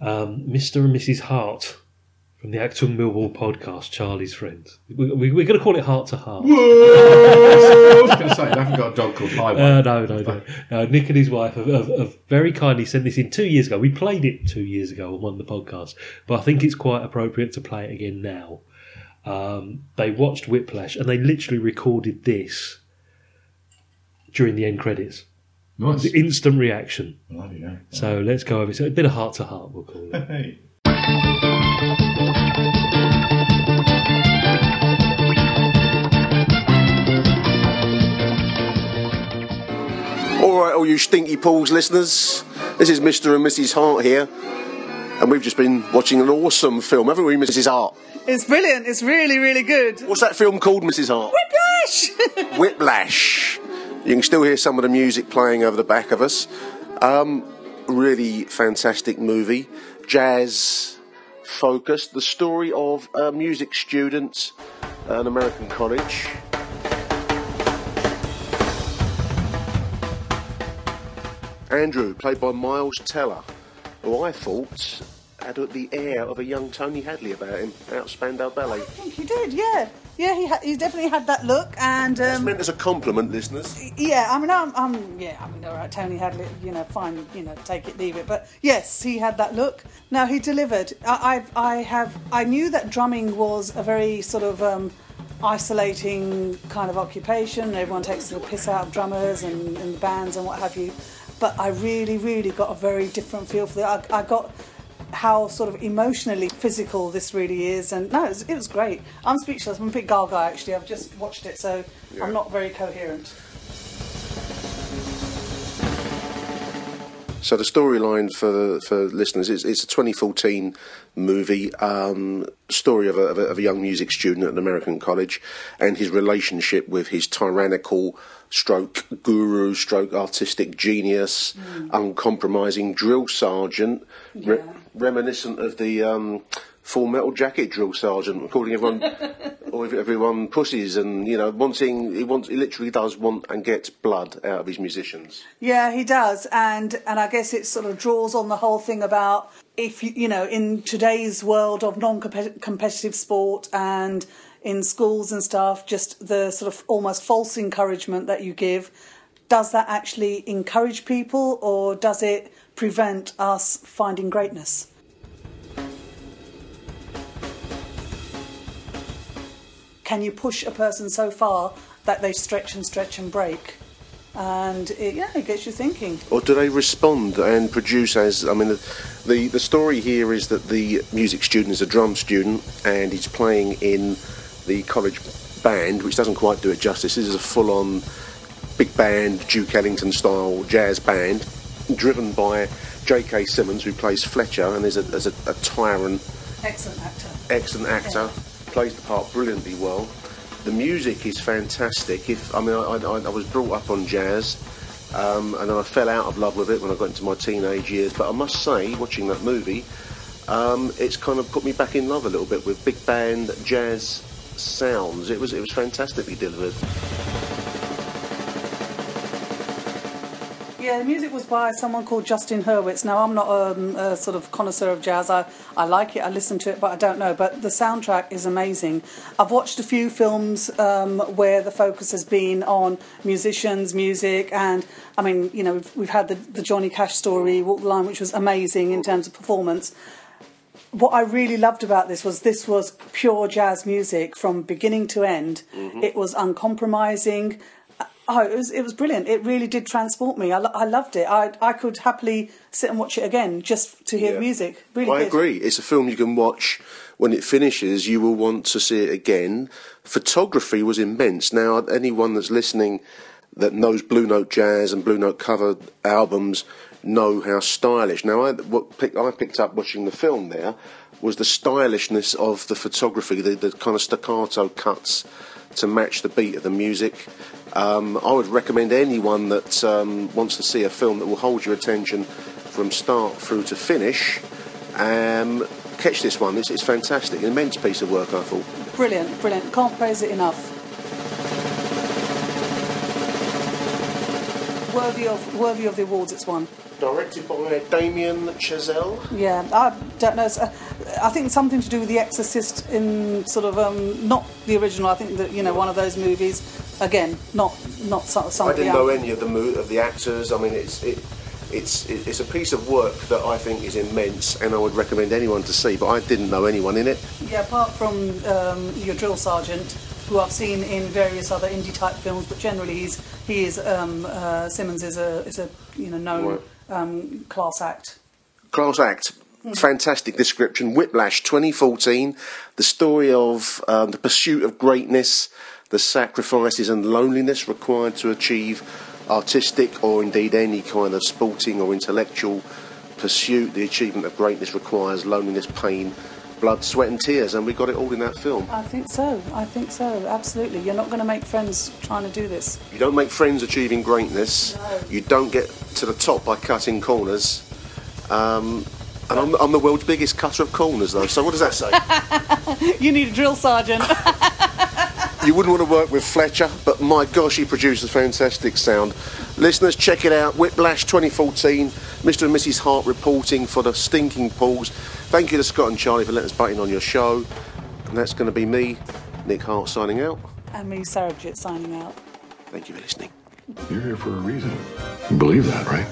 S3: um, Mr. and Mrs. Hart from the Actual Millwall podcast, Charlie's Friends. We, we, we're going to call it Heart to Heart.
S4: I was going to say, they haven't got a dog called Highway.
S3: Uh, no, no, no, no. Nick and his wife have, have, have very kindly sent this in two years ago. We played it two years ago on one of the podcasts, but I think it's quite appropriate to play it again now. Um, they watched Whiplash and they literally recorded this during the end credits.
S5: Nice.
S3: The instant reaction.
S4: Bloody hell.
S3: So let's go over. So a bit of heart to heart, we'll call it.
S4: Hey.
S8: All right, all you stinky pools listeners, this is Mr. and Mrs. Hart here, and we've just been watching an awesome film, haven't we, Mrs. Hart?
S11: It's brilliant. It's really, really good.
S8: What's that film called, Mrs. Hart?
S11: Whiplash!
S8: Whiplash. You can still hear some of the music playing over the back of us. Um, really fantastic movie, jazz focused. The story of a music student at an American college. Andrew, played by Miles Teller, who I thought had the air of a young Tony Hadley about him out of Spandau Ballet.
S11: I think he did, yeah. Yeah, he ha- he's definitely had that look, and
S8: It's
S11: um,
S8: meant as a compliment, listeners.
S11: yeah, I mean, I'm, I'm, yeah, I mean, all right, Tony Hadley, you know, fine, you know, take it, leave it, but yes, he had that look. Now he delivered. I, I've, I have, I knew that drumming was a very sort of um, isolating kind of occupation. Everyone takes the piss out of drummers and, and the bands and what have you. But I really, really got a very different feel for that. I, I got how sort of emotionally physical this really is. And no, it was, it was great. I'm speechless. I'm a bit gaga actually. I've just watched it, so I'm not very coherent.
S8: So the storyline for for listeners is it's a 2014 movie um, story of a, of a of a young music student at an American college and his relationship with his tyrannical stroke guru stroke artistic genius uncompromising drill sergeant re- reminiscent of the um, full metal jacket drill sergeant calling everyone or ev- everyone pussies and you know wanting he wants he literally does want and gets blood out of his musicians
S11: Yeah, he does, and and I guess it sort of draws on the whole thing about if you you know in today's world of non-competitive sport and in schools and stuff, just the sort of almost false encouragement that you give, does that actually encourage people or does it prevent us finding greatness? Can you push a person so far that they stretch and stretch and break? And it, yeah, it gets you thinking.
S8: or do they respond and produce as I mean the the, the story here is that the music student is a drum student and he's playing in the college band which doesn't quite do it justice this is a full on big band Duke Ellington style jazz band driven by J.K. Simmons who plays Fletcher and is a, is a, a tyrant
S11: Excellent actor.
S8: excellent actor, plays the part brilliantly well. The music is fantastic. If I mean, I, I, I was brought up on jazz, um, and then I fell out of love with it when I got into my teenage years. But I must say, watching that movie, um, it's kind of put me back in love a little bit with big band jazz sounds. It was it was fantastically delivered.
S11: Yeah, the music was by someone called Justin Hurwitz. Now, I'm not um, a sort of connoisseur of jazz. I, I like it, I listen to it, but I don't know. But the soundtrack is amazing. I've watched a few films um, where the focus has been on musicians, music, and I mean, you know, we've, we've had the, the Johnny Cash story, Walk the Line, which was amazing in terms of performance. What I really loved about this was this was pure jazz music from beginning to end.
S8: Mm-hmm.
S11: It was uncompromising. Oh, it was it was brilliant. It really did transport me. I, lo- I loved it. I I could happily sit and watch it again just to hear
S8: Yeah.
S11: the music. Really,
S8: I
S11: did.
S8: agree. It's a film you can watch when it finishes. You will want to see it again. Photography was immense. Now, anyone that's listening that knows Blue Note jazz and Blue Note cover albums know how stylish. Now, I, what pick, I picked up watching the film there was the stylishness of the photography, the, the kind of staccato cuts to match the beat of the music. Um, I would recommend anyone that um, wants to see a film that will hold your attention from start through to finish. Um, catch this one. It's, it's fantastic. An immense piece of work, I thought.
S11: Brilliant, brilliant. Can't praise it enough. Worthy of worthy of the awards it's won.
S8: Directed by Damien Chazelle.
S11: Yeah, I don't know. It's, uh, I think something to do with The Exorcist in sort of um, not the original. I think that you know one of those movies. Again, not not so- some.
S8: I
S11: of the
S8: didn't know
S11: other-
S8: any of the mo- of the actors. I mean, it's it, it's it- it's a piece of work that I think is immense, and I would recommend anyone to see. But I didn't know anyone in it.
S11: Yeah, apart from um, your drill sergeant, who I've seen in various other indie type films, but generally he's he is um, uh, Simmons is a is a you know known
S8: Right.
S11: um, class act.
S8: Class act.
S11: Hmm.
S8: Fantastic description. Whiplash 2014. The story of um, the pursuit of greatness, the sacrifices and loneliness required to achieve artistic or indeed any kind of sporting or intellectual pursuit. The achievement of greatness requires loneliness, pain, blood, sweat, and tears. And we got it all in that film.
S11: I think so. I think so. Absolutely. You're not going to make friends trying to do this.
S8: You don't make friends achieving greatness. You don't get to the top by cutting corners. Um, and I'm, I'm the world's biggest cutter of corners, though. So what does that say?
S11: you need a drill sergeant.
S8: You wouldn't want to work with Fletcher, but my gosh, he produces fantastic sound. Listeners, check it out. Whiplash 2014. Mr. and Mrs. Hart reporting for the Stinking Pools. Thank you to Scott and Charlie for letting us butt in on your show. And that's going to be me, Nick Hart, signing out.
S11: and me, Sarabjit, signing out.
S8: Thank you for listening.
S7: You're here for a reason. You believe that, right?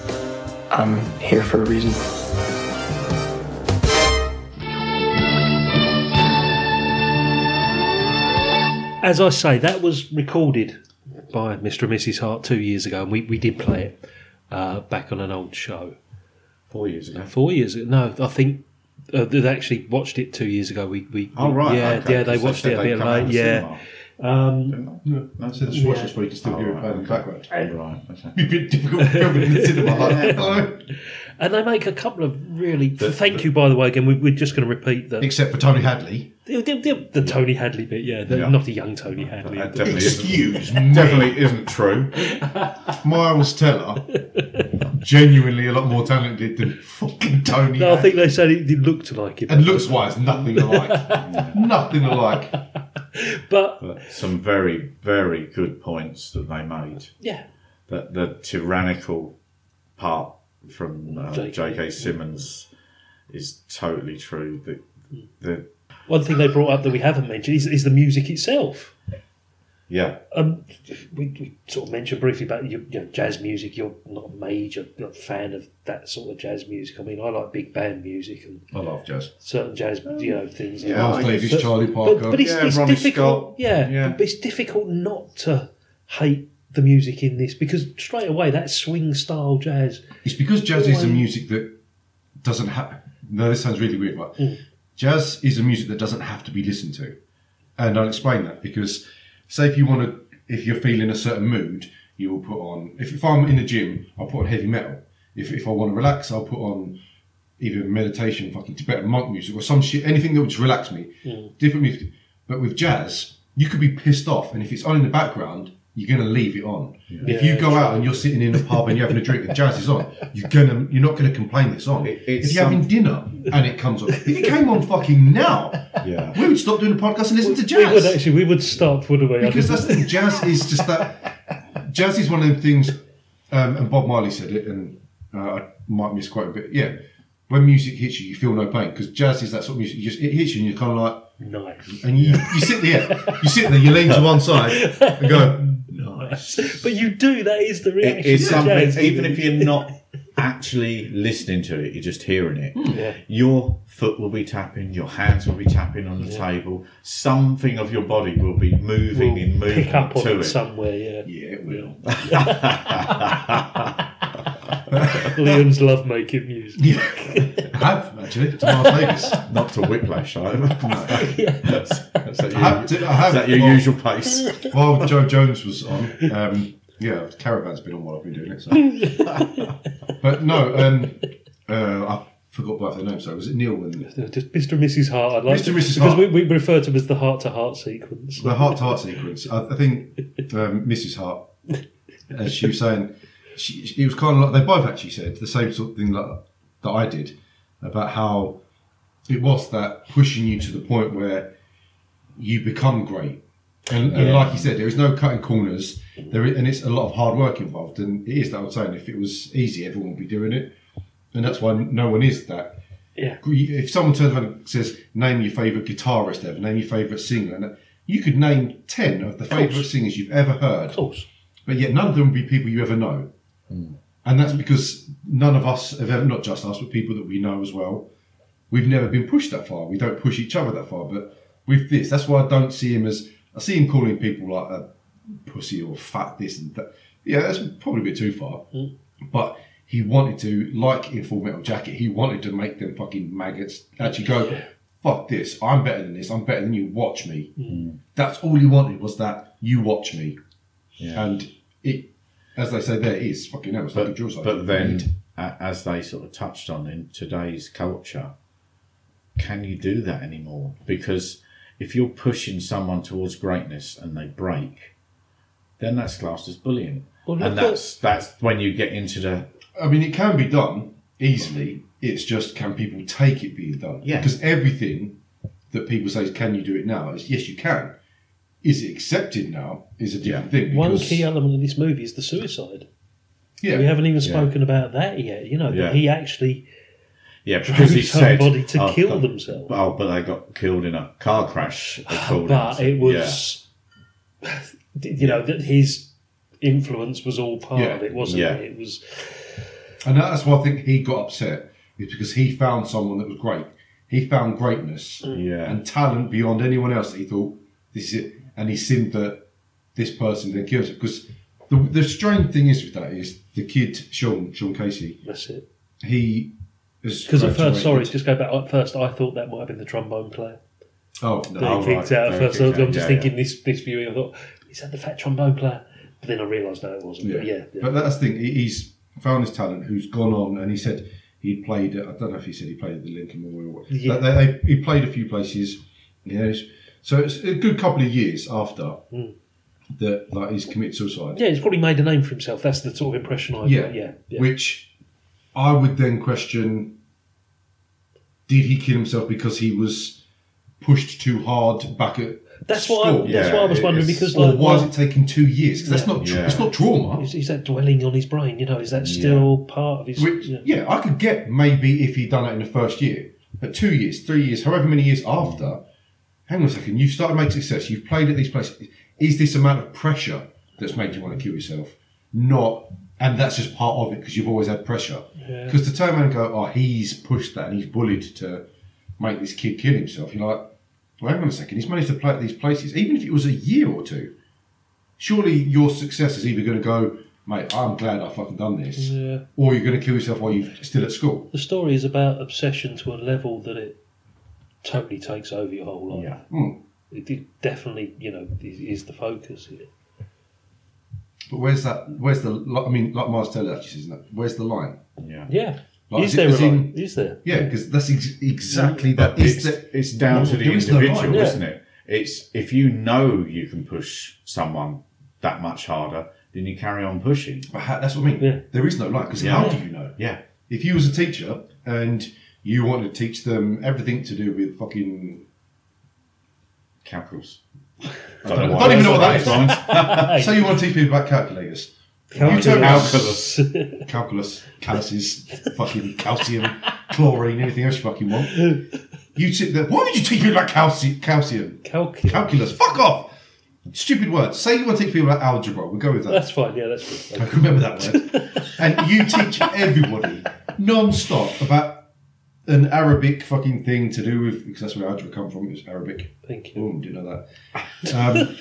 S7: I'm here for a reason.
S3: As I say, that was recorded by Mr. and Mrs. Hart two years ago, and we, we did play it uh, back on an old show.
S4: Four years ago.
S3: Four years ago. No, I think uh, they actually watched it two years ago. We, we
S4: Oh, right,
S3: Yeah,
S4: okay,
S3: yeah, they
S4: 'cause they
S3: watched
S4: said
S3: it a
S4: they'd
S3: bit
S4: come out
S3: late.
S4: of the
S3: Yeah. Um,
S5: No, that's it. Just watch this, but you can still
S3: Oh.
S5: hear it playing in the background. Be a bit difficult filming in the cinema. like, hello.
S3: and they make a couple of really. thank you, by the way. Again, we, we're just going to repeat that.
S5: Except for Tony Hadley.
S3: The, the- the- the Tony Hadley bit, yeah, the,
S5: Yeah.
S3: not the young Tony Hadley.
S4: That definitely isn't-
S5: Excuse me.
S4: Definitely isn't true.
S5: Miles Teller, genuinely a lot more talented than fucking Tony.
S3: No, I think they said it, it looked like him.
S5: And looks wise, nothing alike. nothing alike.
S3: But
S4: Some very, very good points that they made.
S3: yeah,
S4: That the tyrannical part from uh,
S3: J.K.
S4: J.K. Simmons is totally true. The, the
S3: one thing they brought up that we haven't mentioned is, is the music itself.
S4: yeah,
S3: Um, we, we sort of mentioned briefly about your, your jazz music. You're not a major fan of that sort of jazz music. I mean, I like big band music and
S5: I love jazz.
S3: certain jazz, you know, things.
S5: Yeah, Miles
S3: like
S5: Davis,
S3: But-
S5: Charlie
S3: but-
S5: Parker.
S3: But, it's,
S5: Yeah,
S3: it's
S5: Ronnie
S3: difficult.
S5: Scott.
S3: Yeah,
S5: Yeah.
S3: but it's difficult not to hate the music in this because straight away that swing style jazz.
S5: It's because jazz is a
S3: Why?
S5: music that doesn't have. No, this sounds really weird, but jazz is a music that doesn't have to be listened to, and I'll explain that because, say, if you want to, if you're feeling a certain mood, you will put on. If, if I'm in the gym, I'll put on heavy metal. If if I want to relax, I'll put on either meditation, fucking Tibetan monk music, or some shit, anything that would just relax me.
S3: Hmm.
S5: Different music, but with jazz, you could be pissed off, and if it's on in the background. You're gonna leave it on. If you
S4: Yeah,
S5: go out and you're sitting in a pub and you're having a drink and jazz is on, you're gonna you're not gonna complain it's on.
S4: it's
S5: if you're having
S4: some-
S5: dinner and it comes on, if it came on fucking now,
S4: yeah.
S5: we would stop doing the podcast and listen to
S3: We would
S5: jazz.
S3: actually we would stop, wouldn't we? I
S5: Because
S3: think-
S5: that's the thing, jazz is just that. Jazz is one of them things, um, and Bob Marley said it, and uh, I might misquote a bit. Yeah, when music hits you, you feel no pain because jazz is that sort of music. You just, it hits you, and you're kind of like,
S3: nice.
S5: and you, you sit there, you sit there, you lean to one side and go, nice.
S3: But you do. That is the reaction.
S4: It is
S3: to
S4: something,
S3: jazz,
S4: even if you're not actually listening to it, you're just hearing it.
S3: Hmm. Yeah.
S4: Your foot will be tapping, your hands will be tapping on the table, something of your body will be moving in movement
S3: pick up on
S4: to
S3: it,
S4: it.
S3: somewhere. Yeah,
S5: Yeah, it will.
S3: Leon's love making music.
S5: Yeah, I have actually to Las Vegas.
S4: Not to whiplash, I that's, that's that,
S5: I have
S4: your,
S5: to- I have-
S4: is that your
S5: well-
S4: usual pace.
S5: While Joe Jones was on, um, yeah, Caravan's been on while I've been doing it. So. but no, um, uh, I forgot both their names. So was it Neil and
S3: Just Mr. and Mrs. Hart. I'd like
S5: Mr.
S3: to,
S5: and Mrs.
S3: Because
S5: Hart.
S3: we, we refer to them as the heart to heart sequence.
S5: the heart to heart sequence? I, I think um, Mrs. Hart, as she was saying, she, she- it was kind of like they both actually said the same sort of thing that, that I did about how it was that pushing you to the point where you become great. And, and
S4: Yeah.
S5: like you said, there is no cutting corners. There is, and it's a lot of hard work involved. And it is that I was saying, if it was easy, everyone would be doing it. And that's why no one is that.
S3: Yeah.
S5: If someone turns around and says, "Name your favorite guitarist ever," "Name your favorite singer," and you could name ten of the
S3: course.
S5: favorite singers you've ever heard,
S3: Of course. Hmm.
S5: but yet none of them would be people you ever know. And that's because none of us have ever, not just us, but people that we know as well, we've never been pushed that far. We don't push each other that far. But with this, that's why I don't see him as, I see him calling people like a pussy or fat this and that. Yeah, that's probably a bit too far. But he wanted to, like in Full Metal Jacket, he wanted to make them fucking maggots actually go, fuck this, I'm better than this, I'm better than you, watch me. That's all he wanted was that, you watch me.
S4: Yeah.
S5: And it, as they say, there it is fucking hell. It's like a
S4: but,
S5: drill site.
S4: but then, a as they sort of touched on in today's culture, can you do that anymore? Because if you're pushing someone towards greatness and they break, then that's classed as bullying,
S3: Well, look
S4: and
S3: at-
S4: that's that's when you get into the
S5: I mean, it can be done easily. It's just can people take it being done?
S4: Yeah.
S5: Because everything that people say is, "Can you do it now?" is yes, you can. Is it accepted now? Is a different thing.
S3: One
S5: because-
S3: key element of this movie is the suicide.
S5: yeah.
S3: We haven't even
S4: Yeah.
S3: spoken about that yet. You know, that
S4: Yeah.
S3: he actually
S4: yeah because he said
S3: somebody to
S4: "Oh,
S3: kill
S4: but-
S3: themselves."
S4: Oh, but they got killed in a car crash. according
S3: but
S4: to-
S3: it
S4: yeah.
S3: was you know that his influence was all part of
S5: Yeah.
S3: it wasn't
S4: Yeah.
S3: it it was
S5: And that's why I think he got upset. Is because he found someone that was great. He found greatness
S4: Yeah.
S5: and talent beyond anyone else. That he thought this is it. and he sinned that this person then kills it. Because the, the strange thing is with that is the kid Sean Sean Casey.
S3: That's it.
S5: He has
S3: Because at first, sorry,
S5: graduated-
S3: just go back. At first, I thought that might have been the trombone player.
S5: Oh,
S3: that
S5: no.
S3: he
S5: Oh,
S3: kicked out
S5: right.
S3: at
S5: Very
S3: first.
S5: kicked
S3: I'm
S5: out,
S3: just
S5: yeah,
S3: thinking this this viewing. I thought is that the fat trombone player? But then I realised no, it wasn't. But yeah, yeah.
S5: But that's the thing. he- He's found his talent. Who's gone on, and he said he played. I don't know if he said he played at the Lincoln Memorial. or-
S3: Yeah.
S5: They, they, he played a few places. You know, so it's a good couple of years after
S3: Mm.
S5: that. Like he's committed suicide.
S3: yeah, he's probably made a name for himself. That's the sort of impression I
S5: Yeah.
S3: got. Yeah, yeah.
S5: Which I would then question did he kill himself because he was pushed too hard back at
S3: That's what I-
S5: school?
S3: that's Yeah, what I was wondering,
S5: it's-
S3: because,
S5: or
S3: like,
S5: why is
S3: one-
S5: it taking two years? Because that's
S3: Yeah.
S5: not tra-
S3: Yeah.
S5: it's not trauma.
S3: Is, is that dwelling on his brain? You know, is that still part of his?
S5: Which, yeah. I could get maybe if he'd done it in the first year, but two years, three years, however many years after. Hang on a second, you've started making success. You've played at these places. Is this amount of pressure that's made you want to kill yourself? Not, and that's just part of it because you've always had pressure.
S12: Yeah.
S5: Because to turn around and go, oh, he's pushed that and he's bullied to make this kid kill himself. You're like, well, hang on a second, he's managed to play at these places, even if it was a year or two. Surely your success is either going to go, mate, I'm glad I fucking done this,
S3: Yeah.
S5: or you're going to kill yourself while you're still at school.
S3: The story is about obsession to a level that it totally takes over your whole life.
S5: Hmm.
S3: It, it definitely, you know, is, is the focus. Here.
S5: But where's that? Where's the? li- I mean, like Mars Taylor actually says, isn't it? where's the line?
S4: Yeah.
S3: Yeah.
S5: Like,
S3: is
S5: it-
S3: there a
S5: as in-
S3: line? Is there?
S5: Yeah, because that's ex- exactly
S4: But
S5: that. Is
S4: it's,
S5: there-
S4: it's down to the
S5: There is no line.
S4: individual, isn't it? It's if you know you can push someone that much harder, then you carry on pushing.
S5: But how, that's what I mean. There is no line because how do you know?
S4: Yeah.
S5: If you was a teacher and you wanted to teach them everything to do with fucking
S4: calculus,
S5: I don't,
S4: Don't know
S5: I don't even know
S4: why
S5: what
S4: I said that
S5: that
S4: wrong.
S5: is. Say you want to teach people about calculators.
S4: Calculus.
S5: You tell
S4: Calculus.
S5: calculus, calculus, calluses, fucking calcium, chlorine, anything else you fucking want. You sit there. Why would you teach people about calci- calcium?
S3: Calculus.
S5: Calculus. Fuck off. Stupid words. Say you want to teach people about algebra. We'll go with that.
S3: That's fine. Yeah, that's
S5: I
S3: good.
S5: can remember that word. and you teach everybody non-stop about an Arabic fucking thing to do with because that's where algebra come from. It's Arabic.
S3: Thank
S5: you. didn't know that. Um,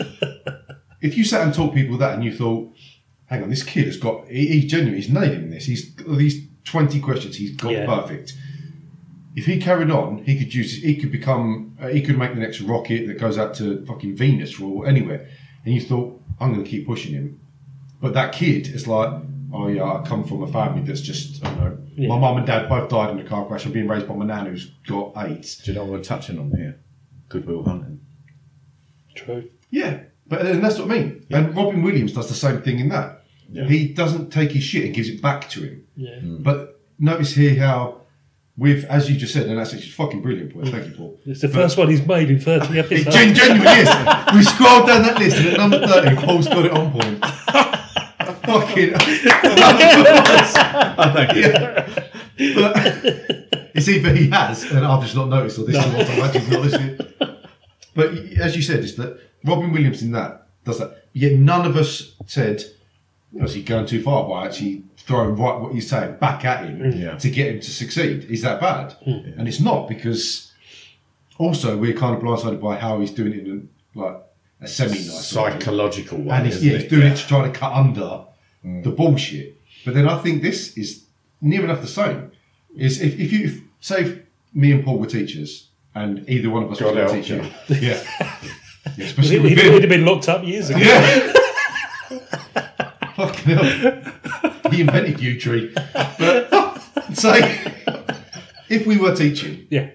S5: if you sat and taught people that, and you thought, "Hang on, this kid has got he, he's genuine. He's nailing this. He's got these twenty questions. He's got
S3: Yeah.
S5: perfect." If he carried on, he could use. He could become. Uh, he could make the next rocket that goes out to fucking Venus or anywhere. And you thought, "I'm going to keep pushing him." But that kid is like, oh yeah, I come from a family that's just, I don't know, my mum and dad both died in a car crash. I'm being raised by my nan who's got AIDS.
S4: Do you know what we're touching on here? Goodwill Hunting.
S5: Hmm.
S3: True.
S5: Yeah, but and that's what I mean. And Robin Williams does the same thing in that.
S4: Yeah.
S5: He doesn't take his shit and gives it back to him.
S3: Yeah.
S5: But notice here how, with as you just said, and that's actually fucking brilliant, Paul. Thank you, Paul.
S3: It's the
S5: But-
S3: first one he's made in 30 episodes.
S5: It gen- genuinely is. We scrolled down that list and at number 30, Paul's got it on point. Fucking.
S4: thank you.
S5: But it's either he has and I've just not noticed, or this is what I'm actually not listening. But y- as you said, is that Robin Williams in that does that. Yet none of us said, was he going too far by actually throwing right what you're saying back at him
S4: Yeah.
S5: to get him to succeed? Is that bad? And it's not because also we're kind of blindsided by how he's doing it in like a semi nice
S4: Psychological way,
S5: and he's,
S4: isn't
S5: yeah,
S4: it?
S5: he's doing it to try to cut under the bullshit. But then I think this is near enough the same. Is if, if you if, say if me and Paul were teachers, and either one of us
S4: God
S5: was a
S4: help
S5: teacher,
S4: you.
S5: yeah, yeah
S3: He'd,
S5: especially
S3: he'd,
S5: with
S3: he'd have
S5: him.
S3: been locked up years ago.
S5: Yeah. Fucking hell. He invented you tree. But say if we were teaching,
S3: yeah,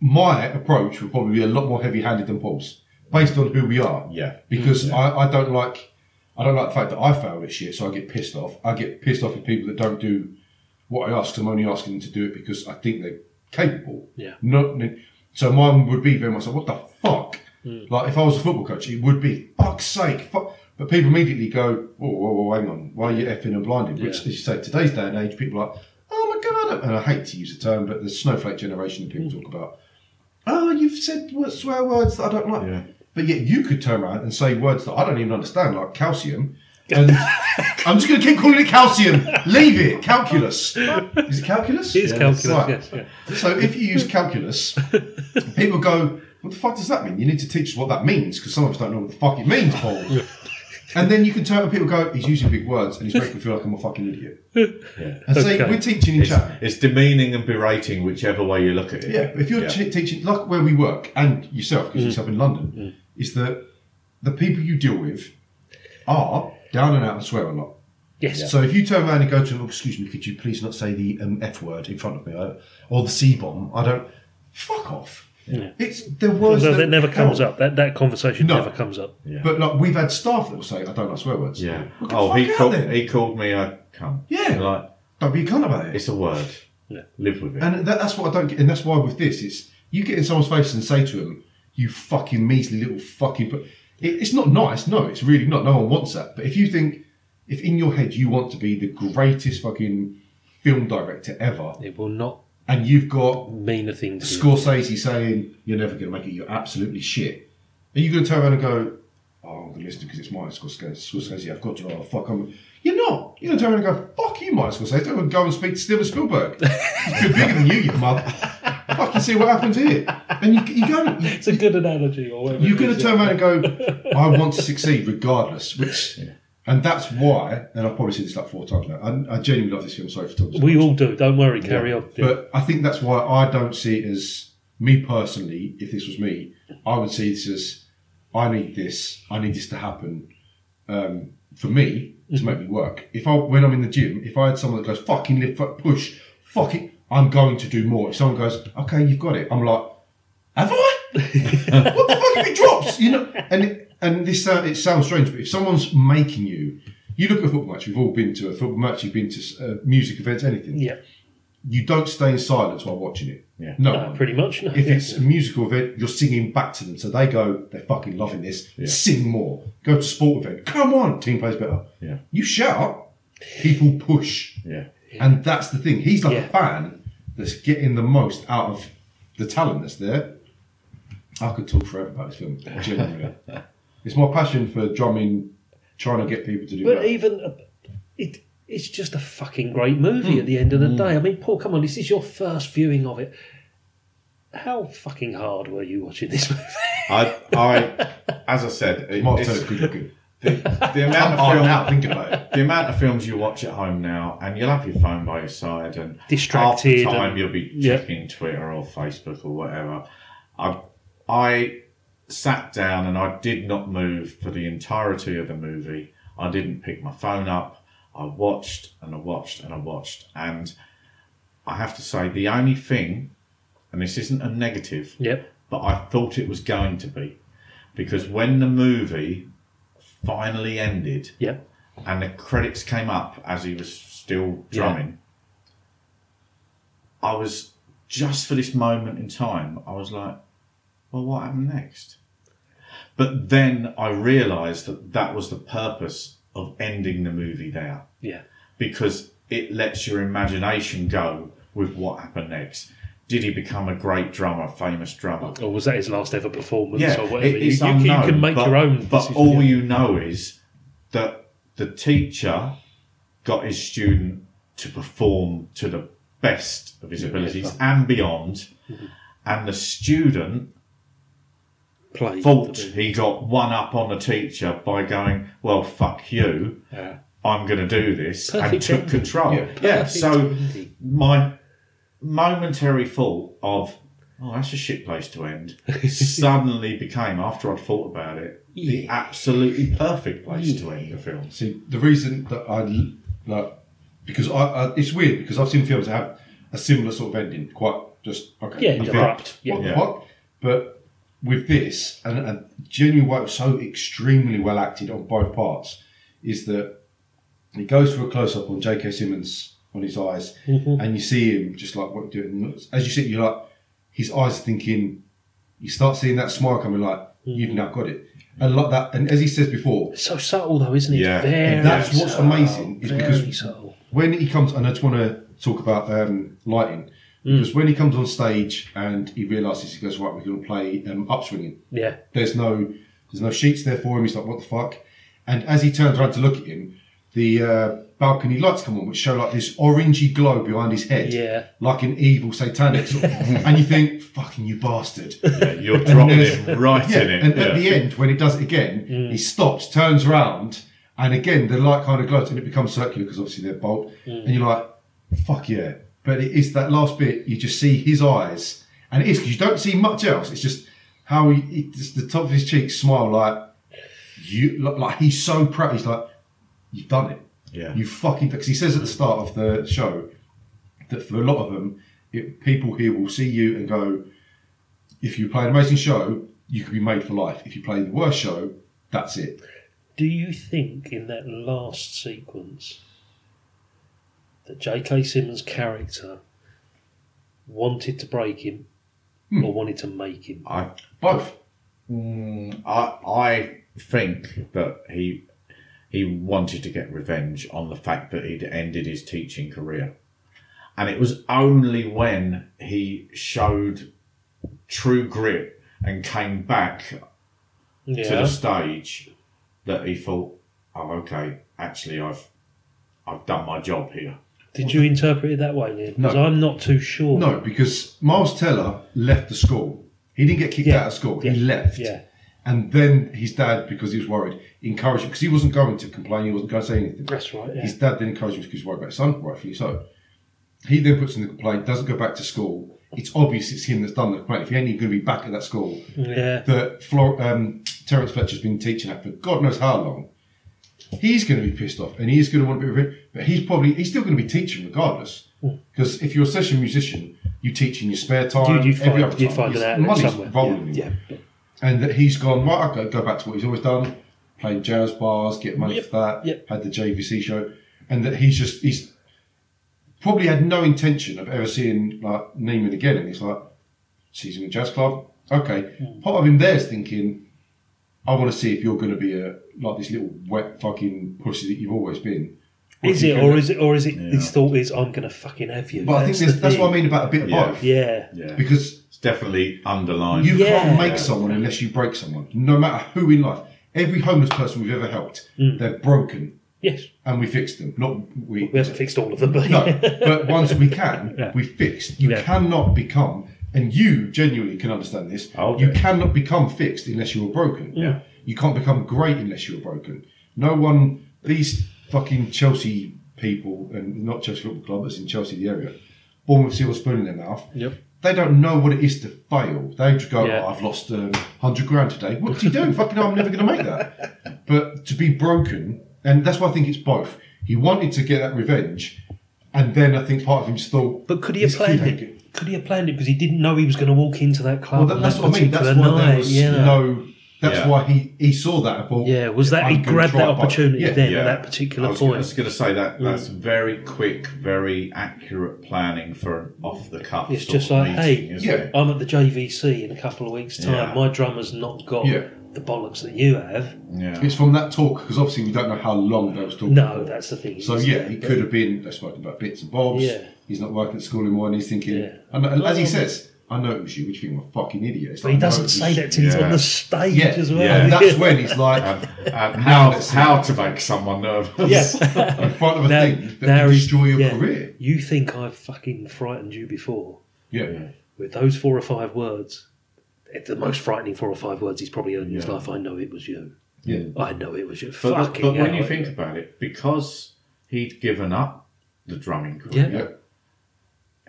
S5: my approach would probably be a lot more heavy-handed than Paul's, based on who we are.
S4: Yeah.
S5: Because I, I don't like I don't like the fact that I fail at shit, so I get pissed off. I get pissed off at people that don't do what I ask. 'cause I'm only asking them to do it because I think they're capable.
S3: Yeah.
S5: Not so mine would be very much like, what the fuck?
S4: Mm.
S5: Like if I was a football coach, it would be fuck's sake, fuck. But people immediately go, whoa, whoa, whoa, hang on, why are you effing and blinding? Which, as you say, today's day and age, people are like, oh my god, I don't- and I hate to use the term, but the snowflake generation that
S4: Mm.
S5: people talk about. Oh, you've said what swear words that I don't like. But yet you could turn around and say words that I don't even understand, like calcium. And I'm just going to keep calling it calcium. Leave it. Calculus. Is it calculus?
S3: It is calculus, yes,
S5: So if you use calculus, people go, What the fuck does that mean? You need to teach us what that means because some of us don't know what the fuck it means, Paul. and then you can turn and people go, he's using big words and he's making me feel like I'm a fucking idiot. And see,
S4: Okay.
S5: we're teaching each
S4: It's-
S5: other.
S4: It's demeaning and berating, whichever way you look at it.
S5: Yeah, but if you're te- teaching, like where we work and yourself, because yourself in London, is that the people you deal with are down and out and swear a lot.
S3: Yes. Yeah.
S5: So if you turn around and go to them, "Oh, excuse me, could you please not say the um, F word in front of me I- or the C bomb? I don't. Fuck off. It's the words
S3: Although that
S5: that-
S3: never comes
S5: Hell.
S3: up. That that conversation
S5: No.
S3: never comes up.
S5: But like we've had staff that will say, I don't like swear words.
S4: Yeah.
S5: Well, get
S4: Oh,
S5: the
S4: he
S5: fuck out
S4: called,
S5: then.
S4: he called me a cunt.
S5: Yeah.
S4: Like,
S5: Don't be a cunt about it.
S4: it's a word. Live with it.
S5: And that, that's what I don't get, and that's why with this, it's you get in someone's face and say to them, "You fucking measly little fucking." But it, it's not nice. No, it's really not. No one wants that. But if you think, if in your head you want to be the greatest fucking film director ever,
S3: it will not.
S5: And you've got
S3: meaner things.
S5: Scorsese saying, "You're never going to make it. You're absolutely shit." Are you going to turn around and go, "Oh, I'm going to listen because it's my Scorsese. Scorsese. I've got to. Oh, fuck. I'm." You're not. You're going to turn around and go, "Fuck you, Martin Scorsese. I'm going to go and speak to Steven Spielberg. He's been bigger than you, you mother." Fucking see what happens here. And you, you go. It's
S3: a good analogy. Or whatever
S5: You're
S3: it
S5: going to
S3: is,
S5: turn
S3: yeah.
S5: around and go, "I want to succeed regardless," which. And that's why, and I've probably said this like four times now. I, I genuinely love this film. Sorry for talking. so
S3: We
S5: much.
S3: all do. Don't worry. Carry
S5: Yeah.
S3: on. Yeah.
S5: But I think that's why I don't see it as me personally. If this was me, I would see this as I need this. I need this to happen um, for me to make me work. If I when I'm in the gym, if I had someone that goes fucking lift, fuck, push, fuck it, I'm going to do more. If someone goes, okay, you've got it, I'm like, have I? what the fuck if it drops? You know, and it, and this uh, it sounds strange, but if someone's making you. You look at a football match. We've all been to a football match. You've been to uh, music events, anything
S3: yeah.
S5: you don't stay in silence while watching it.
S4: Yeah.
S5: No,
S3: No, Uh, pretty much, no.
S5: If it's a musical event, you're singing back to them, so they go, they're fucking loving this. Sing more. Go to sport event. Come on, team plays better.
S4: Yeah.
S5: You shout, people push,
S4: Yeah.
S5: and that's the thing. He's like a fan that's getting the most out of the talent that's there. I could talk forever about this film. Genuinely, it's my passion for drumming, trying to get people to do.
S3: But
S5: that.
S3: even uh, it, it's just a fucking great movie. At the end of the day, I mean, Paul, come on, this is your first viewing of it. How fucking hard were you watching this movie?
S4: I, I, as I said, it,
S5: Mark
S4: it's-
S5: Turner's good looking.
S4: The, the amount of
S5: I'm
S4: film,
S5: now thinking about it.
S4: The amount of films you watch at home now, and you'll have your phone by your side, and
S3: Distracted
S4: half the time
S3: and-
S4: you'll be
S3: yeah.
S4: checking Twitter or Facebook or whatever. I, I sat down and I did not move for the entirety of the movie. I didn't pick my phone up. I watched and I watched and I watched, and I have to say, the only thing, and this isn't a negative,
S3: Yep.
S4: but I thought it was going to be. Because when the movie finally ended
S3: Yep.
S4: and the credits came up as he was still
S3: Yeah.
S4: drumming, I was just for this moment in time, I was like, well, what happened next? But then I realised that that was the purpose of ending the movie there
S3: Yeah.
S4: because it lets your imagination go with what happened next. Did he become a great drummer, famous drummer?
S3: Or was that his last ever performance?
S4: Yeah,
S3: or whatever.
S4: it is
S3: you, you can- you
S4: unknown,
S3: can make
S4: but,
S3: your own.
S4: But
S3: decision.
S4: all you know is that the teacher got his student to perform to the best of his abilities and beyond,
S3: Mm-hmm.
S4: and the student
S3: Played
S4: thought
S3: the-
S4: he got one up on the teacher by going, "Well, fuck you."
S3: Yeah.
S4: I'm going to do this and
S3: Perfect
S4: took
S3: ending.
S4: control.
S3: Yeah.
S4: Yeah.
S3: Perfect
S4: So
S3: ending.
S4: my momentary thought of oh that's a shit place to end suddenly became after I'd thought about it the absolutely perfect place to end the film.
S5: See, the reason that I l- like because I, I it's weird because I've seen films that have a similar sort of ending, quite just okay,
S3: Yeah,
S5: you think,
S3: abrupt, yeah.
S5: What the
S3: Yeah.
S5: fuck? But with this and, and genuine work so extremely well acted on both parts is that it goes for a close up on J.K. Simmons on his eyes,
S3: Mhm.
S5: and you see him just like what doing as you see it, you're like his eyes are thinking. You start seeing that smile coming, like
S3: Mm-hmm.
S5: you've now got it, and like that. And as he says before,
S3: so subtle though, isn't it?
S4: Yeah.
S3: Very
S5: and that's what's
S3: subtle,
S5: amazing is
S3: very
S5: because
S3: subtle.
S5: when he comes, and I just want to talk about um, lighting because when he comes on stage and he realizes he goes right, we're going to play um, upswinging.
S3: Yeah.
S5: There's no there's no sheets there for him. He's like, what the fuck? And as he turns around to look at him, the uh, balcony lights come on, which show like this orangey glow behind his head,
S3: Yeah.
S5: like an evil satanic. Sort of, and you think, "Fucking you bastard!" Yeah,
S4: you're dropping him right in it,
S5: And at
S4: yeah.
S5: the end, when it does it again, he stops, turns around, and again the light kind of glows, and it becomes circular because obviously they're bolt. And you're like, "Fuck yeah!" But it is that last bit. You just see his eyes, and it is because you don't see much else. It's just how he, he just the top of his cheeks smile like you like, like he's so proud. He's like, "You've done it."
S4: Yeah.
S5: You fucking because he says at the start of the show that for a lot of them, it, people here will see you and go, "If you play an amazing show, you can be made for life. If you play the worst show, that's it."
S3: Do you think in that last sequence that J.K. Simmons' character wanted to break him
S5: Hmm.
S3: or wanted to make him?
S4: I
S5: both.
S4: Mm, I I think that he he wanted to get revenge on the fact that he'd ended his teaching career, and it was only when he showed true grit and came back to
S3: Yeah.
S4: the stage that he thought, "Oh, okay, actually, I've I've done my job here."
S3: Did you interpret it that way, Liam? Because I'm not too sure.
S5: No, because Miles Teller left the school. He didn't get kicked out of school. He left.
S3: Yeah.
S5: And then his dad, because he was worried, encouraged him because he wasn't going to complain. He wasn't going to say anything.
S3: That's right. Yeah.
S5: His dad then encouraged him because he was worried about his son, rightfully so. He then puts in the complaint, doesn't go back to school. It's obvious it's him that's done the complaint. If he ain't even going to be back at that school,
S3: Yeah.
S5: that Flor- um, Terence Fletcher's been teaching at for God knows how long, he's going to be pissed off and he's going to want a bit of it. But he's probably he's still going to be teaching regardless. Because if you're a session musician, you teach in your spare time.
S3: Dude, Hmm. you'd
S5: every
S3: find-
S5: other
S3: you'd
S5: time.
S3: find
S5: His
S3: an outlet
S5: money's
S3: somewhere.
S5: rolling in.
S3: Yeah,
S5: And that he's gone right. Okay, go back to what he's always done: play jazz bars, get money for that. Had the JVC show, and that he's just he's probably had no intention of ever seeing like Neiman again. And he's like, sees him in jazz club. Okay,
S3: Hmm.
S5: part of him there's thinking, I want to see if you're going to be a like this little wet fucking pussy that you've always been.
S3: Is
S5: Or if
S3: it,
S5: you're gonna-
S3: or is it, or is it? His thought is, "I'm going to fucking have you."
S5: But I think
S3: the
S5: that's, that's what I
S3: thing.
S5: mean about a bit of
S4: Yeah.
S5: both.
S3: Yeah.
S4: Yeah,
S5: Because
S4: it's definitely underlined.
S5: You can't make
S4: Yeah.
S5: someone unless you break someone, no matter who in life. Every homeless person we've ever helped, they're broken.
S3: Yes.
S5: And we fixed them. Not we.
S3: Hmm. We haven't fixed all of them, but
S5: no, but ones we can, we fixed. You cannot become, and you genuinely can understand this. You cannot become fixed unless you were broken.
S3: Yeah.
S5: You can't become great unless you were broken. No one. These fucking Chelsea people, and not Chelsea Football Club, that's in Chelsea the area, born with a silver spoon in their mouth.
S3: Yep.
S5: They don't know what it is to fail. They just go,
S3: Yeah.
S5: "Oh, "I've lost um, hundred grand today. What's he doing? Fucking, hell, I'm never going to make that." But to be broken, and that's why I think it's both. He wanted to get that revenge, and then I think part of him just thought,
S3: But could he have
S5: "This kid
S3: planned
S5: ain't
S3: it? Could he have planned it because he didn't know he was going to walk into that
S5: Well,
S3: club?
S5: that,
S3: on
S5: that's
S3: that
S5: what I mean. That's
S3: particular
S5: why
S3: night,
S5: there was
S3: you know?
S5: no. That's
S4: Yeah.
S5: why he, he saw that and thought.
S3: Yeah, was that- he
S5: "I'm gonna
S3: grabbed
S5: try
S3: that
S5: it, but-"
S3: opportunity
S5: yeah.
S3: then at that particular
S4: I was,
S3: point. Mm.
S4: I was going to say that that's very quick, very accurate planning for an off the cuff.
S3: It's just like, hey,
S4: isn't it?
S3: I'm at the JVC in a couple of weeks' time.
S4: Yeah.
S3: My drummer's not got
S5: Yeah.
S3: the bollocks that you have.
S4: Yeah.
S5: It's from that talk because obviously we don't know how long they was talking.
S3: No,
S5: for.
S3: that's the thing,
S5: So
S3: isn't
S5: yeah,
S3: it?
S5: he could have been. They're spoken about bits and bobs.
S3: Yeah.
S5: He's not working at school anymore, and he's thinking. And, and as he says, "I know it was you," which you think I'm a fucking idiot. It's
S3: But he
S5: like, "I know
S3: doesn't
S5: it was
S3: say
S5: you."
S3: that till he's on the stage
S5: Yeah,
S3: as well.
S5: And that's when he's like,
S4: Uh, how how to make someone nervous?
S3: Yeah.
S5: in front of a
S3: Now-
S5: thing that
S3: now
S5: can
S3: he's-
S5: destroy your
S3: yeah.
S5: career.
S3: You think I've fucking frightened you before?
S5: Yeah.
S3: With those four or five words, it's the most frightening four or five words he's probably heard in his
S4: Yeah.
S3: life. I know it was you.
S5: Yeah.
S3: I know it was you.
S4: But,
S3: fucking
S4: but when
S3: hell,
S4: you
S3: it-
S4: think about it, because he'd given up the drumming career,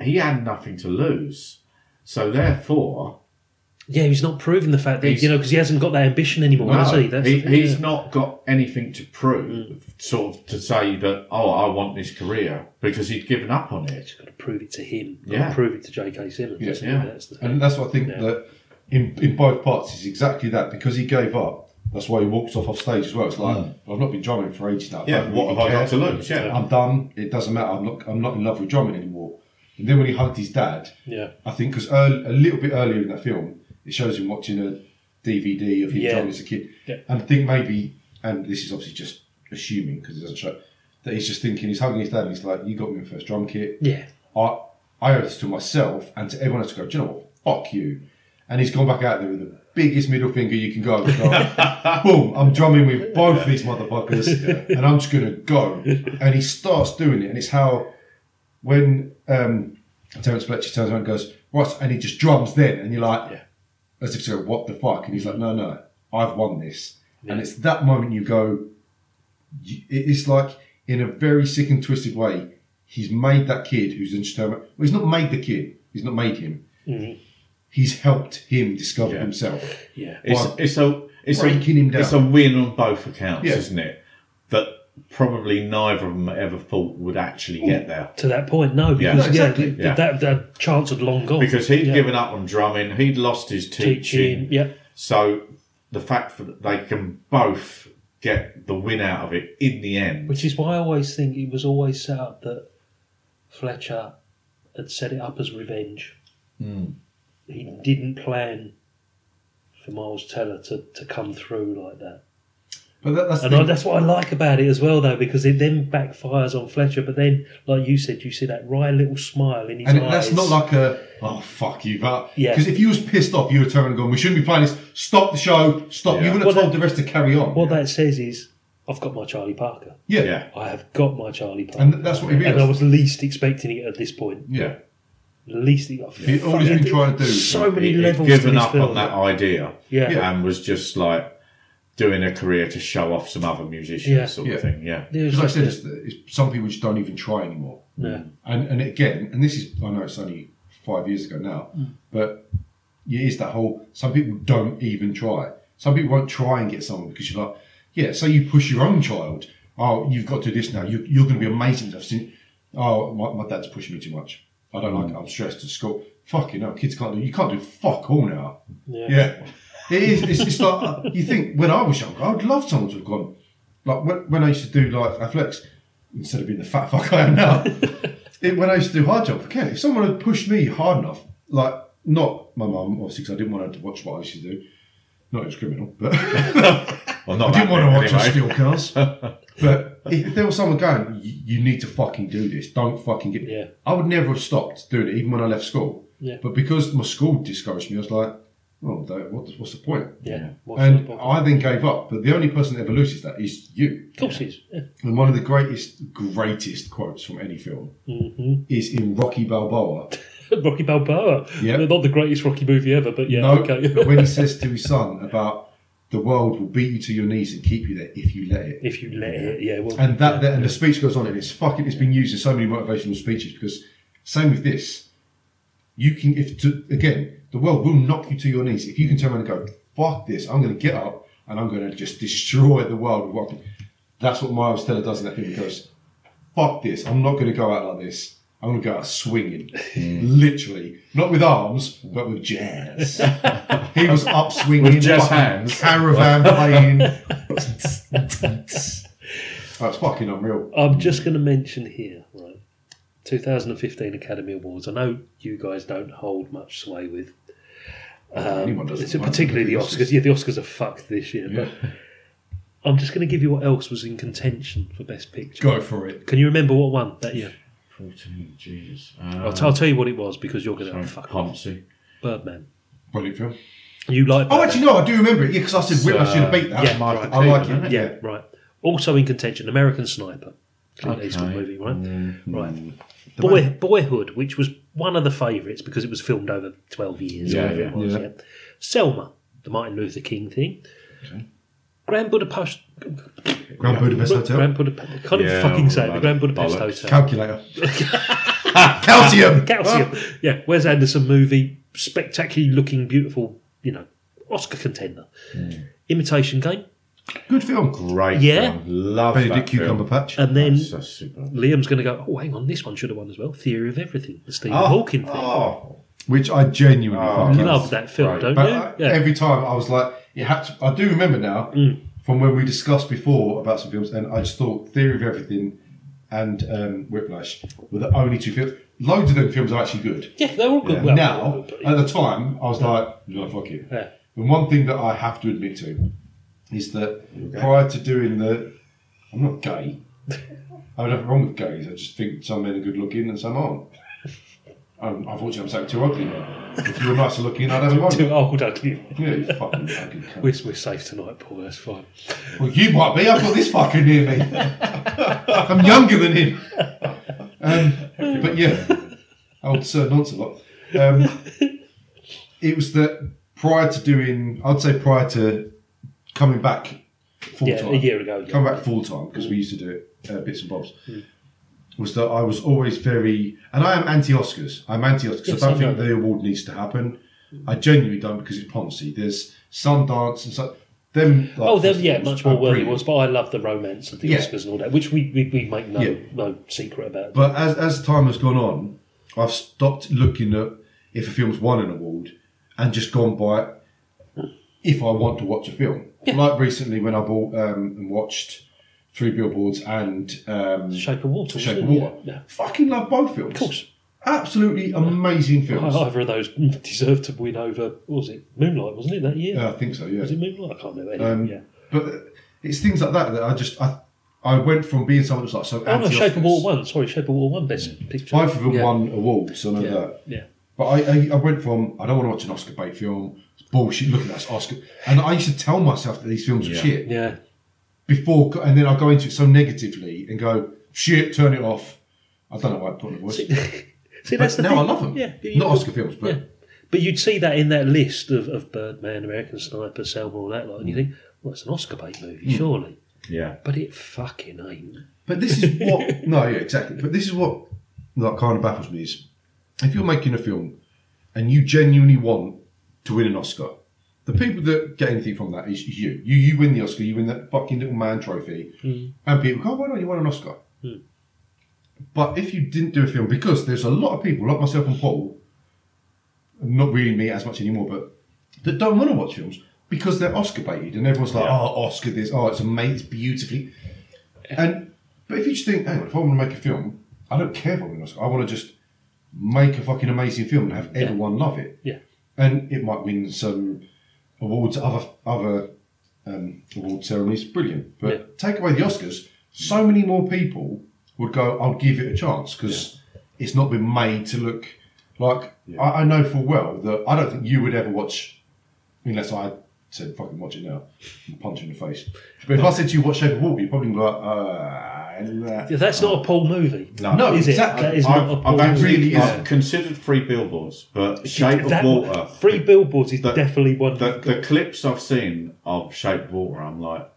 S4: he had nothing to lose. So therefore,
S3: yeah, he's not proving the fact that
S4: He's-
S3: you know because he hasn't got that ambition anymore, has
S4: no,
S3: he? That's
S4: he-
S3: the thing,
S4: he's
S3: yeah.
S4: not got anything to prove, sort of to say that, oh, I want this career, because he'd given up on it.
S3: got to prove it to him. Got
S4: Yeah.
S3: to prove it to J.K. Simmons.
S5: Yeah,
S3: isn't it?
S5: yeah.
S3: That's the
S5: and that's what I think
S3: Yeah.
S5: that in, in both parts is exactly that because he gave up. That's why he walks off off stage as well. It's like I've not been drumming for ages now. I
S4: Mm. Yeah,
S5: don't
S4: what
S5: really
S4: have I
S5: care.
S4: got to lose? Yeah.
S5: I'm done. It doesn't matter. I'm not. I'm not in love with drumming anymore. And then when he hugged his dad,
S3: Yeah.
S5: I think because a little bit earlier in that film, it shows him watching a DVD of him
S3: Yeah.
S5: drumming as a kid,
S3: Yeah.
S5: and I think maybe, and this is obviously just assuming because it doesn't show that he's just thinking he's hugging his dad. and He's like, "You got me my first drum kit.
S3: Yeah.
S5: I I owe this to myself and to everyone else to go, do you know what? Fuck you. And he's gone back out there with a biggest middle finger you can go. Like, Boom! I'm drumming with both these motherfuckers, and I'm just gonna go. And he starts doing it, and it's how when um, Terence Fletcher turns around and goes, "What?" and he just drums then, and you're like, as if to go, "What the fuck?" And he's like, "No, no, I've won this." And it's that moment you go, you- it is like in a very sick and twisted way, he's made that kid who's in Well, he's not made the kid. He's not made him.
S3: Mm-hmm.
S5: He's helped him discover himself.
S3: Yeah.
S4: It's,
S5: By
S4: it's a it's
S5: breaking
S4: a,
S5: him down.
S4: It's a win on both accounts,
S5: Yeah.
S4: isn't it? That probably neither of them ever thought would actually get there.
S3: To that point, no, because
S4: No,
S3: yeah,
S4: exactly.
S3: th-
S4: Yeah.
S3: That, that chance had long gone.
S4: Because he'd
S3: Yeah.
S4: given up on drumming, he'd lost his
S3: Teaching,
S4: teaching.
S3: yeah.
S4: So the fact that they can both get the win out of it in the end.
S3: Which is why I always think it was always set up that Fletcher had set it up as revenge. He didn't plan for Miles Teller to, to come through like that.
S5: But that, that's the
S3: and I,
S5: thing.
S3: that's what I like about it as well, though, because it then backfires on Fletcher. But then, like you said, you see that wry little smile in his
S5: and
S3: eyes.
S5: that's not like a oh fuck you, but
S3: Yeah.
S5: because if you was pissed off, you were turning and going, we shouldn't be playing this. Stop the show. Stop. You would have
S3: Well,
S5: told the rest to carry on.
S3: What that says is, I've got my Charlie Parker.
S5: Yeah.
S3: I have got my Charlie Parker.
S5: And that's what he
S3: And I was
S5: realised.
S3: least expecting it at this point.
S5: Yeah.
S3: Least he
S4: He'd always been
S5: trying to do-
S3: so many
S4: He- he'd
S3: levels.
S4: given
S3: to this
S4: up
S3: film.
S4: on that idea.
S3: Yeah. Yeah.
S4: And was just like doing a career to show off some other musicians
S3: Yeah.
S4: sort
S5: Yeah.
S4: of thing. Yeah.
S3: Yeah, it's
S5: Because like I
S3: just
S5: said,
S3: a-
S5: it's, it's, some people just don't even try anymore.
S3: Yeah.
S5: And and again, and this is I know it's only five years ago now,
S3: Hmm.
S5: but it is that whole. Some people don't even try. Some people won't try and get someone because you're like, yeah. So you push your own child. Oh, you've got to do this now. You, you're going to be amazing. I've seen. Oh, my, my dad's pushing me too much. I don't
S3: Hmm.
S5: like it. I'm stressed at school. Fucking hell, kids can't do. You can't do fuck all now.
S3: Yeah.
S5: Yeah. It is. It's just like uh, you think when I was younger, I'd love someone to have gone. Like when, when I used to do like athletics, instead of being the fat fuck I am now, it, when I used to do hard jump, okay, if someone had pushed me hard enough, like not my mum, obviously, because I didn't want her to watch what I used to do. Not it was criminal, but
S4: Well, not
S5: I
S4: that
S5: didn't want to
S4: bit,
S5: watch her steal
S4: anyway.
S5: cars. but if, if there was someone going, you, you need to fucking do this. Don't fucking get.
S3: Yeah.
S5: I would never have stopped doing it, even when I left school.
S3: Yeah.
S5: But because my school discouraged me, I was like, "Well, don't- what, what's the point?"
S3: Yeah. What's the
S5: And
S3: problem?
S5: I then gave up. But the only person that ever loses that is you.
S3: Of course he is. Yeah.
S5: And one of the greatest, greatest quotes from any film
S3: Mhm.
S5: is in Rocky Balboa.
S3: Rocky Balboa.
S5: Yeah.
S3: Not the greatest Rocky movie ever, but yeah.
S5: no,
S3: okay.
S5: but when he says to his son about the world will beat you to your knees and keep you there if you let it.
S3: if you let it, yeah. Well,
S5: And that,
S3: yeah.
S5: that- and the speech goes on, and it's fucking. It's been used in so many motivational speeches because same with this. You can, if to, again, the world will knock you to your knees if you can turn around and go, "Fuck this! I'm going to get up and I'm going to just destroy the world." with what I can." That's what Miles Teller does in that film. He goes, "Fuck this! I'm not going to go out like this. I'm going to go out swinging, literally, not with arms, but with jazz." he was up swinging,
S4: With jazz
S5: fucking
S4: hands.
S5: caravan playing. That's fucking unreal.
S3: I'm just going to mention here, right? 2015 Academy Awards. I know you guys don't hold much sway with, um,
S5: Anyone doesn't
S3: it's
S5: like
S3: particularly the
S5: the
S3: Oscars.
S5: Oscars.
S3: Yeah, the Oscars are fucked this year. But I'm just going to give you what else was in contention for Best Picture.
S5: Go for it.
S3: Can you remember what won that year?
S4: 14, Jesus.
S5: Uh,
S3: I'll, t- I'll tell you what it was because you're going to fuck off.
S4: Poncy.
S3: Birdman.
S5: Brilliant film.
S3: You like?
S5: Oh,
S3: Birdman.
S5: actually, no, I do remember it. Yeah, because I said Whiplash should have beat that.
S3: yeah,
S5: I
S3: right.
S5: like
S4: isn't
S5: it.
S4: it?
S5: Yeah.
S3: Right. Also in contention, American Sniper. Clint
S4: Okay.
S3: Eastwood movie, right? Right. Boy, Boyhood, which was one of the favourites because it was filmed over 12 years.
S4: Yeah,
S3: Yeah, yeah,
S4: yeah.
S3: it was, yeah. Selma, the Martin Luther King thing. Grand Budapest.
S5: Grand Budapest Hotel.
S3: Grand Budapest. I can't even
S4: Yeah,
S3: fucking say it. The
S4: right.
S3: Grand Budapest
S4: Bollocks.
S3: Hotel.
S5: Calculator. Calcium.
S3: Calcium. Yeah, Wes Anderson movie. Spectacularly looking, beautiful, you know, Oscar contender. Imitation Game.
S5: Oh, Good film.
S4: Great.
S3: Yeah.
S4: Film. Love
S5: Benedict
S4: that film.
S5: Cucumber Patch.
S3: And then
S4: That's a super.
S3: Liam's going to go, oh, hang on, this one should have won as well. Theory of Everything, the Stephen
S5: Ah!
S4: Oh,
S3: Hawking thing.
S4: oh,
S5: Which I genuinely
S4: Oh,
S5: fucking
S3: Love that film,
S4: Right.
S3: don't
S5: But
S3: you?
S5: I-
S3: yeah. Mm.
S5: every time I was like, it had to, I do remember now from when we discussed before about some films, and I just thought Theory of Everything and um, Whiplash were the only two films. Loads of them films are actually good.
S3: yeah, they're all good.
S4: Yeah.
S3: Well,
S5: now, at the time, I was like, no, fuck it.
S3: Yeah.
S5: And one thing that I have to admit to is that prior to doing the, I'm not gay. I have nothing wrong with gays. I just think some men are good looking and some aren't. Um, unfortunately, I'm saying too ugly now. If you were nicer looking, I'd have you on.
S3: Too old, ugly.
S5: Yeah, you fucking ugly cunt.
S3: We're, we're safe tonight, Paul. That's fine.
S5: Well, you might be. I've got this fucker near me. I'm younger than him. Um, but yeah, old Sir Noncelot. Um, it was that prior to doing, I'd say prior to coming back full
S3: Yeah,
S5: time.
S3: a year ago, yeah. Hmm.
S5: Coming back full time, because we used to do it uh, bits and bobs. Was that I was always very, and I am anti Oscars. I'm anti Oscars.
S3: Yes,
S5: I don't
S3: I
S5: think
S3: know.
S5: the award needs to happen. I genuinely don't because it's Ponzi. There's Sundance and so them. like,
S3: oh, then, yeah,
S5: festivals
S3: much more
S5: are
S3: worthy
S5: brilliant.
S3: was, but I love the romance of the
S5: Yeah.
S3: Oscars and all that, which we, we, we make no,
S5: Yeah.
S3: no secret about.
S5: But as as time has gone on, I've stopped looking at if a film's won an award and just gone by if I want to watch a film. Like recently when I bought um, and watched Three Billboards and um,
S3: Shape of Water.
S5: Shape of
S3: wasn't it?
S5: Water.
S3: Yeah.
S5: Fucking love both films. Of
S3: course. Oh,
S5: Absolutely amazing
S3: Yeah.
S5: films.
S3: Either of those deserved to win over, what was it, Moonlight, wasn't it, that year?
S5: Yeah, I think so, yeah.
S3: Was it Moonlight? I can't remember. Anyway,
S5: Um,
S3: yeah.
S5: But it's things like that that I just I I went from being someone who's like so
S3: Oh, no,
S5: anti
S3: Shape of Water won. Sorry, Shape of Water won Best Picture.
S5: Both of them
S3: yeah.
S5: won awards, I know
S3: Yeah.
S5: that.
S3: Yeah.
S5: But I, I, I went from I don't want to watch an Oscar bait film. It's bullshit. Look at that, it's Oscar. And I used to tell myself that these films were
S3: Yeah.
S5: shit
S3: Yeah.
S5: before, and then I go into it so negatively and go shit, turn it off. I don't know why I put it in the voice.
S3: See,
S5: But
S3: that's the
S5: now
S3: thing.
S5: I love them.
S3: Yeah,
S5: Not Oscar films, but-
S3: yeah. but you'd see that in that list of, of Birdman, American Sniper, Selma, all that lot, and you think, well, it's an Oscar bait movie,
S5: Mm.
S3: surely.
S4: Yeah.
S3: But it fucking ain't.
S5: But this is what no, yeah, exactly. But this is what that kind of baffles me is if you're making a film and you genuinely want to win an Oscar, the people that get anything from that is you. You you win the Oscar, you win that fucking little man trophy, and people go, "Oh, "Why don't you won an Oscar?"
S3: Mm.
S5: But if you didn't do a film, because there's a lot of people like myself and Paul, not really me as much anymore, but that don't want to watch films because they're Oscar baited, and everyone's like, "Oh, Oscar this, oh, it's amazing, it's beautifully." And but if you just think, hang on, if I want to make a film, I don't care if I win an Oscar. I want to just make a fucking amazing film and have everyone love it.
S3: Yeah.
S5: And it might win some awards, at other other um, award ceremonies. Brilliant. But take away the Oscars, so many more people would go, "I'll give it a chance" because it's not been made to look like. I, I know full well that I don't think you would ever watch, unless I said fucking watch it now, and punch you in the face. But if I said to you watch Shape of Water, you'd probably be like, uh,
S3: Yeah, that's not a Paul movie.
S5: No. No,
S3: is it?
S5: exactly.
S3: That is
S5: I've-
S3: not a
S5: I've
S3: Paul
S5: actually-
S3: movie.
S5: really
S4: I've
S5: is.
S4: considered Three Billboards, but Shape
S3: that-
S4: of Water.
S3: Three Billboards is definitely one.
S4: The, the clips I've seen of Shape of Water, I'm like,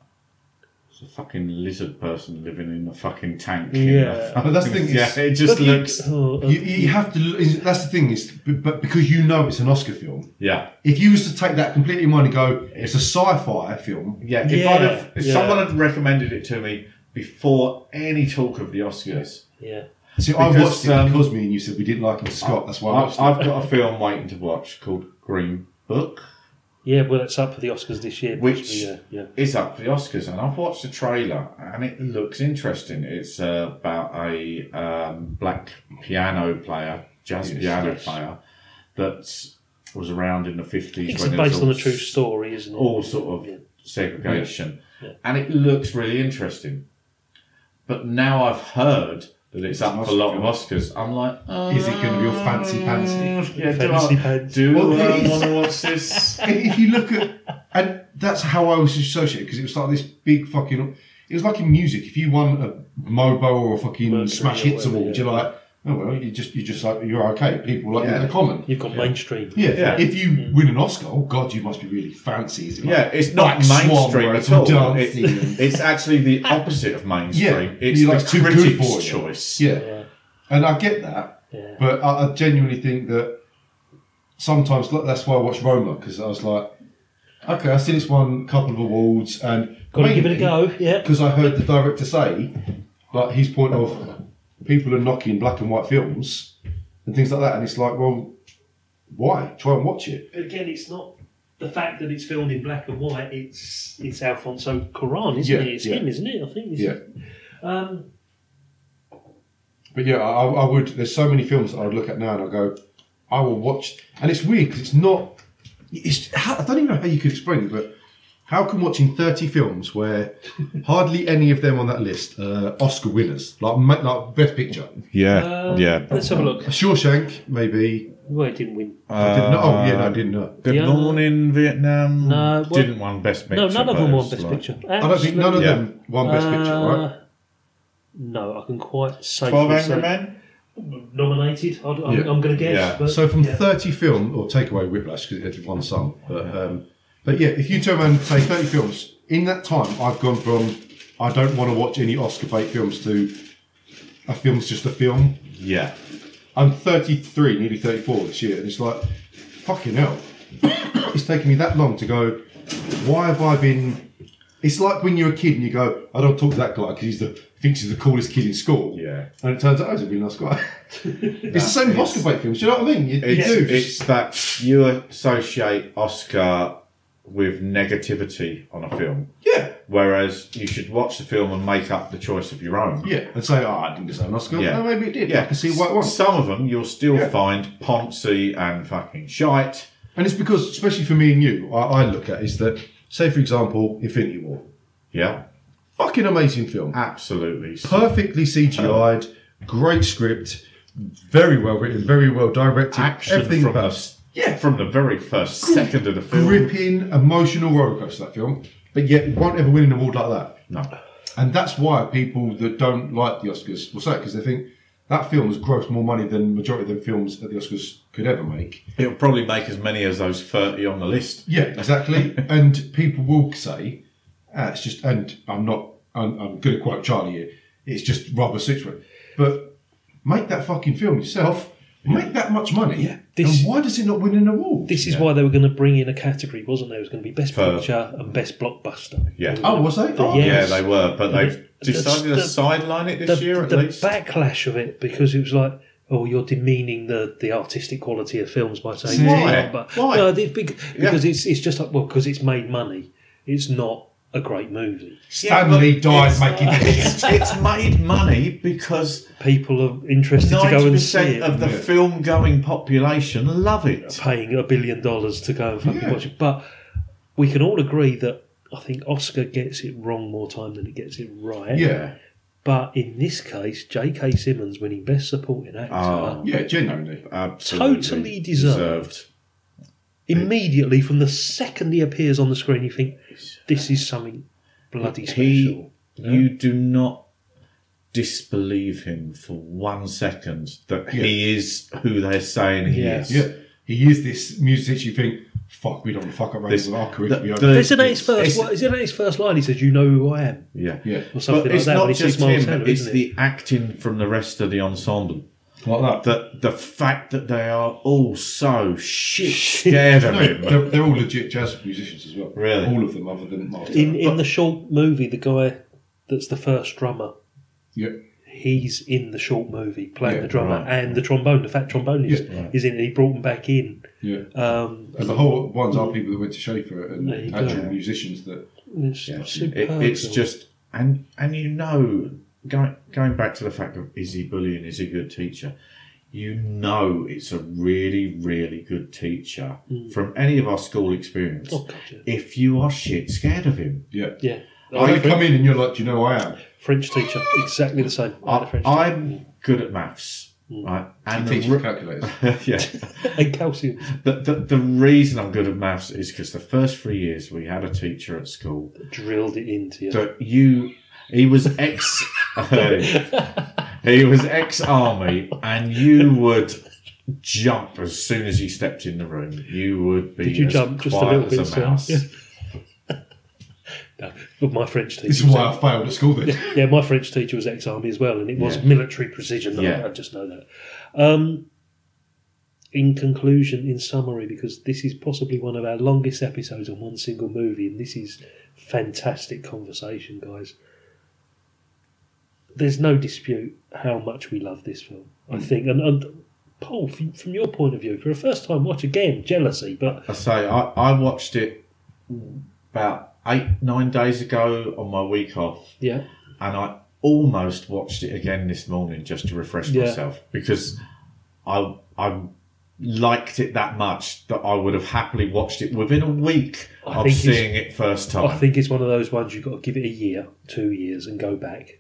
S4: it's a fucking lizard person living in a fucking tank. in a
S5: Yeah. But that's the
S4: fucking-
S5: thing. is-
S4: yeah, it just
S5: But you-
S4: looks.
S3: oh.
S5: You, you have to. l- is- That's the thing is, b- but because you know it's an Oscar film,
S4: Yeah.
S5: if you was to take that completely in mind and go, it's a sci-fi film.
S4: Yeah, if, I'd have, if
S5: Yeah.
S4: someone had recommended it to me before any talk of the Oscars,
S3: Yeah.
S5: See, I
S4: Because,
S5: watched it
S4: um,
S5: because me and you said we didn't like it, Scott. That's why I
S4: I-
S5: watched
S4: I've
S5: it.
S4: got a film waiting to watch called Green Book,
S3: Yeah, well, it's up for the Oscars this year.
S4: which
S3: possibly, yeah, yeah.
S4: is up for the Oscars, and I've watched the trailer and it looks interesting. It's uh, about a um, black piano player, jazz
S3: Yes,
S4: piano
S3: yes.
S4: player, that was around in the fifties.
S3: It's based on a true story, isn't it?
S4: All sort of
S3: Yeah.
S4: segregation,
S3: Yeah. Yeah.
S4: and it looks really interesting. But now I've heard that it's up for a lot of Oscars. I'm like, um,
S5: Is it going to be all fancy pantsy?
S4: Yeah, do Fancy I- pants. do I wanna watch this?
S5: If you look at, and that's how I was associated because it was like this big fucking. It was like in music. If you won a Mobo or a fucking Smash
S3: or
S5: Hits
S3: whatever,
S5: award,
S3: yeah.
S5: you're like, oh well, you just you just like you're okay. People like they're common.
S3: You've got mainstream.
S5: Yeah, if you win an Oscar, oh god, you must be really fancy. Is it like
S4: Mm. Yeah, it's not
S5: Black Swan,
S4: mainstream
S5: where
S4: at
S5: it's all
S4: all. It-
S5: dancing and-
S4: it's actually the opposite of mainstream.
S5: Yeah,
S4: it's
S5: you're
S4: the
S5: like too good
S4: critics'
S5: for it.
S4: choice.
S5: Yeah. And I get that, but I, I genuinely think that sometimes like, that's why I watch Roma because I was like, okay, I've seen it's won a couple of awards and
S3: Gotta give it a go, yeah.
S5: Because I heard the director say, like his point of people are knocking black and white films and things like that, and it's like, well, why try and watch it?
S3: But again, it's not the fact that it's filmed in black and white. It's it's Alfonso Cuarón, isn't
S5: Yeah,
S3: it? It's
S5: yeah.
S3: him, isn't it? I think.
S5: Yeah.
S3: Um,
S5: But yeah, I, I would. There's so many films that I would look at now and I go, I will watch. And it's weird because it's not. It's how- I don't even know how you could explain it, but How come watching 30 films where hardly any of them on that list are Oscar winners, like, ma- like Best Picture?
S4: Yeah, yeah.
S3: Um, Let's have a look.
S5: Shawshank, maybe.
S3: Well, it didn't win.
S5: I didn't know. Oh, yeah, no, I didn't know.
S4: Good
S5: Yeah.
S4: Morning Vietnam.
S3: No, well-
S4: didn't won Best Picture.
S3: No, none of
S4: but
S3: them
S4: it
S3: won
S4: was
S3: Best
S4: like-
S3: Picture.
S5: I don't think none of
S4: Yeah.
S5: them won Best Picture, right?
S3: Uh, No, I can quite safely
S4: 12 Angry
S3: say-
S4: Men?
S3: Nominated, I'd, I'm,
S5: Yeah.
S3: I'm going to guess. But,
S5: so from
S3: yeah.
S5: 30 film, or take away Whiplash because it had one song, but, um, but yeah, if you turn around and say 30 films, in that time I've gone from I don't want to watch any Oscar bait films to a film's just a film.
S4: Yeah.
S5: I'm 33, nearly 34 this year, and it's like, fucking hell. it's taken me that long to go, why have I been. It's like when you're a kid and you go, I don't talk to that guy because he's the thinks he's the coolest kid in school. Yeah. And it turns out, oh, he's a really nice guy. it's the same with Oscar bait films, do you know what I mean? You, you
S4: It's,
S5: do.
S4: it's that you associate Oscar with negativity on a film.
S5: Yeah.
S4: Whereas you should watch the film and make up the choice of your own.
S5: Yeah, and say, oh, I didn't deserve an Oscar. No, maybe it did. I can see why it won.
S4: Some of them you'll still find poncy and fucking shite.
S5: And it's because, especially for me and you, I, I look at is that, say, for example, Infinity War.
S4: Yeah.
S5: Fucking amazing film.
S4: Absolutely.
S5: Perfectly CGI'd, great script, very well written, very well directed.
S4: Action
S5: everything
S4: from
S5: about
S4: the s- from the very first second of the film.
S5: gripping, emotional rollercoaster that film, but yet it won't ever win an award like that.
S4: No.
S5: And that's why people that don't like the Oscars will say because they think that film has grossed more money than majority of the films at the Oscars could ever make.
S4: It'll probably make as many as those 30 on the list.
S5: Yeah, exactly. and people will say, ah, it's just, and I'm not, I'm, I'm going to quote Charlie here, it's just rubber suits me. But make that fucking film yourself, make that much money. Yeah. and why does it not win an award?
S3: This is why they were going to bring in a category, wasn't there? It was going to be Best
S4: For-
S3: Picture and Best Blockbuster.
S4: Yeah.
S5: Oh, was they?
S3: But
S5: Oh.
S3: yes.
S4: Yeah, they were, but they've
S3: The-
S4: decided
S3: the-
S4: to sideline it this
S3: the-
S4: year at
S3: the
S4: least.
S3: backlash of it because it was like, oh, you're demeaning the, the artistic quality of films by saying
S4: See?
S3: it's
S4: Why?
S3: not, But,
S4: Why?
S3: No, it's bec- because it's it's just like well, because it's made money. It's not a great movie.
S5: Stanley died making
S4: it's, it's made money because
S3: people are interested to go and see
S4: 90%
S3: it.
S4: of the film-going population love it.
S3: Paying a billion dollars to go and fucking
S4: Yeah.
S3: watch it, but we can all agree that I think Oscar gets it wrong more time than it gets it right.
S5: Yeah.
S3: But in this case, J.K. Simmons winning Best Supporting Actor
S4: Oh,
S5: Yeah, genuinely.
S4: absolutely
S3: Totally deserved.
S4: deserved.
S3: immediately from the second he appears on the screen, you think this is something bloody special.
S4: uh, He, you do not disbelieve him for one second that he is who they're saying he
S5: Yeah.
S4: is.
S5: Yeah. He is this music you think, fuck, we don't want to fuck up
S4: This-
S5: race with our career. to be
S4: the-
S5: over.
S4: the-
S3: Isn't that his first? What, isn't that his first line? He says, "You know who I am."
S4: Yeah,
S5: Yeah.
S3: Or something
S4: but
S3: like
S4: it's
S3: that when
S4: not
S3: he sees
S4: just
S3: Miles
S4: him;
S3: Teller,
S4: it's
S3: isn't it?
S4: the acting from the rest of the ensemble.
S5: Like
S4: that, the fact that they are all so shit scared of
S5: No,
S4: him.
S5: they're, they're all legit jazz musicians as well.
S4: Really?
S5: All of them, other than Miles
S3: in
S5: Teller.
S3: in the short movie, the guy that's the first drummer,
S5: Yeah.
S3: he's in the short movie playing
S5: Yeah,
S3: the drummer
S5: right.
S3: and the trombone, the fat trombonist,
S5: Yeah.
S3: is in. it. He brought him back in.
S5: Yeah.
S3: Um,
S5: And the whole ones are people that went to Schaefer and
S3: There you go.
S5: actual musicians that.
S3: it's
S4: It,
S3: superb. Oh,
S4: it's just and and you know going going back to the fact of is he bullying? Is he a good teacher? You know, it's a really really good teacher from any of our school experience.
S3: Oh, God, yeah.
S4: If you are shit scared of him,
S5: Yeah.
S3: yeah. I
S5: I
S3: had a
S5: come
S3: French,
S5: in and you're like, do you know who I am?
S3: French teacher, exactly the same. I had a French
S4: I, am good at maths. Right? And
S5: Teach
S4: re-
S5: you calculators.
S4: yeah.
S3: teacher. and calcium.
S4: The, the, the reason I'm good at maths is because the first three years we had a teacher at school
S3: drilled it into you.
S4: that you, he was ex, he was ex army, and you would jump as soon as you stepped in the room. You would be
S3: Did you
S4: as
S3: jump just a
S4: quiet
S3: little bit?
S4: as a
S3: Sam?
S4: mouse.
S3: Yeah. no, but my French teacher.
S5: This is
S3: was
S5: why I failed at school then.
S3: ex- yeah, my French teacher was ex-army as well, and it was
S4: Yeah.
S3: military precision. I-
S4: Yeah.
S3: I, just know that. Um, in conclusion, in summary, because this is possibly one of our longest episodes on one single movie, and this is fantastic conversation, guys. There's no dispute how much we love this film. I
S4: Mm.
S3: think, and, and Paul, from, from your point of view, for a first-time watch, again, jealousy, but
S4: I say I, I watched it about eight nine days ago on my week off.
S3: Yeah.
S4: and I almost watched it again this morning just to refresh
S3: Yeah.
S4: myself because I I liked it that much that I would have happily watched it within a week
S3: I
S4: of
S3: think it's-
S4: seeing it first time.
S3: I think it's one of those ones you've got to give it a year, two years, and go back.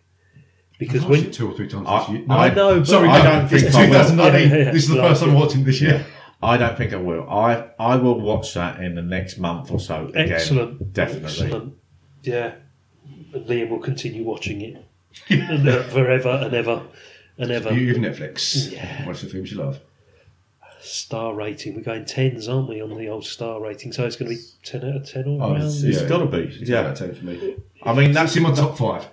S3: Because
S5: I've
S3: when
S5: watched it two or three times
S4: I-
S5: this year.
S4: I know, but-
S5: sorry,
S4: I
S5: no,
S4: don't
S5: it's
S4: think I will.
S5: 2019.
S4: Yeah, yeah,
S5: This is the
S4: yeah.
S5: first time I'm watching this year.
S4: I don't think I will. I I will watch that in the next month or so. Again,
S3: Excellent.
S4: definitely.
S3: Excellent. Yeah. And Liam will continue watching it And, uh, forever and ever and ever.
S5: Beauty of Netflix.
S3: Yeah.
S5: Watch the films you love.
S3: Star rating. We're going tens, aren't we, on the old star rating? So it's going to be 10 out of 10 all
S5: Oh,
S3: round.
S5: it's,
S4: It's
S5: yeah,
S4: gotta be,
S5: It's
S4: yeah.
S5: about ten for me.
S4: I mean, that's
S5: It's in my top five.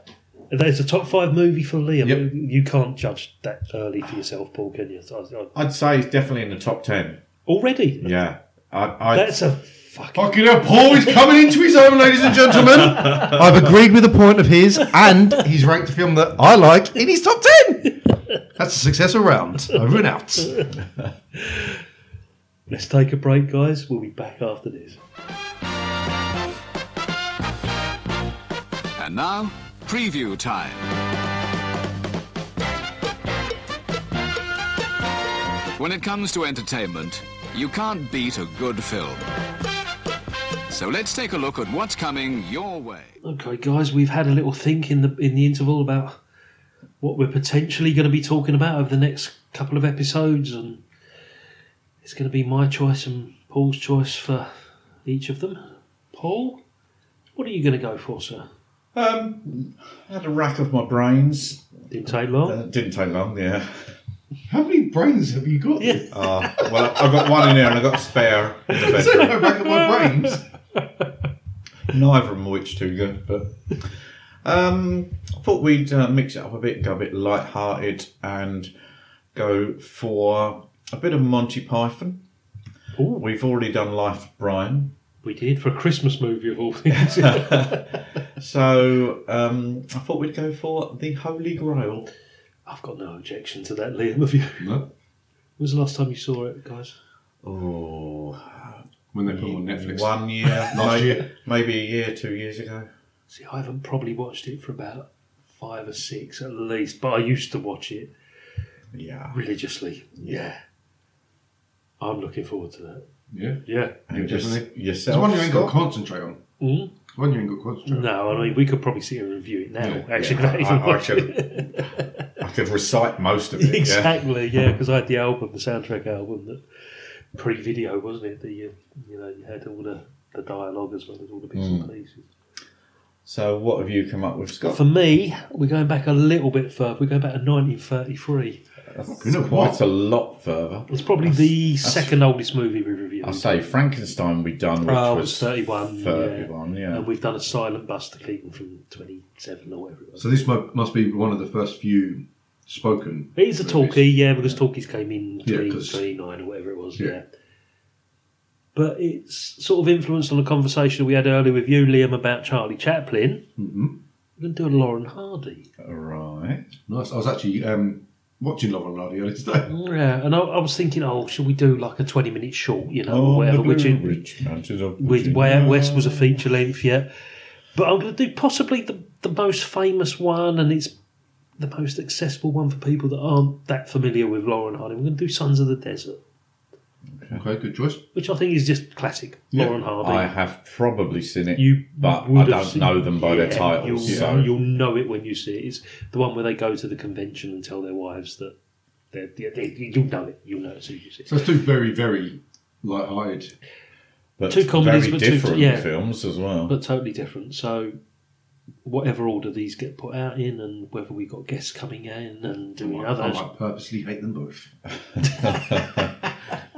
S3: There's a top five movie for Liam. You can't judge that early for yourself, Paul, can you? I- I-
S4: I'd say it's definitely in the top ten.
S3: Already?
S4: Yeah. I, I,
S3: That's a
S5: Fucking hell, Paul is coming into his own, ladies and gentlemen. I've agreed with a point of his, and he's ranked a film that I like in his top 10. That's a successful round. Over and out.
S3: Let's take a break, guys. We'll be back after this.
S12: And now, preview time. When it comes to entertainment, you can't beat a good film. So let's take a look at what's coming your way.
S3: Okay, guys, we've had a little think in the in the interval about what we're potentially going to be talking about over the next couple of episodes, and it's going to be my choice and Paul's choice for each of them. Paul, what are you going to go for, sir?
S4: Um, I had a rack of my brains. uh,
S3: Didn't take long.
S5: Uh,
S4: didn't take long. Yeah.
S5: How many brains have you got? Yeah.
S4: Uh, well, I've got one in there and I've got a spare. In the
S5: So
S4: bedroom.
S5: I rack up my brains.
S4: Neither of them were too good, but um, I thought we'd uh, mix it up a bit, go a bit light-hearted, and go for a bit of Monty Python. We've already done Life of Brian,
S3: We did for a Christmas movie of all things.
S4: so um, I thought we'd go for the Holy Grail.
S3: I've got no objection to that, Liam. Have you?
S5: No.
S3: When was the last time you saw it, guys?
S4: Oh,
S5: When they put them on Netflix.
S4: one year,
S5: Last
S4: maybe,
S5: year.
S4: maybe a year, two years ago.
S3: See, I haven't probably watched it for about five or six at least, but I used to watch it
S4: Yeah,
S3: religiously. Yeah. I'm looking forward to that.
S5: Yeah.
S3: Yeah.
S5: Yeah, definitely.
S4: yourself,
S5: There's one you ain't got to
S4: Scott?
S5: concentrate on.
S3: Mm?
S5: One you ain't got to concentrate on.
S3: No, I mean, we could probably sit here and review it now,
S5: Yeah.
S3: actually. without
S5: Yeah, I-
S3: even
S5: I
S3: watching
S5: could-
S3: it.
S4: I could recite most of it. yeah.
S3: exactly, yeah, because I had the album, the soundtrack album, that pre-video, wasn't it? That you, you know, you had all the, the dialogue as well as all the bits
S4: Mm.
S3: and pieces.
S4: So what have you come up with, Scott?
S3: For me, we're going back a little bit further. We're going back to 1933.
S4: That's quite a lot further.
S3: It's probably the second oldest movie we reviewed.
S4: I say Frankenstein we done, which
S3: Oh, it
S4: was
S3: was 31.
S4: 31, yeah.
S3: And we've done a silent Buster Keaton from 27 or whatever it was.
S5: So this mu- must be one of the first few spoken.
S3: It is a
S5: movies.
S3: talkie, yeah, because talkies came in
S5: Yeah,
S3: 20,
S5: 'cause-
S3: 29 or whatever it was, yeah.
S5: Yeah.
S3: But it's sort of influenced on a conversation we had earlier with you, Liam, about Charlie Chaplin.
S5: Mhm.
S3: We're going to do a Lauren Hardy.
S4: Right.
S5: Nice. I was actually um, watching Love and Radio earlier today.
S3: Yeah, and I, I was thinking, oh, should we do like a 20 minute short, you know,
S4: On
S3: or
S5: Oh,
S4: the
S3: whatever, which,
S4: Blue
S3: in,
S4: Ridge Mountains of
S3: with
S4: Virginia.
S3: where West was a feature length, yeah. But I'm going to do possibly the, the most famous one, and it's the most accessible one for people that aren't that familiar with Lauren Hardy. We're going to do Sons of the Desert,
S5: Okay, good choice.
S3: which I think is just classic Lauren Hardy.
S4: I have probably seen it,
S3: You
S4: but
S3: would
S4: I
S3: have
S4: don't
S3: seen-
S4: know them by their
S3: Yeah,
S4: titles.
S3: You'll,
S4: so
S3: you'll know it when you see it. It's the one where they go to the convention and tell their wives that they're, they they- you'll know it. You'll know it as soon as you see it.
S5: So it's two very, very light-hearted.
S4: but
S3: two comedies,
S4: very
S3: but two-
S4: different
S3: yeah.
S4: films as well.
S3: But totally different. So, whatever order these get put out in, and whether we got guests coming in and doing
S5: I
S3: others,
S5: might purposely hate them both.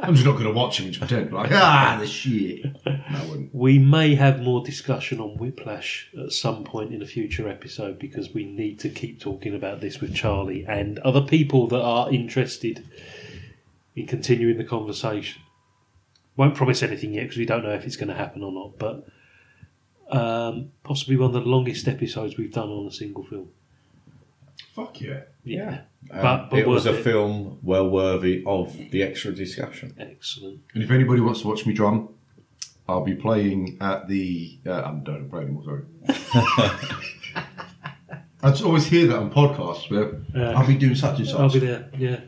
S5: I'm just not going to watch them. Just pretend like ah, the shit. No, I wouldn't.
S3: we may have more discussion on Whiplash at some point in a future episode because we need to keep talking about this with Charlie and other people that are interested in continuing the conversation. Won't promise anything yet because we don't know if it's going to happen or not, but um, possibly one of the longest episodes we've done on a single film.
S5: Fuck yeah.
S3: Yeah.
S4: Um,
S3: but, but
S4: it was a
S3: worth it.
S4: film well worthy of the extra discussion.
S3: Excellent.
S5: And if anybody wants to watch me drum, I'll be playing at the. Uh, I'm don't play anymore. Sorry. I just always hear that on podcasts where
S3: Yeah.
S5: I'll be doing such and such.
S3: I'll be there. Yeah.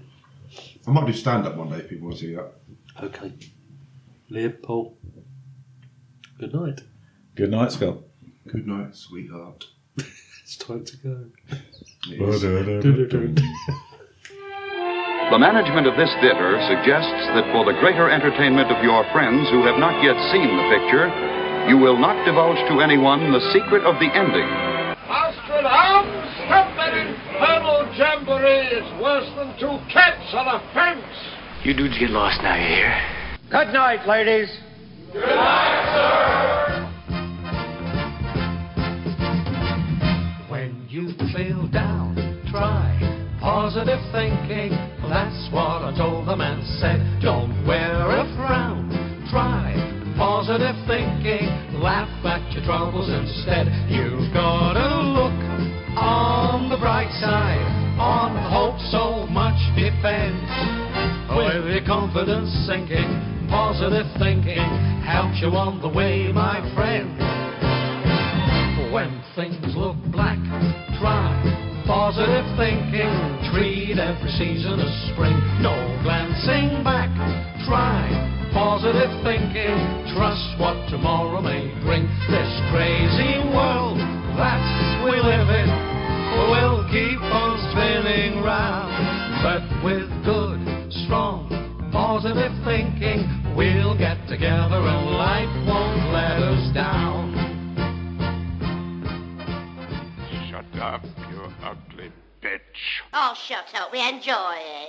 S5: I might do stand up one day if people want to see that.
S13: Okay. Liam, Paul, good night.
S4: Good night, Scott.
S5: Good night, sweetheart.
S13: it's time to go.
S11: The management of this theater suggests that for the greater entertainment of your friends who have not yet seen the picture, you will not divulge to anyone the secret of the ending.
S14: Nostradamus, stop that infernal jamboree. It's worse than two cats on a fence.
S15: You dudes get lost now, you hear?
S14: Good night, ladies.
S3: When you feel down, try positive thinking. That's what I told the man said. Don't wear a frown. Try positive thinking. Laugh at your troubles instead. You've got to look on the bright side. On hope so much depends. Oh, With your confidence sinking, positive thinking helps you on the way, my friend. When things look black, try positive thinking. Treat every season as spring. No glancing back. Try positive thinking. Trust what tomorrow may bring. This crazy world that we live in will keep on spinning round. But with good, strong, positive thinking, we'll get together and life won't let us down.
S14: Shut up, you ugly bitch.
S8: Oh, shucks up. We enjoy it.